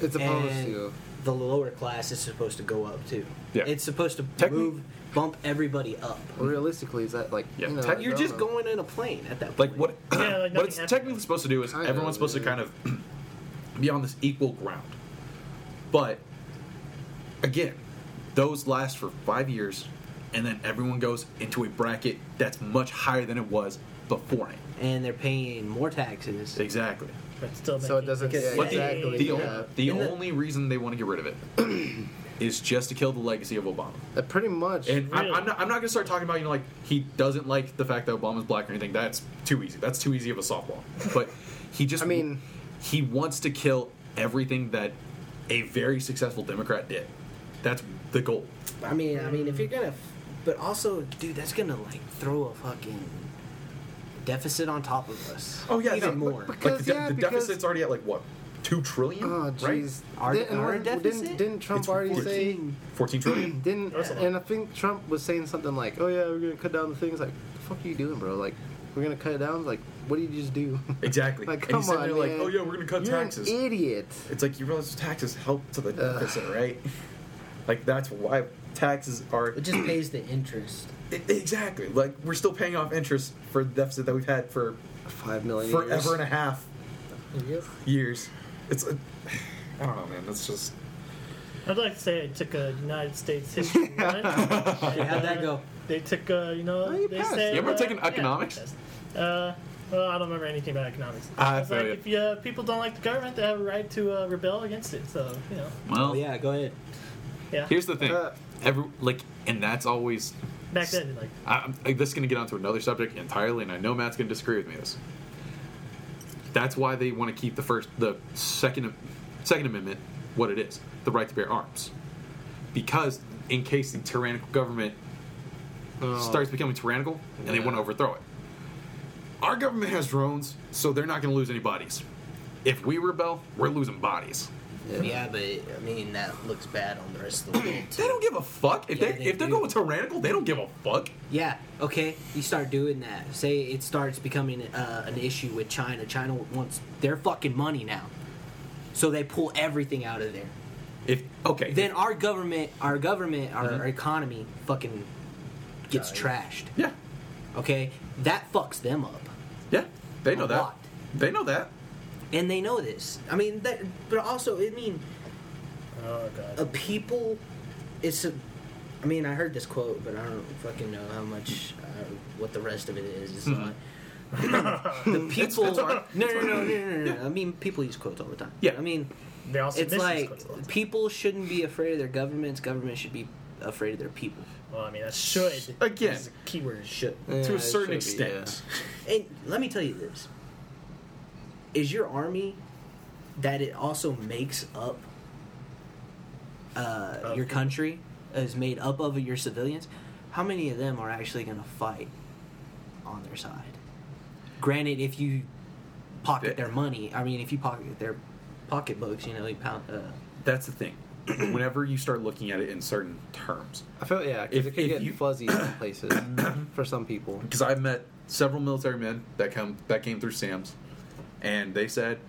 [SPEAKER 5] It's supposed
[SPEAKER 4] and
[SPEAKER 5] to.
[SPEAKER 4] the lower class is supposed to go up too
[SPEAKER 1] Yeah.
[SPEAKER 4] it's supposed to
[SPEAKER 1] Techni-
[SPEAKER 4] move bump everybody up
[SPEAKER 5] Realistically, is that like
[SPEAKER 1] Yeah,
[SPEAKER 5] you know,
[SPEAKER 1] tech-
[SPEAKER 5] I
[SPEAKER 4] you're
[SPEAKER 5] don't
[SPEAKER 4] just
[SPEAKER 5] know.
[SPEAKER 4] going in a plane at that
[SPEAKER 1] Like
[SPEAKER 4] point
[SPEAKER 1] what?
[SPEAKER 6] Yeah,
[SPEAKER 1] <clears throat>
[SPEAKER 6] like
[SPEAKER 1] what
[SPEAKER 6] nothing
[SPEAKER 1] it's
[SPEAKER 6] happened.
[SPEAKER 1] technically supposed to do is
[SPEAKER 5] Kinda,
[SPEAKER 1] everyone's supposed to
[SPEAKER 5] yeah.
[SPEAKER 1] kind of <clears throat> be on this equal ground. But again, those last for five years, and then everyone goes into a bracket that's much higher than it was beforehand.
[SPEAKER 4] and they're paying more taxes
[SPEAKER 1] Exactly.
[SPEAKER 6] but still
[SPEAKER 5] So it doesn't.
[SPEAKER 6] making-
[SPEAKER 5] Yeah,
[SPEAKER 1] But the-
[SPEAKER 5] exactly.
[SPEAKER 1] The,
[SPEAKER 5] yeah.
[SPEAKER 1] o- the
[SPEAKER 4] And the-
[SPEAKER 1] only reason they want to get rid of it <clears throat> is just to kill the legacy of Obama.
[SPEAKER 5] Uh, pretty much.
[SPEAKER 1] And
[SPEAKER 6] Really?
[SPEAKER 1] I, I'm not, I'm not going to start talking about, you know, like, he doesn't like the fact that Obama's black or anything. That's too easy. That's too easy of a softball. But he just.
[SPEAKER 5] I mean-
[SPEAKER 1] he wants to kill everything that a very successful Democrat did. That's the goal.
[SPEAKER 4] i mean i mean if you're gonna f- but also dude that's gonna like throw a fucking deficit on top of us
[SPEAKER 5] Oh,
[SPEAKER 4] even
[SPEAKER 1] the-
[SPEAKER 4] more
[SPEAKER 1] Like, the,
[SPEAKER 5] Because,
[SPEAKER 1] de-
[SPEAKER 5] yeah,
[SPEAKER 1] the
[SPEAKER 5] because-
[SPEAKER 1] deficit's already at, like, what? Two trillion?
[SPEAKER 5] Oh
[SPEAKER 1] right?
[SPEAKER 5] jeez.
[SPEAKER 4] Our-
[SPEAKER 5] Didn't- and
[SPEAKER 4] our
[SPEAKER 5] wasn't-
[SPEAKER 4] deficit?
[SPEAKER 5] Didn't, didn't Trump
[SPEAKER 1] It's
[SPEAKER 5] already
[SPEAKER 1] 14. 14
[SPEAKER 5] say? <clears throat>
[SPEAKER 1] trillion?
[SPEAKER 5] Didn't
[SPEAKER 6] That's a lot.
[SPEAKER 5] and I think Trump was saying something like, "Oh yeah, we're gonna cut down the things." Like, the fuck are you doing, bro? Like, we're gonna cut it down. Like, what did you just do? <laughs>
[SPEAKER 1] Exactly.
[SPEAKER 5] like,
[SPEAKER 1] and
[SPEAKER 5] come
[SPEAKER 1] he's sitting
[SPEAKER 5] on,
[SPEAKER 1] there like,
[SPEAKER 5] man.
[SPEAKER 1] oh, yeah, we're going to cut
[SPEAKER 5] You're
[SPEAKER 1] taxes.
[SPEAKER 5] an idiot.
[SPEAKER 1] It's like you realize taxes help to the
[SPEAKER 5] Ugh.
[SPEAKER 1] deficit, right? Like that's why taxes are
[SPEAKER 4] it just pays the interest
[SPEAKER 1] I- E-, exactly like we're still paying off interest for the deficit that we've had for
[SPEAKER 5] Five million
[SPEAKER 1] forever and a half uh,
[SPEAKER 5] years.
[SPEAKER 1] years. It's I I don't know, man. That's just
[SPEAKER 6] I'd like to say I took a United States
[SPEAKER 5] <laughs>
[SPEAKER 6] history. one.
[SPEAKER 4] How'd that go?
[SPEAKER 6] They took, uh, you know,
[SPEAKER 5] Oh, you
[SPEAKER 6] they
[SPEAKER 5] passed.
[SPEAKER 6] said.
[SPEAKER 1] You ever
[SPEAKER 6] uh,
[SPEAKER 1] taken
[SPEAKER 6] yeah,
[SPEAKER 1] economics?
[SPEAKER 6] I passed. uh, well, I don't remember anything about economics.
[SPEAKER 1] I
[SPEAKER 6] It's
[SPEAKER 1] feel
[SPEAKER 6] like
[SPEAKER 1] you.
[SPEAKER 6] if you, uh, people don't like the government, they have a right to uh, rebel against it. So you know,
[SPEAKER 4] Oh,
[SPEAKER 1] Well,
[SPEAKER 4] yeah, go ahead.
[SPEAKER 6] yeah.
[SPEAKER 1] here's the thing.
[SPEAKER 5] Uh,
[SPEAKER 1] Every like, and that's always.
[SPEAKER 6] Back then, like
[SPEAKER 1] I, I'm, like, this is going to get onto another subject entirely, and I know Matt's going to disagree with me. on This. That's why they want to keep the first, the second, Second Amendment, what it is, the right to bear arms, because in case the tyrannical government
[SPEAKER 5] Oh.
[SPEAKER 1] starts becoming tyrannical, and they want to overthrow it. Our government has drones, so they're not going to lose any bodies. If we rebel, we're losing bodies.
[SPEAKER 4] Yeah. but I mean that looks bad on the rest of the world.
[SPEAKER 1] They don't give a fuck if
[SPEAKER 4] Yeah,
[SPEAKER 1] they
[SPEAKER 4] they
[SPEAKER 1] if they're
[SPEAKER 4] do.
[SPEAKER 1] going tyrannical. They don't give a fuck.
[SPEAKER 4] Yeah, okay. You start doing that. Say it starts becoming uh, an issue with China. China wants their fucking money now. So they pull everything out of there.
[SPEAKER 1] If okay,
[SPEAKER 4] Then our government, our government, our, our economy fucking gets trashed.
[SPEAKER 1] yeah,
[SPEAKER 4] Okay? That fucks them up.
[SPEAKER 1] yeah, they know
[SPEAKER 4] A
[SPEAKER 1] that.
[SPEAKER 4] lot.
[SPEAKER 1] They know that.
[SPEAKER 4] And they know this. I mean, that, but also, I mean,
[SPEAKER 6] oh god,
[SPEAKER 4] a people it's a i mean i heard this quote but i don't fucking know how much uh, what the rest of it is It's not- <laughs> the people
[SPEAKER 1] it's all right.
[SPEAKER 4] no, no, no, no, no, no, no. I mean, people use quotes all the time.
[SPEAKER 1] Yeah.
[SPEAKER 4] I mean,
[SPEAKER 6] <laughs> they also
[SPEAKER 4] it's like people shouldn't be afraid of their governments. Governments should be afraid of their people.
[SPEAKER 6] well, I mean, that should
[SPEAKER 1] Again.
[SPEAKER 6] is a keyword.
[SPEAKER 4] Should.
[SPEAKER 1] to
[SPEAKER 5] Yeah,
[SPEAKER 1] a
[SPEAKER 5] it
[SPEAKER 1] certain
[SPEAKER 5] should be,
[SPEAKER 1] extent,
[SPEAKER 4] And let me tell you this: is your army that it also makes up uh, your country is made up of your civilians? How many of them are actually going to fight on their side? Granted, if you pocket
[SPEAKER 1] Yeah.
[SPEAKER 4] their money, I mean, if you pocket their pocketbooks, you know, you pound. Uh,
[SPEAKER 1] that's the thing. <clears throat> Whenever you start looking at it in certain terms,
[SPEAKER 5] I feel yeah, 'cause
[SPEAKER 1] If-
[SPEAKER 5] it can
[SPEAKER 1] if
[SPEAKER 5] get
[SPEAKER 1] you-
[SPEAKER 5] fuzzy in <coughs>
[SPEAKER 1] <coughs>
[SPEAKER 5] places for some people.
[SPEAKER 1] because I've met several military men that come that came through Sam's, and they said,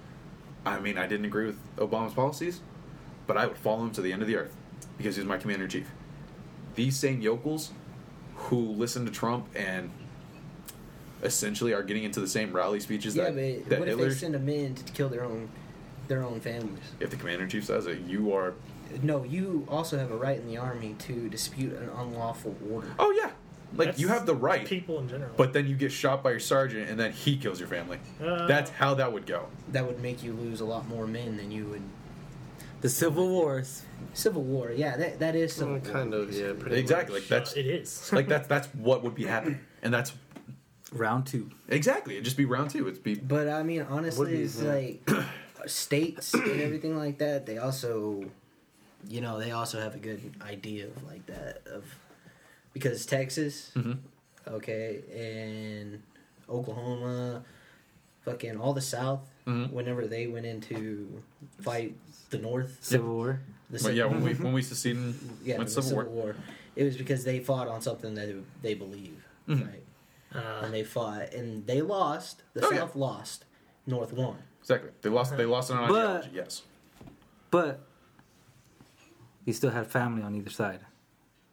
[SPEAKER 1] I mean, I didn't agree with Obama's policies, but I would follow him to the end of the earth because he was my commander in chief. These same yokels who listen to Trump and essentially are getting into the same rally speeches
[SPEAKER 4] yeah,
[SPEAKER 1] that,
[SPEAKER 4] but
[SPEAKER 1] that
[SPEAKER 4] what if
[SPEAKER 1] Hitler.
[SPEAKER 4] they send them in to kill their own, their own families?
[SPEAKER 1] if the commander in chief says it, you are.
[SPEAKER 4] No, you also have a right in the army to dispute an unlawful order.
[SPEAKER 1] Oh yeah, like you
[SPEAKER 6] That's
[SPEAKER 1] have the right.
[SPEAKER 6] People in general,
[SPEAKER 1] But then you get shot by your sergeant, and then he kills your family.
[SPEAKER 6] Uh.
[SPEAKER 1] That's how that would go.
[SPEAKER 4] that would make you lose a lot more men than you would.
[SPEAKER 2] The Civil Wars.
[SPEAKER 4] Civil War, yeah, that that is civil
[SPEAKER 5] Mm,
[SPEAKER 4] war,
[SPEAKER 5] kind of, yeah, pretty
[SPEAKER 1] Exactly. Like that's
[SPEAKER 6] it
[SPEAKER 1] <laughs>
[SPEAKER 6] is.
[SPEAKER 1] like that's that's what would be happening, and that's
[SPEAKER 2] Round two.
[SPEAKER 1] exactly. It'd just be round two. It'd be
[SPEAKER 4] But I mean, honestly,
[SPEAKER 5] be,
[SPEAKER 4] it's like uh, states and everything like that. They also, you know, they also have a good idea of like that of because Texas,
[SPEAKER 5] Hmm.
[SPEAKER 4] okay, and Oklahoma, fucking all the South.
[SPEAKER 5] Mm-hmm.
[SPEAKER 4] Whenever they went into fight the North,
[SPEAKER 2] Civil War.
[SPEAKER 4] the
[SPEAKER 1] but yeah. When we when we seceded,
[SPEAKER 4] yeah,
[SPEAKER 1] went
[SPEAKER 4] the
[SPEAKER 1] Civil War.
[SPEAKER 4] It was because they fought on something that they believe,
[SPEAKER 1] Mm-hmm.
[SPEAKER 4] right? and they fought, and they lost. The
[SPEAKER 1] Oh, yeah.
[SPEAKER 4] South lost. North won.
[SPEAKER 1] Exactly. They lost. They lost on
[SPEAKER 2] But-
[SPEAKER 1] ideology. Yes.
[SPEAKER 2] But you still had family on either side.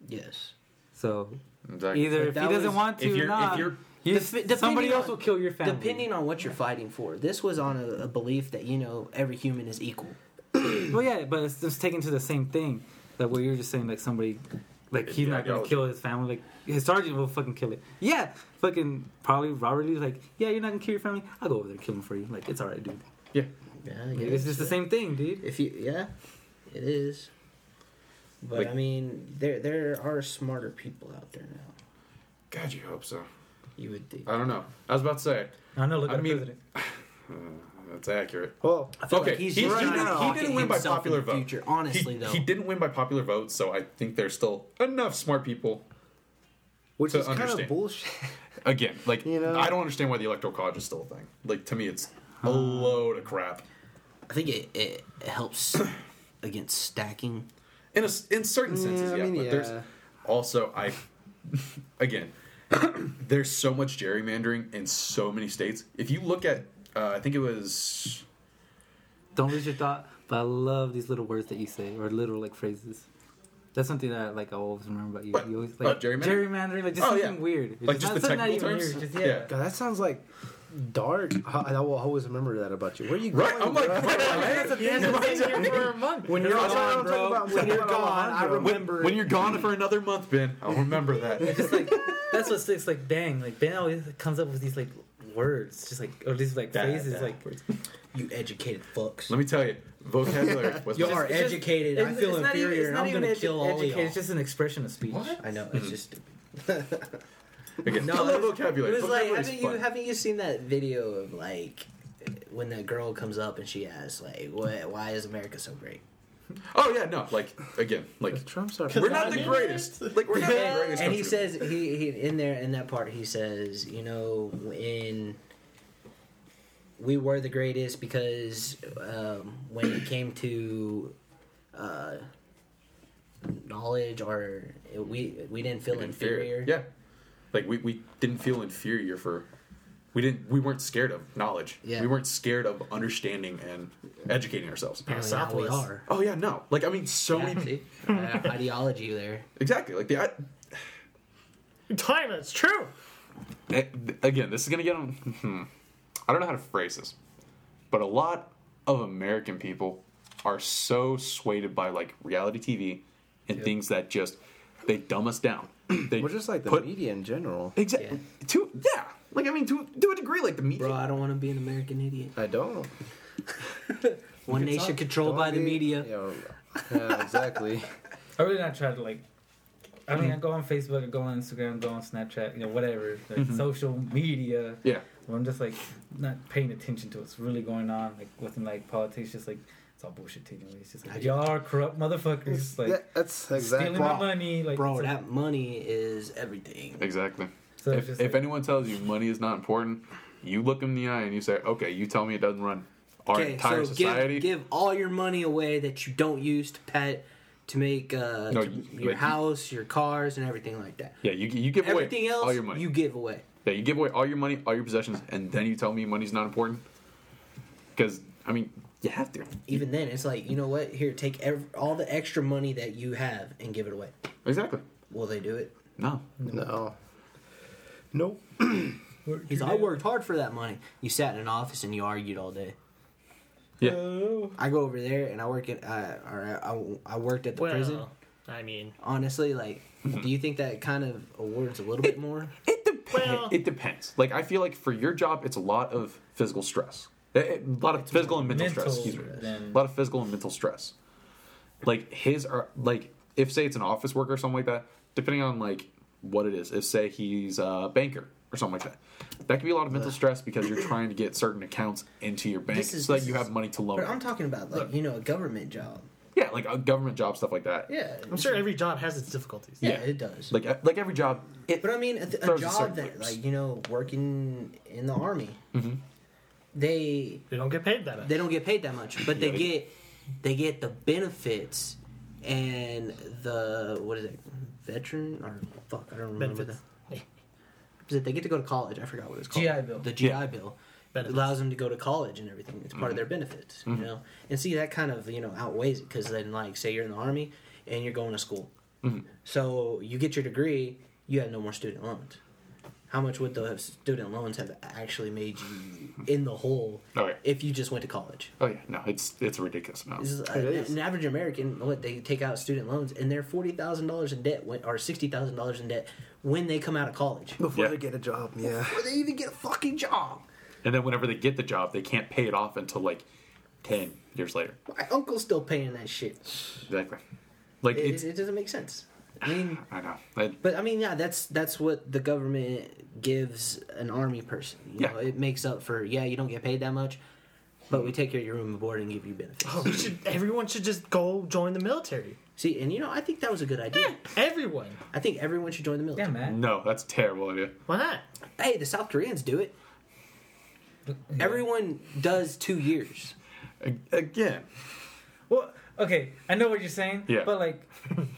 [SPEAKER 4] Yes.
[SPEAKER 2] So
[SPEAKER 1] Exactly.
[SPEAKER 2] either
[SPEAKER 4] But
[SPEAKER 2] if he
[SPEAKER 4] that
[SPEAKER 2] doesn't
[SPEAKER 4] was-
[SPEAKER 2] want to
[SPEAKER 1] If
[SPEAKER 2] or
[SPEAKER 1] you're- if
[SPEAKER 2] not,
[SPEAKER 1] you're-
[SPEAKER 2] you-
[SPEAKER 4] Def- depending
[SPEAKER 2] somebody else
[SPEAKER 4] on-
[SPEAKER 2] will kill your family.
[SPEAKER 4] Depending on what you're fighting for, this was on a, a belief that you know every human is equal.
[SPEAKER 2] Well, yeah, but it's just taken to the same thing. Like what you were just saying, like somebody, like he's
[SPEAKER 1] Yeah,
[SPEAKER 2] not gonna
[SPEAKER 1] ideology.
[SPEAKER 2] kill his family. Like his sergeant will fucking kill it. Yeah, fucking probably Robert Lee's like, yeah, you're not gonna kill your family. I'll go over there and kill him for you. Like it's all right, dude.
[SPEAKER 1] Yeah.
[SPEAKER 4] Yeah,
[SPEAKER 2] It's just the same thing, dude.
[SPEAKER 4] If you, yeah, it is. But
[SPEAKER 1] Like-
[SPEAKER 4] I mean, there there are smarter people out there now.
[SPEAKER 1] God, you hope so.
[SPEAKER 4] You would think.
[SPEAKER 1] I don't know. I was about to say
[SPEAKER 2] I know. Look
[SPEAKER 1] I
[SPEAKER 2] at the
[SPEAKER 1] mean-
[SPEAKER 2] president.
[SPEAKER 1] that's accurate.
[SPEAKER 5] Well,
[SPEAKER 1] Okay,
[SPEAKER 4] like he's
[SPEAKER 1] he,
[SPEAKER 4] just
[SPEAKER 1] he
[SPEAKER 4] trying to
[SPEAKER 1] didn't- he
[SPEAKER 4] pocket
[SPEAKER 1] didn't win by
[SPEAKER 4] himself in
[SPEAKER 1] popular
[SPEAKER 4] the
[SPEAKER 1] vote.
[SPEAKER 4] future, honestly,
[SPEAKER 1] he,
[SPEAKER 4] though.
[SPEAKER 1] he didn't win by popular vote, so I think there's still enough smart people.
[SPEAKER 5] which
[SPEAKER 1] To
[SPEAKER 5] is kind
[SPEAKER 1] understand.
[SPEAKER 5] of bullshit. <laughs>
[SPEAKER 1] Again, like
[SPEAKER 5] You know?
[SPEAKER 1] I don't understand why the electoral college is still a thing. Like to me, it's a load of crap.
[SPEAKER 4] I think it, it helps <coughs> against stacking.
[SPEAKER 1] in a, s- in
[SPEAKER 4] Mm,
[SPEAKER 1] certain senses,
[SPEAKER 5] I
[SPEAKER 1] yeah.
[SPEAKER 5] mean,
[SPEAKER 1] but
[SPEAKER 5] yeah.
[SPEAKER 1] there's also I <coughs> again, <coughs> there's so much gerrymandering in so many states. If you look at, uh, I think it was
[SPEAKER 2] Don't lose your thought. But I love these little words that you say or little like phrases. That's something that like I always remember about you.
[SPEAKER 1] What?
[SPEAKER 2] You always
[SPEAKER 1] Oh,
[SPEAKER 2] like
[SPEAKER 1] gerrymandering?
[SPEAKER 2] gerrymandering, like just
[SPEAKER 1] Oh, yeah.
[SPEAKER 2] something weird,
[SPEAKER 1] like just the
[SPEAKER 2] not- something not
[SPEAKER 1] technical <laughs>
[SPEAKER 2] even
[SPEAKER 1] terms.
[SPEAKER 2] weird, just-
[SPEAKER 5] God, that sounds like dark. I, I will always remember that about you. Where are you
[SPEAKER 1] Right?
[SPEAKER 5] going?
[SPEAKER 1] I'm <laughs> like, right,
[SPEAKER 6] He hasn't been <laughs> here for a month.
[SPEAKER 5] when you're gone, bro. When you're gone, I
[SPEAKER 1] when, when you're gone for another month, Ben, I'll
[SPEAKER 4] <laughs>
[SPEAKER 1] remember that.
[SPEAKER 2] Just like that's what sticks. Like dang, like Ben always comes up with these like words, just like or these like
[SPEAKER 1] Da-
[SPEAKER 2] phrases,
[SPEAKER 1] da.
[SPEAKER 2] like
[SPEAKER 4] You educated fucks.
[SPEAKER 1] Let me tell you, vocabulary. What's
[SPEAKER 4] You
[SPEAKER 1] the-
[SPEAKER 4] are educated. I
[SPEAKER 2] It's-
[SPEAKER 4] feel
[SPEAKER 2] it's not even-
[SPEAKER 4] inferior.
[SPEAKER 2] it's
[SPEAKER 4] and
[SPEAKER 2] not
[SPEAKER 4] I'm
[SPEAKER 2] even
[SPEAKER 4] gonna
[SPEAKER 2] edu-
[SPEAKER 4] kill all of
[SPEAKER 2] educated,
[SPEAKER 4] y'all.
[SPEAKER 2] It's just an expression of speech.
[SPEAKER 1] What?
[SPEAKER 4] I know it's just stupid.
[SPEAKER 1] Again,
[SPEAKER 4] No,
[SPEAKER 1] I love
[SPEAKER 4] it was- It
[SPEAKER 1] vocabulary.
[SPEAKER 4] was like,
[SPEAKER 1] Vocabulary's
[SPEAKER 4] haven't you
[SPEAKER 1] fun.
[SPEAKER 4] haven't you seen that video of like when that girl comes up and she asks like, "What? Why is America so great?"
[SPEAKER 1] Oh yeah, no. Like again,
[SPEAKER 4] <laughs>
[SPEAKER 1] like
[SPEAKER 5] Trump's our
[SPEAKER 1] we're not the greatest. Like we're not the greatest.
[SPEAKER 4] and
[SPEAKER 1] country.
[SPEAKER 4] he says he, he in there in that part he says you know in we were the greatest because um, when it came to uh, knowledge or we we didn't feel inferior.
[SPEAKER 1] Yeah, like we, we didn't feel inferior for we didn't we weren't scared of knowledge.
[SPEAKER 4] Yeah.
[SPEAKER 1] we weren't scared of understanding and educating ourselves.
[SPEAKER 4] Apparently now we are.
[SPEAKER 1] Oh yeah, no. Like I mean, so
[SPEAKER 4] Yeah,
[SPEAKER 1] many
[SPEAKER 4] see? Uh, ideology there.
[SPEAKER 1] exactly. Like the I,
[SPEAKER 6] Time, that's true.
[SPEAKER 1] Eh, again, this is gonna get on. Hmm. I don't know how to phrase this, but a lot of American people are so swayed by like reality TV and things that just they dumb us down. <clears throat> They
[SPEAKER 5] We're just like the
[SPEAKER 1] put,
[SPEAKER 5] media in general.
[SPEAKER 1] Exactly. To yeah, like I mean, to to a degree, like the media.
[SPEAKER 4] Bro, I don't want to be an American idiot.
[SPEAKER 5] I don't.
[SPEAKER 4] One nation controlled by the
[SPEAKER 5] Don't be-
[SPEAKER 4] media.
[SPEAKER 5] Yeah, yeah,
[SPEAKER 4] <laughs>
[SPEAKER 5] exactly.
[SPEAKER 2] I really not try to like. I mean, I go on Facebook, I go on Instagram, go on Snapchat, you know, whatever, like social media.
[SPEAKER 1] Yeah.
[SPEAKER 2] Where I'm just like not paying attention to what's really going on, like within like politics, just like it's all bullshit. Anyway, it's just like y'all are corrupt motherfuckers, like
[SPEAKER 5] yeah, that's
[SPEAKER 2] stealing
[SPEAKER 5] exactly.
[SPEAKER 2] my money, like
[SPEAKER 4] Bro,
[SPEAKER 2] so-
[SPEAKER 4] that money is everything.
[SPEAKER 1] Exactly.
[SPEAKER 2] so it's
[SPEAKER 1] if,
[SPEAKER 2] just,
[SPEAKER 1] if
[SPEAKER 2] like,
[SPEAKER 1] anyone tells you money is not important, you look them in the eye and you say, "Okay, you tell me it doesn't run our
[SPEAKER 4] Okay,
[SPEAKER 1] entire
[SPEAKER 4] so
[SPEAKER 1] society."
[SPEAKER 4] give give all your money away that you don't use to pet to make uh,
[SPEAKER 1] No,
[SPEAKER 4] to-
[SPEAKER 1] you-
[SPEAKER 4] your
[SPEAKER 1] like, you-
[SPEAKER 4] house, your cars, and everything like that.
[SPEAKER 1] yeah, you, you give away
[SPEAKER 4] Everything else
[SPEAKER 1] all your money.
[SPEAKER 4] you give away.
[SPEAKER 1] yeah, you give away all your money, all your possessions, and then you tell me money's not important. Because I mean, you have to.
[SPEAKER 4] Even then, it's like you know what? Here, take ev- all the extra money that you have and give it away.
[SPEAKER 1] Exactly.
[SPEAKER 4] Will they do it?
[SPEAKER 1] No.
[SPEAKER 5] No. Nope.
[SPEAKER 4] Because I worked hard for that money. You sat in an office and you argued all day.
[SPEAKER 1] Yeah.
[SPEAKER 4] I go over there and I work at uh, or I, I worked at the
[SPEAKER 6] Well,
[SPEAKER 4] prison.
[SPEAKER 6] I mean,
[SPEAKER 4] Honestly, like,
[SPEAKER 1] Mm-hmm.
[SPEAKER 4] do you think that kind of awards a little bit more?
[SPEAKER 1] It depends.
[SPEAKER 6] Well-
[SPEAKER 1] it depends. Like I feel like for your job, it's a lot of physical stress. Eh, eh, A lot of physical and mental,
[SPEAKER 2] mental
[SPEAKER 1] stress. Excuse me.
[SPEAKER 2] than-
[SPEAKER 1] A lot of physical and mental stress. Like his are like if say it's an office worker or something like that. Depending on like what it is, if say he's a banker or something like that, that could be a lot of mental stress because you're trying to get certain accounts into your bank
[SPEAKER 4] This is-
[SPEAKER 1] so that
[SPEAKER 4] this
[SPEAKER 1] you
[SPEAKER 4] is-
[SPEAKER 1] have money to loan.
[SPEAKER 4] But I'm talking about like you know a government job.
[SPEAKER 1] yeah, like a government job stuff like that.
[SPEAKER 4] Yeah,
[SPEAKER 6] I'm sure every job has its difficulties.
[SPEAKER 4] Yeah,
[SPEAKER 1] Yeah.
[SPEAKER 4] it does.
[SPEAKER 1] Like eh, like every job, it
[SPEAKER 4] but I mean, a, th- a
[SPEAKER 1] throws a
[SPEAKER 4] job
[SPEAKER 1] certain
[SPEAKER 4] that,
[SPEAKER 1] loops.
[SPEAKER 4] like you know, working in the army,
[SPEAKER 1] Mm-hmm.
[SPEAKER 4] they
[SPEAKER 6] They don't get paid that much.
[SPEAKER 4] they don't get paid that much, but they
[SPEAKER 1] Yeah.
[SPEAKER 4] get they get the benefits and the what is it, veteran or fuck, I don't remember
[SPEAKER 6] Benefits.
[SPEAKER 4] that. <laughs> Is it they get to go to college? I forgot what it's called.
[SPEAKER 2] GI Bill.
[SPEAKER 4] The GI
[SPEAKER 1] Yeah.
[SPEAKER 4] Bill
[SPEAKER 6] Benefits.
[SPEAKER 4] allows them to go to college and everything. It's part of their benefits, you know. And see that kind of you know outweighs it because then like say you're in the army and you're going to school, so you get your degree, you have no more student loans. How much would the student loans have actually made you in the hole
[SPEAKER 1] Oh, yeah.
[SPEAKER 4] if you just went to college?
[SPEAKER 1] oh yeah, no, it's it's a ridiculous amount.
[SPEAKER 4] This is, uh, an average American. What they take out student loans, and they're forty thousand dollars in debt, when, or sixty thousand dollars in debt when they come out of college.
[SPEAKER 5] Before
[SPEAKER 1] Yeah.
[SPEAKER 5] they get a job, yeah.
[SPEAKER 4] Before they even get a fucking job.
[SPEAKER 1] And then whenever they get the job, they can't pay it off until like ten years later.
[SPEAKER 4] My uncle's still paying that shit.
[SPEAKER 1] Exactly. Like
[SPEAKER 4] It,
[SPEAKER 1] it's,
[SPEAKER 4] it, doesn't make sense. I mean,
[SPEAKER 1] I know. I-
[SPEAKER 4] but I mean, yeah, that's that's what the government gives an army person. You
[SPEAKER 1] Yeah.
[SPEAKER 4] know, it makes up for yeah, you don't get paid that much, but we take care of your room and board and give you benefits.
[SPEAKER 6] Oh, we should, everyone should just go join the military.
[SPEAKER 4] See, and you know, I think that was a good idea.
[SPEAKER 6] Everyone.
[SPEAKER 4] I think everyone should join the
[SPEAKER 2] yeah,
[SPEAKER 4] military.
[SPEAKER 2] man.
[SPEAKER 1] no, that's a terrible idea.
[SPEAKER 6] Why not?
[SPEAKER 4] Hey, the South Koreans do it.
[SPEAKER 2] Mm-hmm.
[SPEAKER 4] Everyone does two years.
[SPEAKER 1] A- Again,
[SPEAKER 2] Well, okay, I know what you're saying.
[SPEAKER 1] Yeah.
[SPEAKER 2] But like,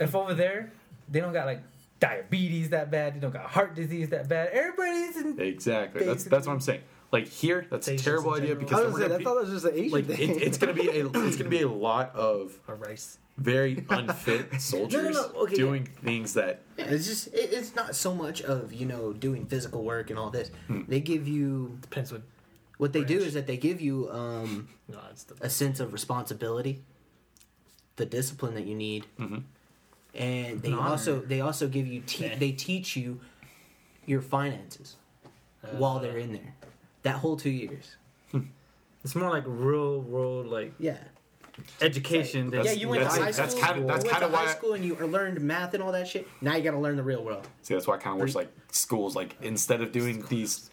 [SPEAKER 2] if over there they don't got like diabetes that bad, they don't got heart disease that bad. Everybody's in
[SPEAKER 1] exactly. That's that's what I'm saying. Like here, that's a
[SPEAKER 6] Asians
[SPEAKER 1] terrible
[SPEAKER 6] in
[SPEAKER 1] idea
[SPEAKER 6] general.
[SPEAKER 1] because
[SPEAKER 5] I
[SPEAKER 1] then
[SPEAKER 5] was
[SPEAKER 1] we're
[SPEAKER 5] gonna say,
[SPEAKER 1] gonna
[SPEAKER 5] I
[SPEAKER 1] be-
[SPEAKER 5] <laughs> thought that was just an Asian
[SPEAKER 1] like
[SPEAKER 5] thing.
[SPEAKER 1] it, it's gonna be a it's gonna be a lot of
[SPEAKER 6] Or rice.
[SPEAKER 1] very unfit soldiers
[SPEAKER 4] okay,
[SPEAKER 1] doing things that
[SPEAKER 4] It's just it, it's not so much of you know doing physical work and all this. They give you
[SPEAKER 6] Depends what.
[SPEAKER 4] what they do is that they give you um,
[SPEAKER 6] No, it's the.
[SPEAKER 4] a sense of responsibility, the discipline that you need,
[SPEAKER 1] Mm-hmm.
[SPEAKER 4] and they also they also give you te- they teach you your finances
[SPEAKER 1] Uh,
[SPEAKER 4] while they're in there. That whole two years,
[SPEAKER 2] It's more like real world like
[SPEAKER 4] yeah,
[SPEAKER 2] education. than-
[SPEAKER 4] yeah. You went
[SPEAKER 1] that's-
[SPEAKER 4] to high
[SPEAKER 1] that's
[SPEAKER 4] school.
[SPEAKER 1] kinda- that's
[SPEAKER 4] you
[SPEAKER 1] kinda
[SPEAKER 4] went to high
[SPEAKER 1] why I-
[SPEAKER 4] school and you learned math and all that shit. Now you got to learn the real world.
[SPEAKER 1] See, that's why I kind of wish like schools, like instead of doing these,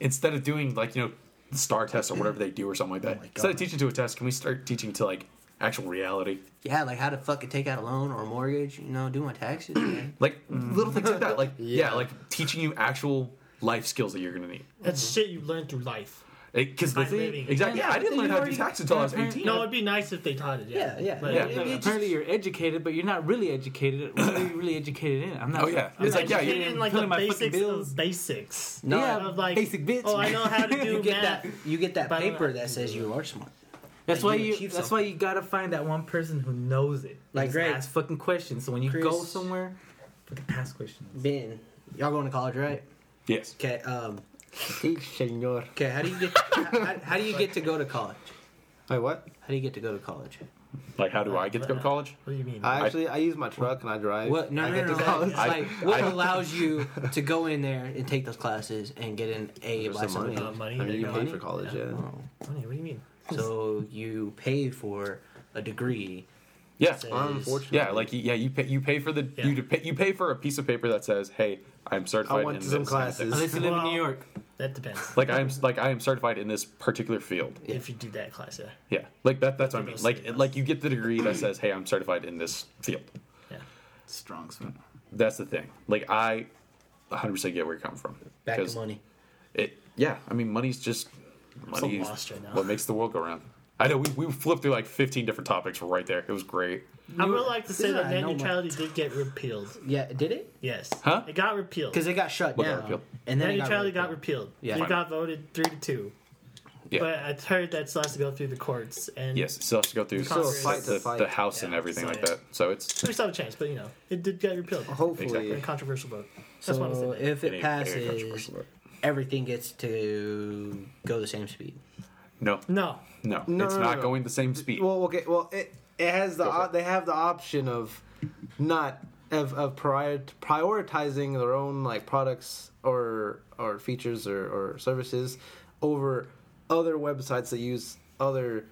[SPEAKER 1] instead of doing like you know the star test or whatever they do or something like that, instead of teaching to a test, can we start teaching to like actual reality,
[SPEAKER 4] Yeah, like how to fucking take out a loan or a mortgage. You know, do my taxes. man.
[SPEAKER 1] like little things like that, like yeah. like teaching you actual life skills that you're gonna need.
[SPEAKER 6] That's shit you learn through life.
[SPEAKER 1] Because the
[SPEAKER 6] By
[SPEAKER 1] thing,
[SPEAKER 6] living.
[SPEAKER 1] exactly, yeah, I didn't
[SPEAKER 2] Yeah,
[SPEAKER 1] learn
[SPEAKER 2] you
[SPEAKER 1] how to do
[SPEAKER 2] already-
[SPEAKER 1] taxes until I was
[SPEAKER 2] yeah,
[SPEAKER 1] 18.
[SPEAKER 6] No, it'd be nice if they taught it. Yeah,
[SPEAKER 4] Yeah, yeah.
[SPEAKER 6] But-
[SPEAKER 4] yeah.
[SPEAKER 1] Yeah.
[SPEAKER 4] It- it just-
[SPEAKER 2] Apparently you're educated, but you're not really educated.
[SPEAKER 1] <coughs>
[SPEAKER 2] What are you really educated in? I'm not.
[SPEAKER 1] Oh, yeah.
[SPEAKER 2] I'm
[SPEAKER 1] It's
[SPEAKER 2] not
[SPEAKER 1] like, yeah,
[SPEAKER 2] educated
[SPEAKER 1] you-
[SPEAKER 6] in like the
[SPEAKER 2] filling my fucking
[SPEAKER 6] basics
[SPEAKER 2] bills.
[SPEAKER 6] of basics.
[SPEAKER 4] No,
[SPEAKER 2] yeah,
[SPEAKER 6] Of like
[SPEAKER 2] basic bitch.
[SPEAKER 6] Oh, I know how to do
[SPEAKER 4] you get
[SPEAKER 6] math.
[SPEAKER 4] that you get that
[SPEAKER 6] But I don't
[SPEAKER 4] paper
[SPEAKER 6] know.
[SPEAKER 4] that says you are smart.
[SPEAKER 2] That's
[SPEAKER 4] Like,
[SPEAKER 2] why
[SPEAKER 4] you
[SPEAKER 2] you.
[SPEAKER 4] achieve
[SPEAKER 2] That's
[SPEAKER 4] something.
[SPEAKER 2] why you gotta find that one person who knows it.
[SPEAKER 4] Like,
[SPEAKER 2] Just
[SPEAKER 4] great.
[SPEAKER 2] ask fucking questions. So when you go
[SPEAKER 4] Chris-
[SPEAKER 2] somewhere, fucking ask questions.
[SPEAKER 4] Ben, y'all going to college, right?
[SPEAKER 1] Yes.
[SPEAKER 4] Okay. Um.
[SPEAKER 5] senor.
[SPEAKER 4] Okay. How do you get? how, how do you get to go to college?
[SPEAKER 5] Wait, what?
[SPEAKER 4] How do you get to go to college?
[SPEAKER 1] Like, how do I get to go to college?
[SPEAKER 6] What do you mean?
[SPEAKER 5] I actually I use my truck and I drive.
[SPEAKER 4] What? No,
[SPEAKER 5] I
[SPEAKER 4] no,
[SPEAKER 5] get
[SPEAKER 4] no.
[SPEAKER 5] to
[SPEAKER 4] no,
[SPEAKER 5] college. <laughs>
[SPEAKER 4] It's like
[SPEAKER 1] I-
[SPEAKER 4] what
[SPEAKER 1] I-
[SPEAKER 4] allows you to go in there and take those classes and get an A
[SPEAKER 5] There's
[SPEAKER 4] by
[SPEAKER 5] some
[SPEAKER 4] somebody
[SPEAKER 5] money.
[SPEAKER 6] Uh,
[SPEAKER 4] else?
[SPEAKER 6] money.
[SPEAKER 5] I mean,
[SPEAKER 6] they
[SPEAKER 5] you
[SPEAKER 6] got
[SPEAKER 5] pay
[SPEAKER 6] money.
[SPEAKER 5] for college, yeah.
[SPEAKER 6] Money, What do you mean?
[SPEAKER 4] So you pay for a degree.
[SPEAKER 1] Yeah.
[SPEAKER 4] Say-
[SPEAKER 5] Unfortunately,
[SPEAKER 1] Yeah, like yeah, you pay you pay for the
[SPEAKER 6] Yeah.
[SPEAKER 1] you pay you pay for a piece of paper that says, "Hey, I'm certified."
[SPEAKER 5] I went
[SPEAKER 1] in
[SPEAKER 5] to some
[SPEAKER 1] this kind of thing.
[SPEAKER 2] Unless
[SPEAKER 5] classes.
[SPEAKER 2] you live in
[SPEAKER 6] Well-
[SPEAKER 2] New York,
[SPEAKER 1] <laughs>
[SPEAKER 6] That depends.
[SPEAKER 1] Like I am like I am certified in this particular field.
[SPEAKER 6] If you do that class, yeah.
[SPEAKER 1] Yeah, like that. That's what I mean.
[SPEAKER 6] Those
[SPEAKER 1] Like,
[SPEAKER 6] things.
[SPEAKER 1] like you get the degree that says, "Hey, I'm certified in this field."
[SPEAKER 14] Strong swim.
[SPEAKER 1] That's the thing. Like, I 100 percent get where you're coming from.
[SPEAKER 4] Back to
[SPEAKER 1] 'Cause
[SPEAKER 4] money.
[SPEAKER 1] It, yeah. I mean, money's just money. is
[SPEAKER 6] lost right now.
[SPEAKER 1] What makes the world go round? I know we, we flipped through like 15 different topics right there. It was great.
[SPEAKER 6] I would like to say
[SPEAKER 4] Yeah,
[SPEAKER 6] that
[SPEAKER 4] I
[SPEAKER 6] net
[SPEAKER 4] know my-
[SPEAKER 6] neutrality did get repealed.
[SPEAKER 4] Yeah. Did it?
[SPEAKER 6] Yes.
[SPEAKER 1] Huh?
[SPEAKER 6] It got repealed.
[SPEAKER 4] Because it got shut
[SPEAKER 1] What got
[SPEAKER 4] down.
[SPEAKER 1] repealed?
[SPEAKER 4] and then
[SPEAKER 6] Net
[SPEAKER 4] it got
[SPEAKER 6] neutrality got
[SPEAKER 4] repealed.
[SPEAKER 6] repealed.
[SPEAKER 4] Yeah.
[SPEAKER 6] It got voted three to two.
[SPEAKER 1] Yeah.
[SPEAKER 6] But I heard that still has to go through the courts and
[SPEAKER 1] Yes, it still has to go through
[SPEAKER 6] Still
[SPEAKER 1] the,
[SPEAKER 6] a fight
[SPEAKER 5] to
[SPEAKER 1] the-
[SPEAKER 5] fight.
[SPEAKER 1] the house and
[SPEAKER 6] Yeah,
[SPEAKER 1] everything
[SPEAKER 6] so
[SPEAKER 1] like
[SPEAKER 6] yeah.
[SPEAKER 1] that. So it's
[SPEAKER 6] we still have a chance, but you know, it did get repealed.
[SPEAKER 5] Oh, hopefully,
[SPEAKER 6] In a controversial vote. That's what I
[SPEAKER 4] So
[SPEAKER 6] said.
[SPEAKER 4] if
[SPEAKER 1] it
[SPEAKER 4] it
[SPEAKER 1] ain't very
[SPEAKER 4] passes,
[SPEAKER 1] controversial, but-
[SPEAKER 4] everything gets to go the same speed.
[SPEAKER 1] no,
[SPEAKER 6] No.
[SPEAKER 1] no,
[SPEAKER 5] No,
[SPEAKER 1] it's
[SPEAKER 5] no,
[SPEAKER 1] not
[SPEAKER 5] no.
[SPEAKER 1] going the same speed.
[SPEAKER 5] Well, okay. Well, it it has the
[SPEAKER 1] Go for
[SPEAKER 5] op-
[SPEAKER 1] it.
[SPEAKER 5] they have the option of not of of prior- prioritizing their own like products or or features or, or services over other websites that use other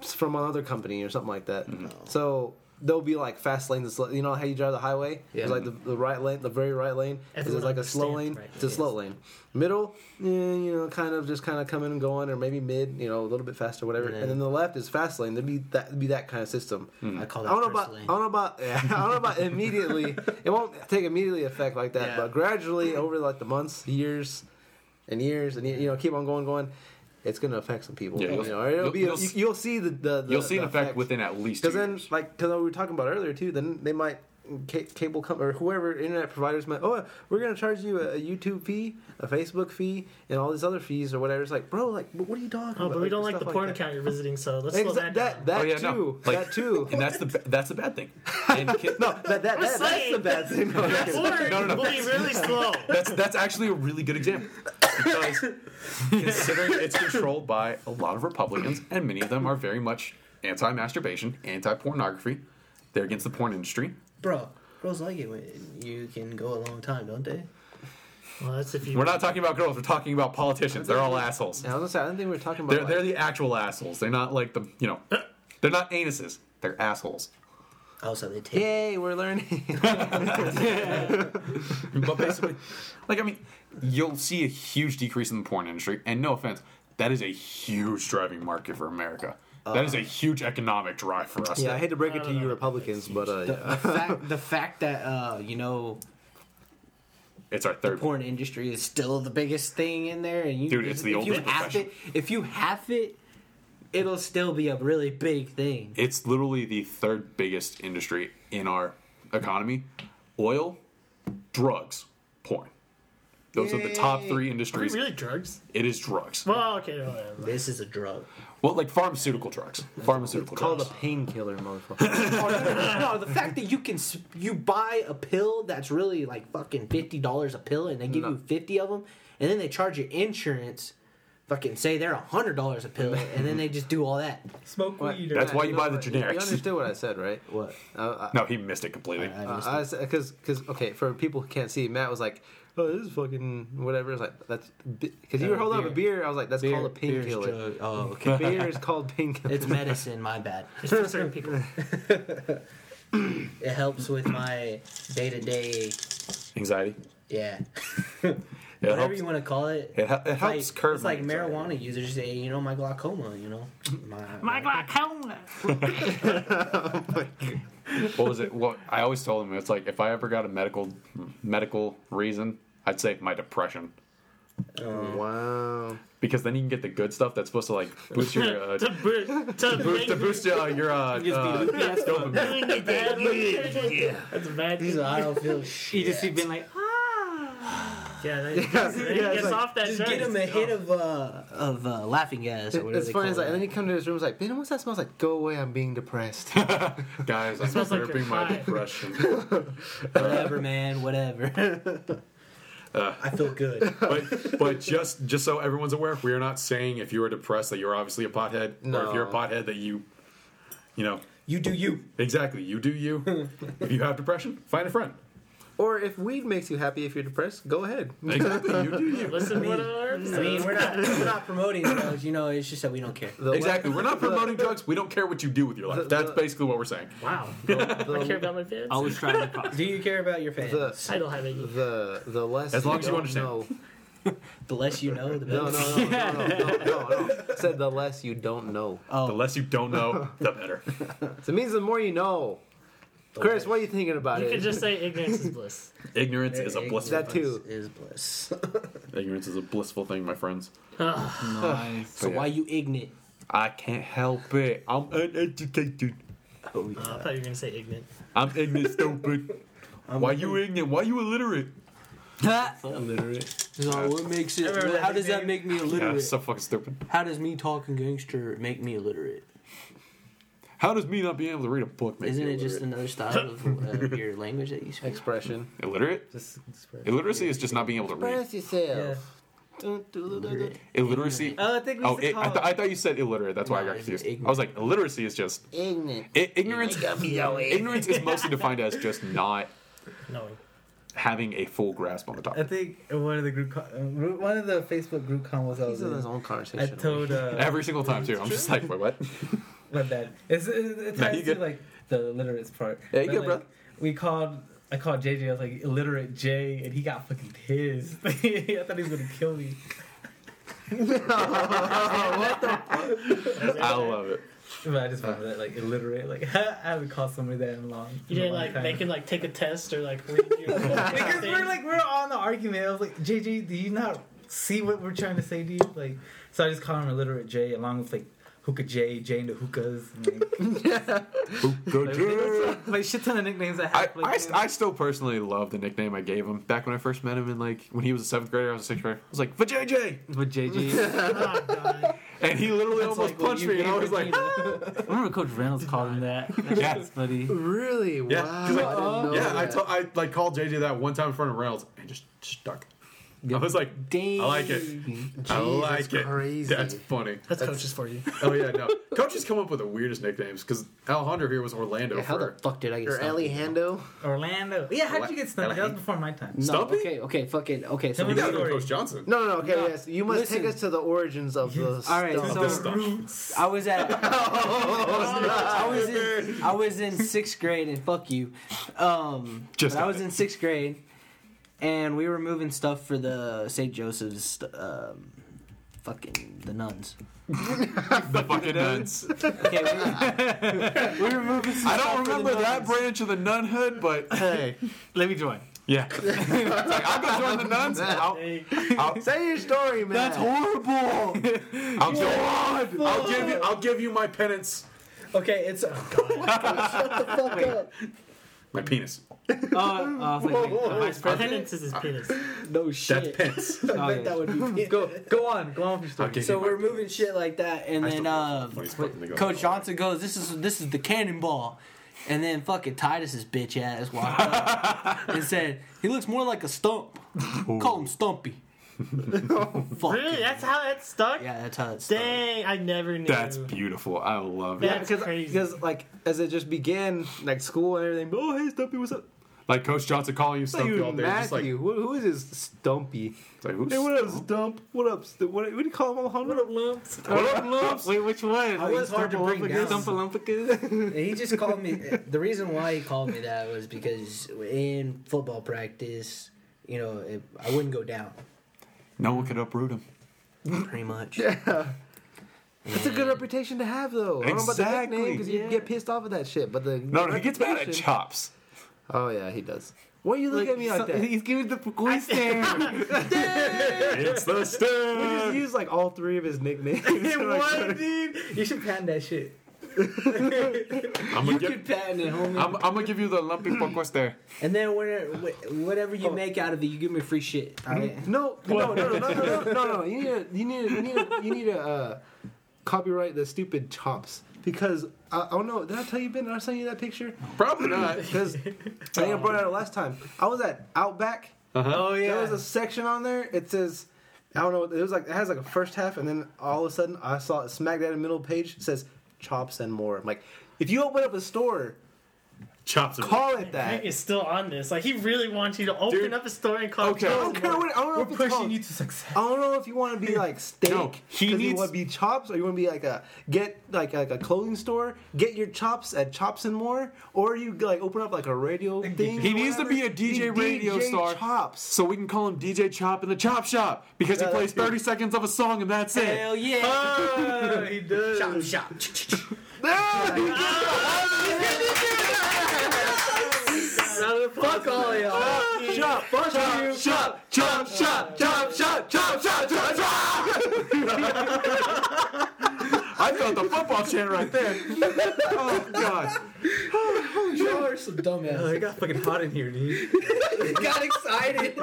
[SPEAKER 5] from another company or something like that.
[SPEAKER 1] Mm-hmm.
[SPEAKER 5] So there'll be like fast lanes. and slow- You know how you drive the highway?
[SPEAKER 4] Yeah.
[SPEAKER 5] There's like the, the right lane, the very right lane. Is
[SPEAKER 6] Everyone
[SPEAKER 5] it like a slow lane?
[SPEAKER 6] understands right
[SPEAKER 5] It's a slow lane. Middle, eh, you know, kind of just kind of coming and going, or maybe mid, you know, a little bit faster, whatever.
[SPEAKER 4] And
[SPEAKER 5] And
[SPEAKER 4] then-
[SPEAKER 5] then, the left is fast lane. There'd be that it'd be that kind of system.
[SPEAKER 1] Hmm.
[SPEAKER 4] I call
[SPEAKER 5] I
[SPEAKER 6] Oh,
[SPEAKER 4] that
[SPEAKER 5] don't know
[SPEAKER 4] first
[SPEAKER 5] about
[SPEAKER 4] lane.
[SPEAKER 5] I don't know about <laughs> yeah, I don't know about immediately. It won't take immediately effect like that,
[SPEAKER 6] Yeah.
[SPEAKER 5] but gradually over like the months, years, and years, and you know, keep on going, going. It's gonna affect some people.
[SPEAKER 1] Yeah,
[SPEAKER 5] you
[SPEAKER 1] you'll-
[SPEAKER 5] know, or it'll be,
[SPEAKER 1] you'll-
[SPEAKER 5] you'll, you'll see the, the, the
[SPEAKER 1] You'll see an
[SPEAKER 5] the
[SPEAKER 1] effect within at least. two
[SPEAKER 5] because then,
[SPEAKER 1] years.
[SPEAKER 5] like, because we were talking about earlier too, then they might ca- cable com- or whoever internet providers might. Oh, we're gonna charge you a, a YouTube fee, a Facebook fee, and all these other fees or whatever. It's like, bro, like, wh- what are you talking
[SPEAKER 6] Oh,
[SPEAKER 5] about?
[SPEAKER 6] but we don't like
[SPEAKER 5] stuff
[SPEAKER 6] the porn
[SPEAKER 5] that.
[SPEAKER 6] account you're visiting, so let's slow
[SPEAKER 5] Exa-
[SPEAKER 6] that
[SPEAKER 5] that that,
[SPEAKER 6] down.
[SPEAKER 1] Oh, yeah, no.
[SPEAKER 5] too.
[SPEAKER 1] Like-
[SPEAKER 5] that <laughs> too.
[SPEAKER 1] and that's the ba- that's a bad thing. And kid-
[SPEAKER 5] No, that, that, that, that's
[SPEAKER 6] saying.
[SPEAKER 5] the bad thing. No, <laughs>
[SPEAKER 6] That
[SPEAKER 5] okay.
[SPEAKER 6] porn
[SPEAKER 1] No, no, no.
[SPEAKER 6] will be really slow.
[SPEAKER 1] That's that's actually a really good example because considering it's controlled by a lot of Republicans and many of them are very much anti-masturbation, anti-pornography. They're against the porn industry.
[SPEAKER 4] Bro, girls like it when you can go a long time, don't they?
[SPEAKER 6] Well, that's if you.
[SPEAKER 1] We're not talking about girls. We're talking about politicians. They're all assholes.
[SPEAKER 5] Yeah, I was gonna say, I didn't think we were talking about.
[SPEAKER 1] They're
[SPEAKER 5] like-
[SPEAKER 1] they're the actual assholes. They're not like the you know. They're not anuses. They're assholes.
[SPEAKER 4] Also, they take.
[SPEAKER 5] Yay, we're <laughs> learning.
[SPEAKER 1] But basically, like I mean, you'll see a huge decrease in the porn industry. And no offense, that is a huge driving market for America. that is a huge economic drive for us.
[SPEAKER 5] yeah, I hate to break it to you, Republicans, but uh,
[SPEAKER 4] The,
[SPEAKER 5] yeah.
[SPEAKER 4] the fact, the fact that uh, you know
[SPEAKER 1] It's our
[SPEAKER 4] the
[SPEAKER 1] third.
[SPEAKER 4] porn industry is still the biggest thing in there, and you
[SPEAKER 1] Dude, it's the
[SPEAKER 4] if you
[SPEAKER 1] oldest
[SPEAKER 4] have it, if you have it, it'll still be a really big thing.
[SPEAKER 1] It's literally the third biggest industry in our economy. Oil, drugs, porn. Those are the top three
[SPEAKER 6] Are we
[SPEAKER 1] industries.
[SPEAKER 6] really drugs?
[SPEAKER 1] It is drugs.
[SPEAKER 6] Well, okay. No, whatever.
[SPEAKER 4] This is a drug.
[SPEAKER 1] Well, like pharmaceutical drugs. Pharmaceutical
[SPEAKER 5] Called a
[SPEAKER 1] drugs.
[SPEAKER 5] painkiller, <laughs> motherfucker.
[SPEAKER 4] <laughs> Oh, no, no, no, no, the fact that you can s- you buy a pill that's really like fucking fifty dollars a pill, and they give you fifty of them, and then they charge you insurance. Fucking say they're hundred dollars a pill, and then they just do all that.
[SPEAKER 2] Smoke weed. Or
[SPEAKER 1] That's why you buy the
[SPEAKER 5] You
[SPEAKER 1] generics.
[SPEAKER 5] understood what I said, right?
[SPEAKER 4] What?
[SPEAKER 5] Uh,
[SPEAKER 1] No, he missed it completely.
[SPEAKER 5] I because because okay for people who can't see, Matt was like, "Oh, this is fucking whatever." It's like that's because you
[SPEAKER 4] No,
[SPEAKER 5] were holding up a Uh, beer. I was like, "That's
[SPEAKER 4] Beer-
[SPEAKER 5] called a
[SPEAKER 4] beer's
[SPEAKER 5] painkiller."
[SPEAKER 4] drug- Oh,
[SPEAKER 1] <laughs>
[SPEAKER 4] okay.
[SPEAKER 5] <laughs> Beer is called painkiller.
[SPEAKER 4] it's medicine. My bad.
[SPEAKER 6] It's for certain people.
[SPEAKER 1] <laughs>
[SPEAKER 4] It helps with my day to day.
[SPEAKER 1] Anxiety.
[SPEAKER 4] <laughs> Yeah,
[SPEAKER 1] It
[SPEAKER 4] whatever
[SPEAKER 1] helps,
[SPEAKER 4] you want to call it.
[SPEAKER 1] it, hel- it
[SPEAKER 4] It's like-
[SPEAKER 1] helps curb
[SPEAKER 4] It's like
[SPEAKER 1] my anxiety.
[SPEAKER 4] marijuana users say, you know, my glaucoma. You know, my,
[SPEAKER 6] My glaucoma.
[SPEAKER 1] What was it? What I always told him it's like if I ever got a medical medical reason, I'd say my depression
[SPEAKER 5] wow.
[SPEAKER 1] because then you can get the good stuff that's supposed to like boost your
[SPEAKER 4] <laughs>
[SPEAKER 1] uh,
[SPEAKER 6] <laughs> to boost, to
[SPEAKER 1] boost, <laughs> to boost uh, your uh, <laughs> uh, dopamine.
[SPEAKER 6] yeah. <laughs> That's a bad.
[SPEAKER 4] He's like, I don't feel
[SPEAKER 2] You
[SPEAKER 4] shit.
[SPEAKER 2] just keep being like,
[SPEAKER 6] Yeah, that, that
[SPEAKER 5] yeah, it's
[SPEAKER 6] gets
[SPEAKER 5] like,
[SPEAKER 6] off that.
[SPEAKER 4] Just
[SPEAKER 6] drug, Oh,
[SPEAKER 4] get him a
[SPEAKER 6] it's-
[SPEAKER 4] hit of uh of uh, laughing gas. Or whatever
[SPEAKER 5] It's
[SPEAKER 4] they
[SPEAKER 5] funny.
[SPEAKER 4] call
[SPEAKER 5] It's like,
[SPEAKER 4] it.
[SPEAKER 5] and then <laughs> you come to his room. It's like, man, what's that smell? It's like, go away. I'm being depressed.
[SPEAKER 1] Guys, I'm
[SPEAKER 6] smells like you're
[SPEAKER 1] curbing my
[SPEAKER 6] high. <laughs>
[SPEAKER 1] depression.
[SPEAKER 4] whatever, man, whatever. I feel good.
[SPEAKER 1] but but just just so everyone's aware, we are not saying if you are depressed that you're obviously a pothead, or if you're a
[SPEAKER 5] No.
[SPEAKER 1] pothead that you, you know,
[SPEAKER 4] You do you.
[SPEAKER 1] exactly you do <laughs> you. if you have depression, find a friend.
[SPEAKER 5] or if weed makes you happy, if you're depressed, go ahead.
[SPEAKER 1] Exactly, you do you.
[SPEAKER 6] Listen to what our
[SPEAKER 4] I mean, we're not we're not promoting those. You know, it's just that we don't care.
[SPEAKER 5] The
[SPEAKER 1] <laughs> Exactly. We're not promoting drugs. We don't care what you do with your life. That's basically what we're saying.
[SPEAKER 6] <laughs> Wow.
[SPEAKER 5] La-
[SPEAKER 6] I care
[SPEAKER 5] the,
[SPEAKER 6] about my fans.
[SPEAKER 2] I was trying to. <laughs> Pop.
[SPEAKER 4] Do you care about your fans?
[SPEAKER 5] The-
[SPEAKER 6] I don't have any.
[SPEAKER 5] the the less
[SPEAKER 1] As long as you
[SPEAKER 5] don't
[SPEAKER 1] understand.
[SPEAKER 5] know-
[SPEAKER 4] The less you know, the better.
[SPEAKER 5] No, no, no, no, no, no, no, no. I Said the less you don't know.
[SPEAKER 1] The less you don't know, the <laughs> better.
[SPEAKER 5] So it means the more you know. Chris, what are you thinking about
[SPEAKER 6] You
[SPEAKER 5] it?
[SPEAKER 6] could just say ignorance is bliss. <laughs>
[SPEAKER 1] Ignorance is a blissful.
[SPEAKER 5] That too.
[SPEAKER 4] Is bliss.
[SPEAKER 1] Ignorance is a blissful thing, my friends.
[SPEAKER 2] Nice.
[SPEAKER 4] So why you ignorant? <laughs>
[SPEAKER 1] I can't help it. I'm uneducated.
[SPEAKER 6] Oh, I thought you were gonna say ignorant.
[SPEAKER 1] I'm ignorant, stupid. Why you ignorant? Why you illiterate?
[SPEAKER 2] Illiterate.
[SPEAKER 4] So what makes
[SPEAKER 6] I
[SPEAKER 4] it?
[SPEAKER 6] remember
[SPEAKER 4] How
[SPEAKER 6] that
[SPEAKER 4] does that
[SPEAKER 6] thing.
[SPEAKER 4] make me
[SPEAKER 1] Yeah,
[SPEAKER 4] illiterate?
[SPEAKER 1] so fucking stupid.
[SPEAKER 4] How does me talking gangster make me illiterate?
[SPEAKER 1] How does me not being able to read a book make
[SPEAKER 4] Isn't
[SPEAKER 1] me
[SPEAKER 4] it just
[SPEAKER 1] illiterate?
[SPEAKER 4] another style
[SPEAKER 1] <laughs>
[SPEAKER 4] of uh, your language that you speak?
[SPEAKER 5] Expression.
[SPEAKER 1] illiterate?
[SPEAKER 2] Just express.
[SPEAKER 1] Illiteracy is just not being able to read.
[SPEAKER 5] Express yourself. Dun, dun, dun, dun, dun.
[SPEAKER 1] Illiteracy.
[SPEAKER 2] Oh, I think we
[SPEAKER 1] Oh,
[SPEAKER 2] used to
[SPEAKER 1] it,
[SPEAKER 2] call
[SPEAKER 1] I,
[SPEAKER 2] it.
[SPEAKER 1] th- I thought you said illiterate. That's why I
[SPEAKER 4] No,
[SPEAKER 1] got
[SPEAKER 4] it's
[SPEAKER 1] confused.
[SPEAKER 4] ignorant.
[SPEAKER 1] I was like, illiteracy is just
[SPEAKER 5] Ignorant.
[SPEAKER 1] I- ignorance. Ignorance is mostly defined as just not
[SPEAKER 6] No.
[SPEAKER 1] having a full grasp on the
[SPEAKER 2] I
[SPEAKER 1] topic.
[SPEAKER 2] think one of the group, co- uh, group- one of the Facebook group combos I
[SPEAKER 5] He's
[SPEAKER 2] was
[SPEAKER 5] in his
[SPEAKER 2] in. I
[SPEAKER 5] own conversation. <laughs>
[SPEAKER 2] told uh,
[SPEAKER 1] Every single time too. I'm just like, wait, what?
[SPEAKER 2] my bad. It's, it, it
[SPEAKER 1] No,
[SPEAKER 2] ties
[SPEAKER 1] you good.
[SPEAKER 2] to like the illiterate part.
[SPEAKER 1] Yeah, you
[SPEAKER 2] But,
[SPEAKER 1] good,
[SPEAKER 2] like,
[SPEAKER 1] brother.
[SPEAKER 2] We called. I called JJ. I was like illiterate J, and he got fucking pissed. <laughs> I thought he was gonna kill me.
[SPEAKER 1] I love it.
[SPEAKER 2] But I just remember that like illiterate. Like <laughs> I haven't called somebody that in a long. in
[SPEAKER 6] You
[SPEAKER 2] a
[SPEAKER 6] didn't
[SPEAKER 2] long
[SPEAKER 6] like
[SPEAKER 2] time.
[SPEAKER 6] make him like take a test or like <laughs> read
[SPEAKER 2] <laughs>
[SPEAKER 6] your
[SPEAKER 2] because we're like we're on the argument. I was like, JJ, do you not see what we're trying to say to you? Like, so I just call him illiterate J, along with like hookah J, J into hookahs, and, like,
[SPEAKER 1] Go Drew.
[SPEAKER 2] <laughs> like shit ton of nicknames
[SPEAKER 1] I,
[SPEAKER 2] I have.
[SPEAKER 1] I,
[SPEAKER 2] like,
[SPEAKER 1] st- I still personally love the nickname I gave him back when I first met him in like when he was a seventh grader, I was a sixth grader. I was like, JJ,
[SPEAKER 2] with <laughs> JJ.
[SPEAKER 6] oh, God.
[SPEAKER 1] and he literally
[SPEAKER 2] That's
[SPEAKER 1] almost
[SPEAKER 2] like what
[SPEAKER 1] punched
[SPEAKER 2] you
[SPEAKER 1] me, and I
[SPEAKER 2] gave
[SPEAKER 1] was like,
[SPEAKER 2] I remember Coach Reynolds called him that.
[SPEAKER 1] yeah,
[SPEAKER 2] Buddy.
[SPEAKER 5] Really?
[SPEAKER 1] Yeah,
[SPEAKER 5] Wow.
[SPEAKER 1] 'cause, like, "Oh,
[SPEAKER 5] I didn't know
[SPEAKER 1] yeah. I
[SPEAKER 5] that.
[SPEAKER 1] to- I like called JJ that one time in front of Reynolds and just stuck. I was like,
[SPEAKER 4] Dang.
[SPEAKER 1] I like it. I like it.
[SPEAKER 5] crazy.
[SPEAKER 1] That's funny.
[SPEAKER 6] That's, coaches for you.
[SPEAKER 1] Oh yeah, no. <laughs> Coaches come up with the weirdest nicknames because Alejandro here was Orlando
[SPEAKER 4] How the
[SPEAKER 1] for
[SPEAKER 4] fuck did I get
[SPEAKER 5] Or
[SPEAKER 4] stumped?
[SPEAKER 5] Alejandro.
[SPEAKER 2] Orlando. Yeah, how'd you get stumped? That was
[SPEAKER 1] Alejandro.
[SPEAKER 2] before my time.
[SPEAKER 4] No,
[SPEAKER 1] Stumpy?
[SPEAKER 4] okay, okay, fucking, okay. So
[SPEAKER 2] Tell me
[SPEAKER 1] you gotta go
[SPEAKER 2] Story.
[SPEAKER 1] Coach Johnson.
[SPEAKER 5] No, no, no. Okay, yes. You must take
[SPEAKER 4] Listen.
[SPEAKER 5] us to the origins of the.
[SPEAKER 4] All right,
[SPEAKER 5] stuff.
[SPEAKER 4] so-
[SPEAKER 1] The stuff.
[SPEAKER 4] I was at. I was in. I was in sixth grade, and fuck you. Um,
[SPEAKER 1] Just
[SPEAKER 4] but I
[SPEAKER 1] got
[SPEAKER 4] was
[SPEAKER 1] it.
[SPEAKER 4] in sixth grade, and we were moving stuff for the St. Joseph's. Um, fucking the nuns.
[SPEAKER 1] The fucking
[SPEAKER 5] <laughs>
[SPEAKER 1] nuns.
[SPEAKER 4] Okay, we were, we were moving. Some
[SPEAKER 1] I
[SPEAKER 4] stuff for
[SPEAKER 1] don't
[SPEAKER 4] the
[SPEAKER 1] remember that
[SPEAKER 4] nuns.
[SPEAKER 1] branch of the nunhood, but <laughs> hey,
[SPEAKER 2] Let me join.
[SPEAKER 1] yeah. <laughs> It's like, I'll go
[SPEAKER 5] <laughs>
[SPEAKER 1] join the nuns. I'll, I'll,
[SPEAKER 5] <laughs> Say your story, man.
[SPEAKER 1] That's horrible. <laughs> I'll, give, I'll give you. I'll give you my penance.
[SPEAKER 2] oh,
[SPEAKER 4] <laughs> Okay, it's.
[SPEAKER 2] <laughs>
[SPEAKER 1] My penis.
[SPEAKER 2] Oh, I was like, wait, the vice president.
[SPEAKER 6] Penance is his penis.
[SPEAKER 4] <laughs> No
[SPEAKER 1] That's
[SPEAKER 4] shit.
[SPEAKER 1] Pence.
[SPEAKER 2] Oh,
[SPEAKER 4] <laughs> I
[SPEAKER 2] yeah.
[SPEAKER 4] bet that would
[SPEAKER 2] <laughs>
[SPEAKER 4] be
[SPEAKER 2] Go, go on, go on with your story.
[SPEAKER 1] Okay.
[SPEAKER 4] So we're moving shit like that, and
[SPEAKER 1] I
[SPEAKER 4] then
[SPEAKER 1] still
[SPEAKER 4] uh,
[SPEAKER 1] <laughs> funny as fuck when they go
[SPEAKER 4] Coach
[SPEAKER 1] like that.
[SPEAKER 4] Johnson goes, "This is this is the cannonball," and then fucking Titus's bitch ass walked up and said, "He looks more like a stump. Call him Stumpy." Fuck.
[SPEAKER 6] Really? That's how that stuck?
[SPEAKER 4] Yeah, that's how it's.
[SPEAKER 6] Dang, I never knew.
[SPEAKER 1] That's beautiful. I love it.
[SPEAKER 6] That's crazy.
[SPEAKER 5] Because like as it just began, like school and everything. Oh hey, Stumpy, what's up?
[SPEAKER 1] Like Coach Johnson calling you stumpy
[SPEAKER 5] Dude,
[SPEAKER 1] all day. Just like,
[SPEAKER 5] Matthew, who, who is this Stumpy?
[SPEAKER 1] it's like, who's
[SPEAKER 5] Hey, what up, Stump? What up? Stu- What, what do you call him? What up, Lumps?
[SPEAKER 1] What up, Lumps?
[SPEAKER 2] Wait, which one?
[SPEAKER 4] I was hard to bring down.
[SPEAKER 2] Stumpolumpicus?
[SPEAKER 4] He just called me. The reason why he called me that was because in football practice, you know, it, I wouldn't go down
[SPEAKER 1] No one could uproot him.
[SPEAKER 4] pretty much.
[SPEAKER 5] It's a good reputation to have, though. I don't know about the
[SPEAKER 1] Exactly.
[SPEAKER 5] nickname because you can get pissed off at that shit. But the
[SPEAKER 1] No, no, he gets mad at
[SPEAKER 5] reputation-
[SPEAKER 1] Chops.
[SPEAKER 5] Oh yeah, he does. Why you look at me like
[SPEAKER 2] So-
[SPEAKER 5] that?
[SPEAKER 2] He's giving the goy
[SPEAKER 1] <laughs>
[SPEAKER 2] stare.
[SPEAKER 1] It's the
[SPEAKER 2] Uh,
[SPEAKER 5] We just
[SPEAKER 1] stamp.
[SPEAKER 5] used like all three of
[SPEAKER 2] <laughs>
[SPEAKER 5] his nicknames. <laughs>
[SPEAKER 2] What, dude? You should patent that shit.
[SPEAKER 1] I'm gonna
[SPEAKER 4] you
[SPEAKER 1] give,
[SPEAKER 4] could patent it, homie.
[SPEAKER 1] I'm, I'm gonna give you the lumpy <clears throat> pocos there.
[SPEAKER 4] And then whatever, whatever you make out of it, you give me free shit. All right.
[SPEAKER 5] No, no, no, no, no, no, no, no, no. You need to, you need to, you need to, you need to uh, copyright the stupid chops because uh, I, I don't know. Did I tell you Ben? Did I send you that picture?
[SPEAKER 1] Probably not.
[SPEAKER 2] <laughs>
[SPEAKER 5] Because I think I brought it out last time. I was at Outback.
[SPEAKER 2] Oh yeah.
[SPEAKER 5] There was a section on there. It says, I don't know. It was like it has like a first half, and then all of a sudden I saw it smack down in the middle page. It says chops and more. I'm like, if you open up a store,
[SPEAKER 1] Chops. are-
[SPEAKER 5] call it that.
[SPEAKER 6] Hank is still on this. Like he really wants you to open
[SPEAKER 1] Dude.
[SPEAKER 6] up a store and call.
[SPEAKER 1] Okay.
[SPEAKER 5] I don't care what. I don't know
[SPEAKER 2] We're
[SPEAKER 5] if it's
[SPEAKER 2] pushing
[SPEAKER 5] called.
[SPEAKER 2] you to success.
[SPEAKER 5] I don't know if you want to be like steak.
[SPEAKER 1] No, he
[SPEAKER 5] 'cause
[SPEAKER 1] needs-
[SPEAKER 5] You want to be chops, or you want to be like a get like like a clothing store. Get your chops at Chops and More, or you like open up like a radio thing.
[SPEAKER 1] He
[SPEAKER 5] or
[SPEAKER 1] needs to
[SPEAKER 5] whatever.
[SPEAKER 1] be a DJ radio
[SPEAKER 5] DJ
[SPEAKER 1] star.
[SPEAKER 5] Chops.
[SPEAKER 1] So we can call him DJ Chop in the Chop Shop because he
[SPEAKER 5] Yeah,
[SPEAKER 1] plays
[SPEAKER 5] that's
[SPEAKER 1] 30
[SPEAKER 5] good.
[SPEAKER 1] seconds of a song and that's it.
[SPEAKER 4] Hell yeah.
[SPEAKER 2] Oh, he does.
[SPEAKER 4] Shop.
[SPEAKER 2] Fuck all y'all.
[SPEAKER 1] Chop, fuck you. Chop, chop, chop, chop, chop, chop, chop, chop, chop. I felt the football chant right there. Oh god.
[SPEAKER 4] You are some
[SPEAKER 2] Oh,
[SPEAKER 4] <laughs> dumbass.
[SPEAKER 2] it got fucking hot in here, dude. <laughs>
[SPEAKER 4] got excited.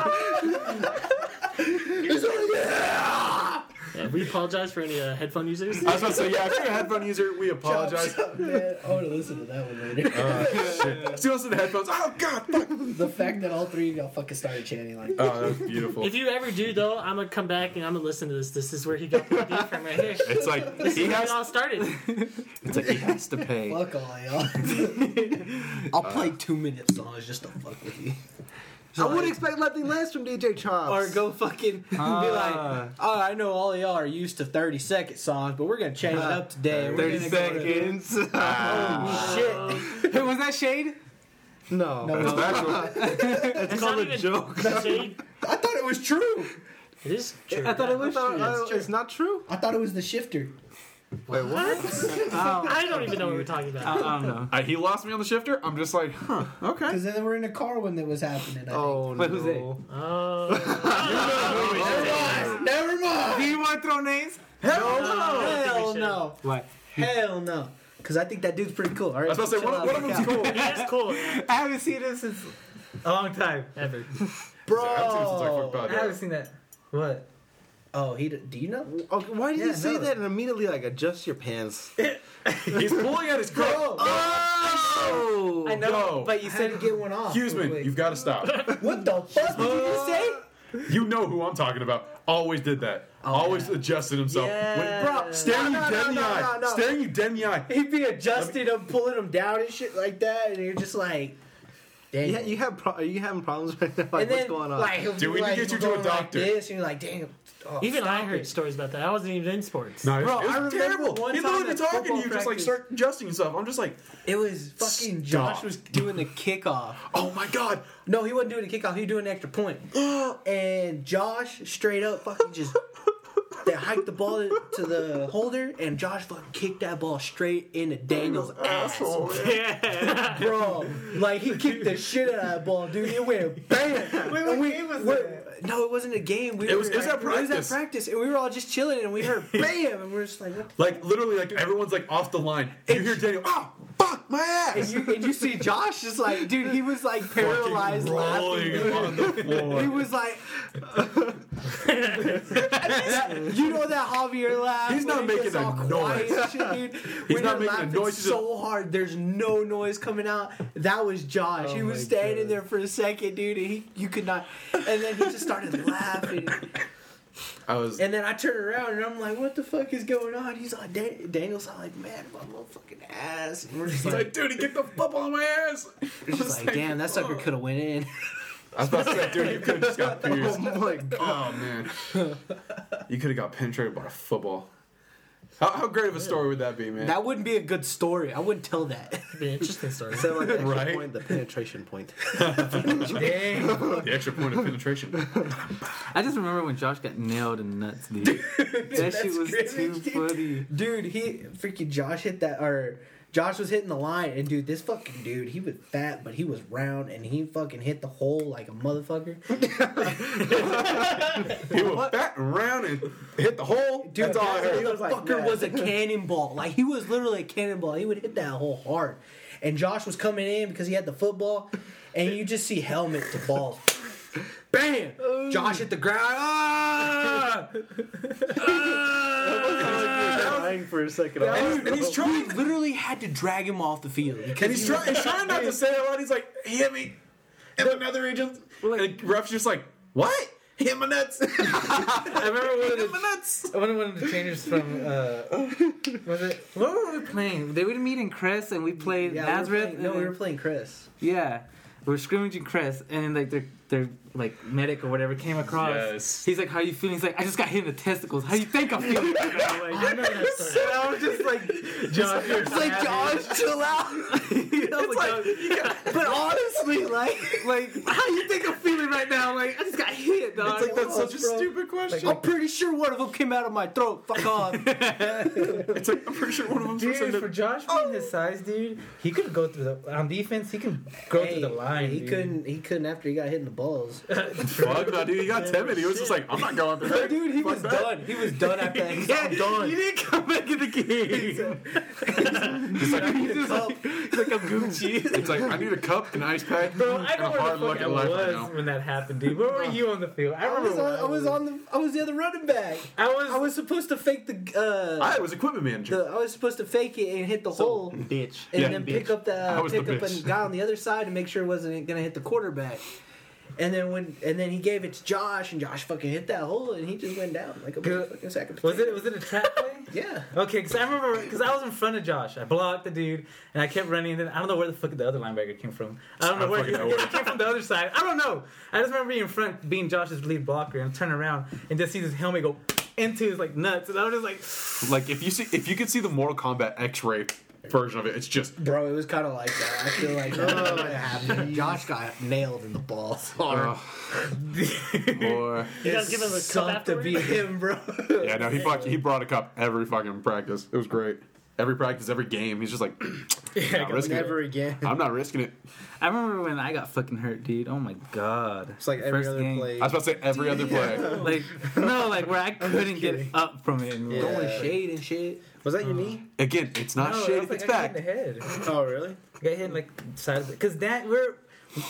[SPEAKER 6] Yeah, we apologize for any uh, headphone users.
[SPEAKER 1] I was about to say, yeah, if you're a headphone user, we apologize.
[SPEAKER 4] Man, I want to listen to that one later.
[SPEAKER 1] Still listen to headphones. Oh god.
[SPEAKER 4] the fact that all three of y'all fucking started chanting like.
[SPEAKER 1] Oh, that's beautiful.
[SPEAKER 6] If you ever do though, I'm gonna come back and I'm gonna listen to this. This is where he got the idea from right here.
[SPEAKER 1] It's like <laughs> he
[SPEAKER 6] Where it
[SPEAKER 1] has <laughs>
[SPEAKER 6] all started.
[SPEAKER 14] It's like he has to pay.
[SPEAKER 5] <laughs>
[SPEAKER 4] Fuck all y'all. I'll play two minute songs just to fuck with you.
[SPEAKER 5] I would expect nothing less from DJ Chops.
[SPEAKER 4] Or go fucking <laughs> be
[SPEAKER 2] Ah. Uh,
[SPEAKER 4] like, oh, I know all y'all are used to 30 second songs, but we're going to change it up today. We're
[SPEAKER 5] 30
[SPEAKER 4] gonna go to- Oh,
[SPEAKER 5] seconds.
[SPEAKER 6] Uh,
[SPEAKER 4] Shit.
[SPEAKER 2] Hey, was that shade?
[SPEAKER 5] <laughs> no.
[SPEAKER 1] That's natural.
[SPEAKER 6] It's, not
[SPEAKER 5] called a
[SPEAKER 6] even
[SPEAKER 5] joke.
[SPEAKER 6] shade.
[SPEAKER 1] I thought it was true.
[SPEAKER 6] It is true.
[SPEAKER 5] I thought it was I thought- <laughs>
[SPEAKER 4] true.
[SPEAKER 5] It's not true.
[SPEAKER 4] I thought it was the shifter.
[SPEAKER 5] Wait, what?
[SPEAKER 6] I don't even know what we're talking about.
[SPEAKER 2] I don't know.
[SPEAKER 1] Uh, he lost me on the shifter. I'm just like, huh, okay.
[SPEAKER 4] Because they were in a car when that was happening. I
[SPEAKER 5] Oh,
[SPEAKER 2] Wait,
[SPEAKER 5] no.
[SPEAKER 2] who's it?
[SPEAKER 6] Oh,
[SPEAKER 4] think. Never mind.
[SPEAKER 2] Do you want to throw names?
[SPEAKER 4] Hell
[SPEAKER 6] Oh.
[SPEAKER 4] no. Hell no.
[SPEAKER 2] What?
[SPEAKER 4] Hell no. Because I think that dude's pretty cool. All right.
[SPEAKER 1] I was about to say,
[SPEAKER 4] chill
[SPEAKER 1] what,
[SPEAKER 4] out,
[SPEAKER 1] what
[SPEAKER 4] look
[SPEAKER 1] of them's
[SPEAKER 4] out.
[SPEAKER 1] cool?
[SPEAKER 6] that's cool.
[SPEAKER 2] I haven't seen this since a long time.
[SPEAKER 6] Ever.
[SPEAKER 1] Bro.
[SPEAKER 2] I haven't seen that. What?
[SPEAKER 4] Oh, he. d- Do you know?
[SPEAKER 5] Okay, why did
[SPEAKER 4] Yeah,
[SPEAKER 5] you say
[SPEAKER 4] no.
[SPEAKER 5] that and immediately like adjust your pants?
[SPEAKER 1] He's pulling out his coat. Oh,
[SPEAKER 2] I know,
[SPEAKER 1] Yo.
[SPEAKER 2] but you
[SPEAKER 4] I had to
[SPEAKER 2] said
[SPEAKER 4] get one off.
[SPEAKER 1] Huseman,
[SPEAKER 4] Wait,
[SPEAKER 1] you've got to stop. <laughs>
[SPEAKER 4] What the fuck did you
[SPEAKER 1] Uh,
[SPEAKER 4] just say?
[SPEAKER 1] You know who I'm talking about. Always did that. Always adjusted himself.
[SPEAKER 4] Yeah.
[SPEAKER 1] When, bro, staring
[SPEAKER 4] No,
[SPEAKER 1] you
[SPEAKER 4] no,
[SPEAKER 1] dead in the
[SPEAKER 4] no,
[SPEAKER 1] eye.
[SPEAKER 4] no, no.
[SPEAKER 1] Staring you dead in the eye.
[SPEAKER 4] He'd be adjusting him, pulling him down and shit like that, and you're just like, dang.
[SPEAKER 5] Yeah, you have pro- are you having problems right now? Like,
[SPEAKER 4] and then,
[SPEAKER 5] what's going on?
[SPEAKER 4] Like, he'll
[SPEAKER 1] Dude, we need to
[SPEAKER 4] be like,
[SPEAKER 1] get you to a
[SPEAKER 4] going Like
[SPEAKER 1] doctor.
[SPEAKER 4] this, and you're like, damn. oh,
[SPEAKER 6] Even I
[SPEAKER 4] stop
[SPEAKER 6] heard
[SPEAKER 4] it.
[SPEAKER 6] stories about that. I wasn't even in sports.
[SPEAKER 1] No, it was,
[SPEAKER 5] <laughs>
[SPEAKER 2] Bro,
[SPEAKER 1] it was
[SPEAKER 2] I remember
[SPEAKER 1] terrible.
[SPEAKER 2] one
[SPEAKER 1] He
[SPEAKER 2] time
[SPEAKER 1] literally
[SPEAKER 2] at
[SPEAKER 1] talking to you,
[SPEAKER 2] football
[SPEAKER 1] just like
[SPEAKER 2] practice-
[SPEAKER 1] start adjusting yourself. I'm just like,
[SPEAKER 4] It was fucking Josh
[SPEAKER 1] Stop.
[SPEAKER 4] was doing the kickoff.
[SPEAKER 1] oh my god.
[SPEAKER 4] No, he wasn't doing the kickoff. He was doing an
[SPEAKER 1] <gasps>
[SPEAKER 4] extra point. And Josh straight up
[SPEAKER 1] <laughs>
[SPEAKER 4] fucking just they hiked the ball to the holder, and Josh fucking kicked that ball straight into Daniel's ass,
[SPEAKER 6] Yeah.
[SPEAKER 4] bro. Like he kicked the shit out of that ball, dude. It went
[SPEAKER 2] <laughs>
[SPEAKER 4] bam.
[SPEAKER 2] Wait, what game was
[SPEAKER 4] We're-
[SPEAKER 2] that?
[SPEAKER 4] No, it wasn't a game. We
[SPEAKER 1] It
[SPEAKER 4] were,
[SPEAKER 1] was- it was at
[SPEAKER 4] It was
[SPEAKER 1] practice.
[SPEAKER 4] at practice, and we were all
[SPEAKER 1] <laughs>
[SPEAKER 4] just chilling, and we heard bam, and we are just like, what
[SPEAKER 1] Like literally, like everyone's like off the line. You hear Daniel, oh fuck! Fuck my
[SPEAKER 13] And
[SPEAKER 1] ass!
[SPEAKER 13] you, and you see Josh just like, dude, he was like paralyzed
[SPEAKER 1] Fucking
[SPEAKER 13] laughing.
[SPEAKER 1] rolling on the
[SPEAKER 13] He
[SPEAKER 1] floor.
[SPEAKER 13] was like, That- you know that Javier laugh.
[SPEAKER 1] He's not
[SPEAKER 13] when he
[SPEAKER 1] making
[SPEAKER 13] gets
[SPEAKER 1] a
[SPEAKER 13] all quiet
[SPEAKER 1] noise.
[SPEAKER 13] and
[SPEAKER 1] <laughs>
[SPEAKER 13] Shit, dude. when
[SPEAKER 1] not
[SPEAKER 13] you're
[SPEAKER 1] making a
[SPEAKER 13] laughing
[SPEAKER 1] noise, he's
[SPEAKER 13] so hard. There's no noise coming out. That was Josh.
[SPEAKER 1] Oh
[SPEAKER 13] he was standing there for a second, dude, and he you could not. And then he just started laughing.
[SPEAKER 1] I was.
[SPEAKER 13] And then I turn around and I'm like, what the fuck is going on? He's like, Dan- Daniel's like, man, my motherfucking ass. And we're just
[SPEAKER 1] He's
[SPEAKER 13] like,
[SPEAKER 1] like, dude, he get the football on my ass.
[SPEAKER 13] we're just
[SPEAKER 1] <laughs>
[SPEAKER 13] like, damn, that sucker could have went in.
[SPEAKER 1] I was about to say, dude, you could have just <laughs> got
[SPEAKER 5] Oh
[SPEAKER 1] pierced.
[SPEAKER 5] my god.
[SPEAKER 1] Oh man, you could have got penetrated by a football. How, how great of a story would that be, man?
[SPEAKER 13] That wouldn't be a good story. I wouldn't tell that.
[SPEAKER 6] It'd be an interesting story.
[SPEAKER 5] Instead of like the extra
[SPEAKER 1] Right?
[SPEAKER 5] point, the penetration <laughs> point.
[SPEAKER 2] <laughs> Dang.
[SPEAKER 1] the extra point of penetration.
[SPEAKER 14] I just remember when Josh got nailed in nuts, dude. that shit was
[SPEAKER 13] crazy,
[SPEAKER 14] too
[SPEAKER 13] dude.
[SPEAKER 14] funny.
[SPEAKER 4] Dude, he freaking Josh hit that or Josh was hitting the line and dude, this fucking dude, he was fat but he was round and he fucking hit the hole like a motherfucker.
[SPEAKER 1] He was fat and round and hit the hole.
[SPEAKER 4] Dude,
[SPEAKER 1] That's all I
[SPEAKER 4] that's-
[SPEAKER 1] heard.
[SPEAKER 4] was like
[SPEAKER 13] fucker
[SPEAKER 4] that.
[SPEAKER 13] was a cannonball. Like he was literally a cannonball. He would hit that hole hard.
[SPEAKER 4] And Josh was coming in because he had the football and you just see helmet to ball. Bam! Josh hit the ground. Ah!
[SPEAKER 5] <laughs> Dying for a second. I was-
[SPEAKER 1] And, and he's trying.
[SPEAKER 13] We literally had to drag him off the field.
[SPEAKER 1] And he's trying. He's trying not to say it loud. He's like, he hit me. And another agent. And the ref's just like, what? He hit my nuts. <laughs>
[SPEAKER 2] I remember one of
[SPEAKER 1] hit my
[SPEAKER 2] the,
[SPEAKER 1] nuts.
[SPEAKER 2] one of- one of the trainers from uh, was it
[SPEAKER 14] What were we playing? They would meet in Chris and we played
[SPEAKER 4] Yeah, we were
[SPEAKER 14] Nazareth.
[SPEAKER 4] playing, no,
[SPEAKER 14] and
[SPEAKER 4] we
[SPEAKER 14] then-
[SPEAKER 4] were playing Chris.
[SPEAKER 14] Yeah, we are scrimmaging Chris, and then like their their like medic or whatever came across.
[SPEAKER 1] Yes.
[SPEAKER 14] He's like, "How you feeling?" He's like, "I just got hit in the testicles. How you think I'm feeling?"
[SPEAKER 6] I remember that story.
[SPEAKER 2] I was just
[SPEAKER 1] <laughs>
[SPEAKER 2] like, Josh, you're
[SPEAKER 13] It's like Josh,
[SPEAKER 14] <laughs>
[SPEAKER 13] chill out. It's like- but honestly, like,
[SPEAKER 14] like, how you think I'm feeling right now? Like, I just got hit, dog.
[SPEAKER 1] It's like that's such a stupid question.
[SPEAKER 2] <laughs>
[SPEAKER 13] I'm pretty sure one of them came out of my throat. Fuck off.
[SPEAKER 1] it's like I'm pretty sure one of them's
[SPEAKER 2] Dude,
[SPEAKER 1] listening
[SPEAKER 2] for
[SPEAKER 1] to-
[SPEAKER 2] Josh being his size, dude, he could go through the on defense. He can go
[SPEAKER 4] Hey,
[SPEAKER 2] through the line.
[SPEAKER 4] He
[SPEAKER 2] dude.
[SPEAKER 4] couldn't he couldn't after he got hit in the <laughs> balls.
[SPEAKER 1] Fuck no, dude. He got timid. He was just like, I'm not going through that.
[SPEAKER 13] Dude, he
[SPEAKER 1] Fuck
[SPEAKER 13] was
[SPEAKER 1] that.
[SPEAKER 13] done. He was done after that. He's like, I'm done.
[SPEAKER 14] You didn't come back in the
[SPEAKER 2] <laughs>
[SPEAKER 14] game. he's just like, he's like I'm Gucci.
[SPEAKER 1] It's like I need a cup, an ice pack,
[SPEAKER 2] <laughs> Bro,
[SPEAKER 1] and
[SPEAKER 2] I
[SPEAKER 1] a
[SPEAKER 2] know where
[SPEAKER 1] hard
[SPEAKER 2] the
[SPEAKER 1] look
[SPEAKER 2] fuck I
[SPEAKER 1] at life right
[SPEAKER 2] was
[SPEAKER 1] now.
[SPEAKER 2] when that happened, dude. Where were you on the field? I
[SPEAKER 13] I was,
[SPEAKER 2] remember.
[SPEAKER 13] on, I was on the I was the other running back.
[SPEAKER 2] I was.
[SPEAKER 13] I was supposed to fake the uh
[SPEAKER 1] I was equipment manager.
[SPEAKER 13] the I was supposed to fake it and hit the hole and
[SPEAKER 14] Bitch.
[SPEAKER 1] Yeah,
[SPEAKER 13] then
[SPEAKER 1] bitch.
[SPEAKER 13] pick up the
[SPEAKER 1] I
[SPEAKER 13] uh,
[SPEAKER 1] was
[SPEAKER 13] pick
[SPEAKER 1] the
[SPEAKER 13] up
[SPEAKER 1] bitch.
[SPEAKER 13] a guy on the other side and make sure it wasn't gonna hit the quarterback.
[SPEAKER 4] And then when and then he gave it to Josh and Josh fucking hit that hole and he just went down like a fucking sack of
[SPEAKER 2] Was it? Was it a trap play?
[SPEAKER 4] Yeah.
[SPEAKER 2] Okay, because I remember because I was in front of Josh. I blocked the dude, and I kept running. And then I don't know where the fuck the other linebacker came from. I don't know
[SPEAKER 1] I
[SPEAKER 2] where
[SPEAKER 1] fucking
[SPEAKER 2] he,
[SPEAKER 1] know where.
[SPEAKER 2] he came from. The other side. I don't know. I just remember being in front, being Josh's lead blocker, and turn around and just see this helmet go into his like nuts, and I was just like,
[SPEAKER 1] Like if you see, if you could see the Mortal Kombat X-ray version of it, it's just
[SPEAKER 4] Bro, it was kind of like that. I feel like that might have
[SPEAKER 13] <laughs>
[SPEAKER 4] happened. Josh got nailed in the balls.
[SPEAKER 1] oh,
[SPEAKER 2] <laughs>
[SPEAKER 14] Or
[SPEAKER 6] You guys give him a cup
[SPEAKER 4] to
[SPEAKER 6] afterwards?
[SPEAKER 4] be him, bro. <laughs>
[SPEAKER 1] yeah. No, he fuck, he brought a cup every fucking practice. It was great. Every practice, every game, he's just like,
[SPEAKER 2] yeah,
[SPEAKER 1] I'm, risking
[SPEAKER 4] Never
[SPEAKER 1] it.
[SPEAKER 4] again.
[SPEAKER 1] I'm not risking it.
[SPEAKER 14] I remember when I got fucking hurt, dude. Oh my god.
[SPEAKER 5] It's like every other play.
[SPEAKER 1] I was about to say every other play.
[SPEAKER 14] Like no, like where
[SPEAKER 5] <laughs>
[SPEAKER 14] I couldn't get up from it. And
[SPEAKER 5] Yeah.
[SPEAKER 13] Throwing shade and shit.
[SPEAKER 5] Was that your knee?
[SPEAKER 1] Again, it's not
[SPEAKER 2] No,
[SPEAKER 1] shade
[SPEAKER 2] I was
[SPEAKER 1] if
[SPEAKER 2] like,
[SPEAKER 1] it's
[SPEAKER 2] I got hit
[SPEAKER 1] back.
[SPEAKER 2] in the head.
[SPEAKER 5] Oh, really?
[SPEAKER 2] Got hit in like side of the because that we're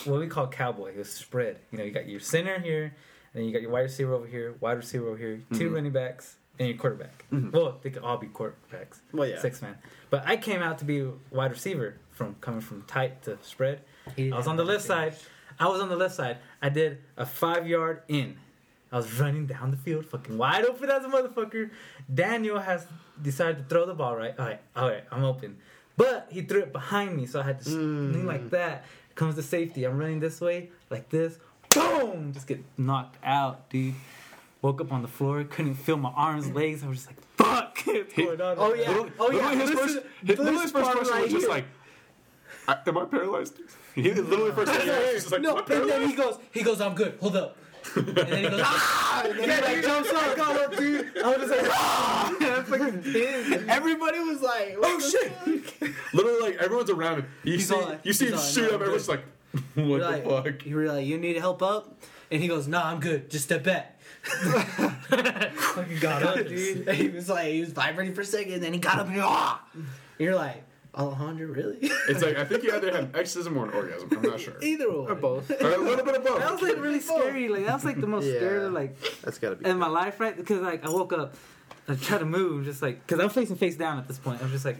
[SPEAKER 2] what we call cowboy. It was spread. You know, you got your center here, and you got your wide receiver over here, wide receiver over here, 2
[SPEAKER 14] Mm-hmm.
[SPEAKER 2] running backs, and your quarterback. Well, they could all be quarterbacks.
[SPEAKER 5] Well, yeah.
[SPEAKER 2] six man. But I came out to be wide receiver from coming from tight to spread. I was on the left side. I was on the left side. I did a five yard in. I was running down the field, fucking wide open as a motherfucker. Daniel has decided to throw the ball right. All right, all right, I'm open. But he threw it behind me, so I had to lean like that. Comes the safety. I'm running this way, like this. Boom! Just get
[SPEAKER 14] knocked out, dude. Woke up on the floor, couldn't feel my arms, legs. I was just like,
[SPEAKER 2] <laughs>
[SPEAKER 14] fuck.
[SPEAKER 2] going on. Oh yeah.
[SPEAKER 1] Literally-
[SPEAKER 2] Oh yeah.
[SPEAKER 1] literally his first, his, literally his first question was just like, I, "Am I paralyzed?" <laughs> He literally first question was just like,
[SPEAKER 13] No,
[SPEAKER 1] "Am I
[SPEAKER 13] and
[SPEAKER 1] paralyzed?"
[SPEAKER 13] then he goes, he goes, I'm good. Hold up. And then he goes, ah! And then he like jumps up, got up, dude. I was just like, ah!
[SPEAKER 2] <laughs>
[SPEAKER 13] Everybody was like, oh shit.
[SPEAKER 1] Literally, like everyone's around him. You see,
[SPEAKER 13] all like-
[SPEAKER 1] you see
[SPEAKER 13] he's
[SPEAKER 1] him
[SPEAKER 13] all like,
[SPEAKER 1] shoot
[SPEAKER 13] "No,
[SPEAKER 1] up.
[SPEAKER 13] I'm
[SPEAKER 1] Everyone's like, <laughs> "What
[SPEAKER 13] Like,
[SPEAKER 1] the fuck?"
[SPEAKER 13] You were like, you need help up? And he goes, nah, I'm good. Just step
[SPEAKER 4] <laughs>
[SPEAKER 13] back.
[SPEAKER 2] got up, dude.
[SPEAKER 13] And he was like, he was vibrating for a second, and then he got up and he, ah! And you're like,
[SPEAKER 4] Alejandro, really? <laughs>
[SPEAKER 1] It's like I think you either have exorcism or an orgasm. I'm not sure.
[SPEAKER 4] Either one.
[SPEAKER 5] Or <laughs> both.
[SPEAKER 1] Or a little bit of
[SPEAKER 2] That
[SPEAKER 1] both.
[SPEAKER 2] was like really scary. Like that was like the most
[SPEAKER 5] Yeah.
[SPEAKER 2] scary like
[SPEAKER 5] That's gotta be.
[SPEAKER 2] in my life, right? Because like I woke up, I try to move, just like because I'm facing face down at this point. I'm just like,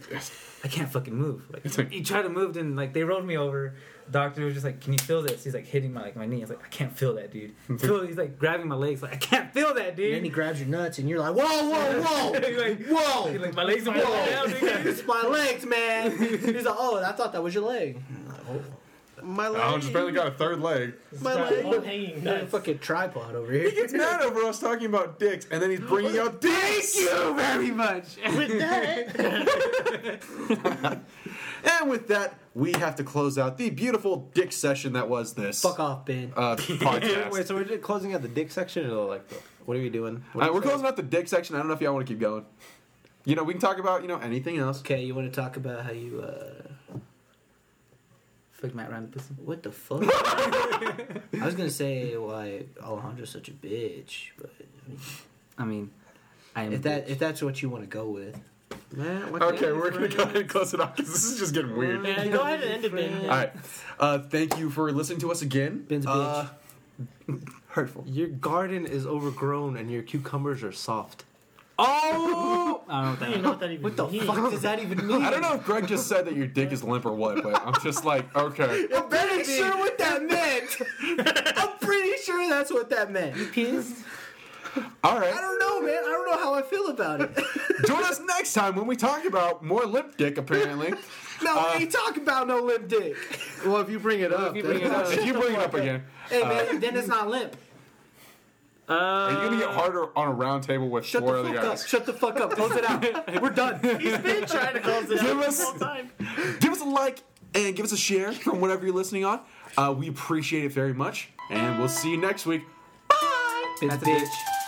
[SPEAKER 2] I can't fucking move.
[SPEAKER 1] It's
[SPEAKER 2] Like
[SPEAKER 1] like-
[SPEAKER 2] you try to move, and like they rolled me over. Doctor was just like, "Can you feel this?" He's like hitting my like my knee. I was like, "I can't feel that, dude." Feel- He's like grabbing my legs. Like I can't feel that,
[SPEAKER 4] And then he
[SPEAKER 2] dude.
[SPEAKER 4] grabs your nuts, and you're like,
[SPEAKER 1] <laughs>
[SPEAKER 4] whoa, whoa, whoa,
[SPEAKER 2] <laughs> He's like,
[SPEAKER 4] whoa!
[SPEAKER 2] he's like, my legs are falling down.
[SPEAKER 4] <laughs>
[SPEAKER 2] dude."
[SPEAKER 4] It's my legs, man. He's like, oh, I thought that was your leg.
[SPEAKER 5] My
[SPEAKER 1] I just barely got a third leg.
[SPEAKER 4] My
[SPEAKER 6] Got
[SPEAKER 4] leg.
[SPEAKER 6] one hanging
[SPEAKER 4] Got a
[SPEAKER 6] nuts.
[SPEAKER 4] fucking tripod over
[SPEAKER 1] He
[SPEAKER 4] here.
[SPEAKER 13] <laughs>
[SPEAKER 1] gets mad over us talking about dicks, and then he's bringing up dicks.
[SPEAKER 2] Thank you very much.
[SPEAKER 6] With that,
[SPEAKER 1] And with that, we have to close out the beautiful dick session that was this
[SPEAKER 4] Fuck off, Ben.
[SPEAKER 1] uh, podcast.
[SPEAKER 5] Wait, so we're just closing out the dick section, or like, the- what are we doing?
[SPEAKER 1] All
[SPEAKER 5] What
[SPEAKER 1] right,
[SPEAKER 5] are
[SPEAKER 1] we're
[SPEAKER 5] we saying?
[SPEAKER 1] closing out the dick section. I don't know if y'all want to keep going. You know, we can talk about you know anything else.
[SPEAKER 4] Okay, you want to talk about how you, uh,
[SPEAKER 2] Fuck Matt around the pussy.
[SPEAKER 4] what the <laughs> fuck? I was gonna say why Alejandro's such a bitch, but
[SPEAKER 2] I mean, I am.
[SPEAKER 4] if that if that's what you want to go with,
[SPEAKER 5] Man, what
[SPEAKER 1] Okay,
[SPEAKER 5] the-
[SPEAKER 1] we're gonna go ahead and close it off because this is just getting weird.
[SPEAKER 6] yeah, go ahead and end it, Ben.
[SPEAKER 1] All right, uh, thank you for listening to us again.
[SPEAKER 4] Ben's a bitch.
[SPEAKER 1] Uh, hurtful.
[SPEAKER 5] Your garden is overgrown and your cucumbers are soft.
[SPEAKER 2] oh, I don't know what
[SPEAKER 6] I
[SPEAKER 2] that
[SPEAKER 6] don't even
[SPEAKER 2] means.
[SPEAKER 6] know what that even
[SPEAKER 4] what the
[SPEAKER 6] means.
[SPEAKER 4] fuck does that even <laughs> mean?
[SPEAKER 1] I don't know if Greg just said that your dick is limp or what, but I'm just like, <laughs> okay.
[SPEAKER 4] I'm pretty sure what that meant. <laughs> I'm pretty sure that's what that meant.
[SPEAKER 1] All right.
[SPEAKER 4] I don't know, man. I don't know how I feel about <laughs> it.
[SPEAKER 1] Join us next time when we talk about more limp dick, <laughs> apparently.
[SPEAKER 4] No, we ain't talking about no limp dick.
[SPEAKER 5] Well, if you bring it up,
[SPEAKER 2] If you bring it up.
[SPEAKER 1] if you bring it up again,
[SPEAKER 4] Hey, man, then it's not limp.
[SPEAKER 1] are you going to
[SPEAKER 4] Uh,
[SPEAKER 1] get harder on a round table with
[SPEAKER 4] Shut
[SPEAKER 1] four
[SPEAKER 4] the
[SPEAKER 1] other
[SPEAKER 4] fuck
[SPEAKER 1] guys?
[SPEAKER 4] up. Shut the fuck up. Close it out. We're done.
[SPEAKER 6] He's been trying to close it out
[SPEAKER 1] Give
[SPEAKER 6] this
[SPEAKER 1] us-
[SPEAKER 6] whole time.
[SPEAKER 1] Give us a like and give us a share from whatever you're listening on. Uh, we appreciate it very much, and we'll see you next week.
[SPEAKER 4] It's bitch.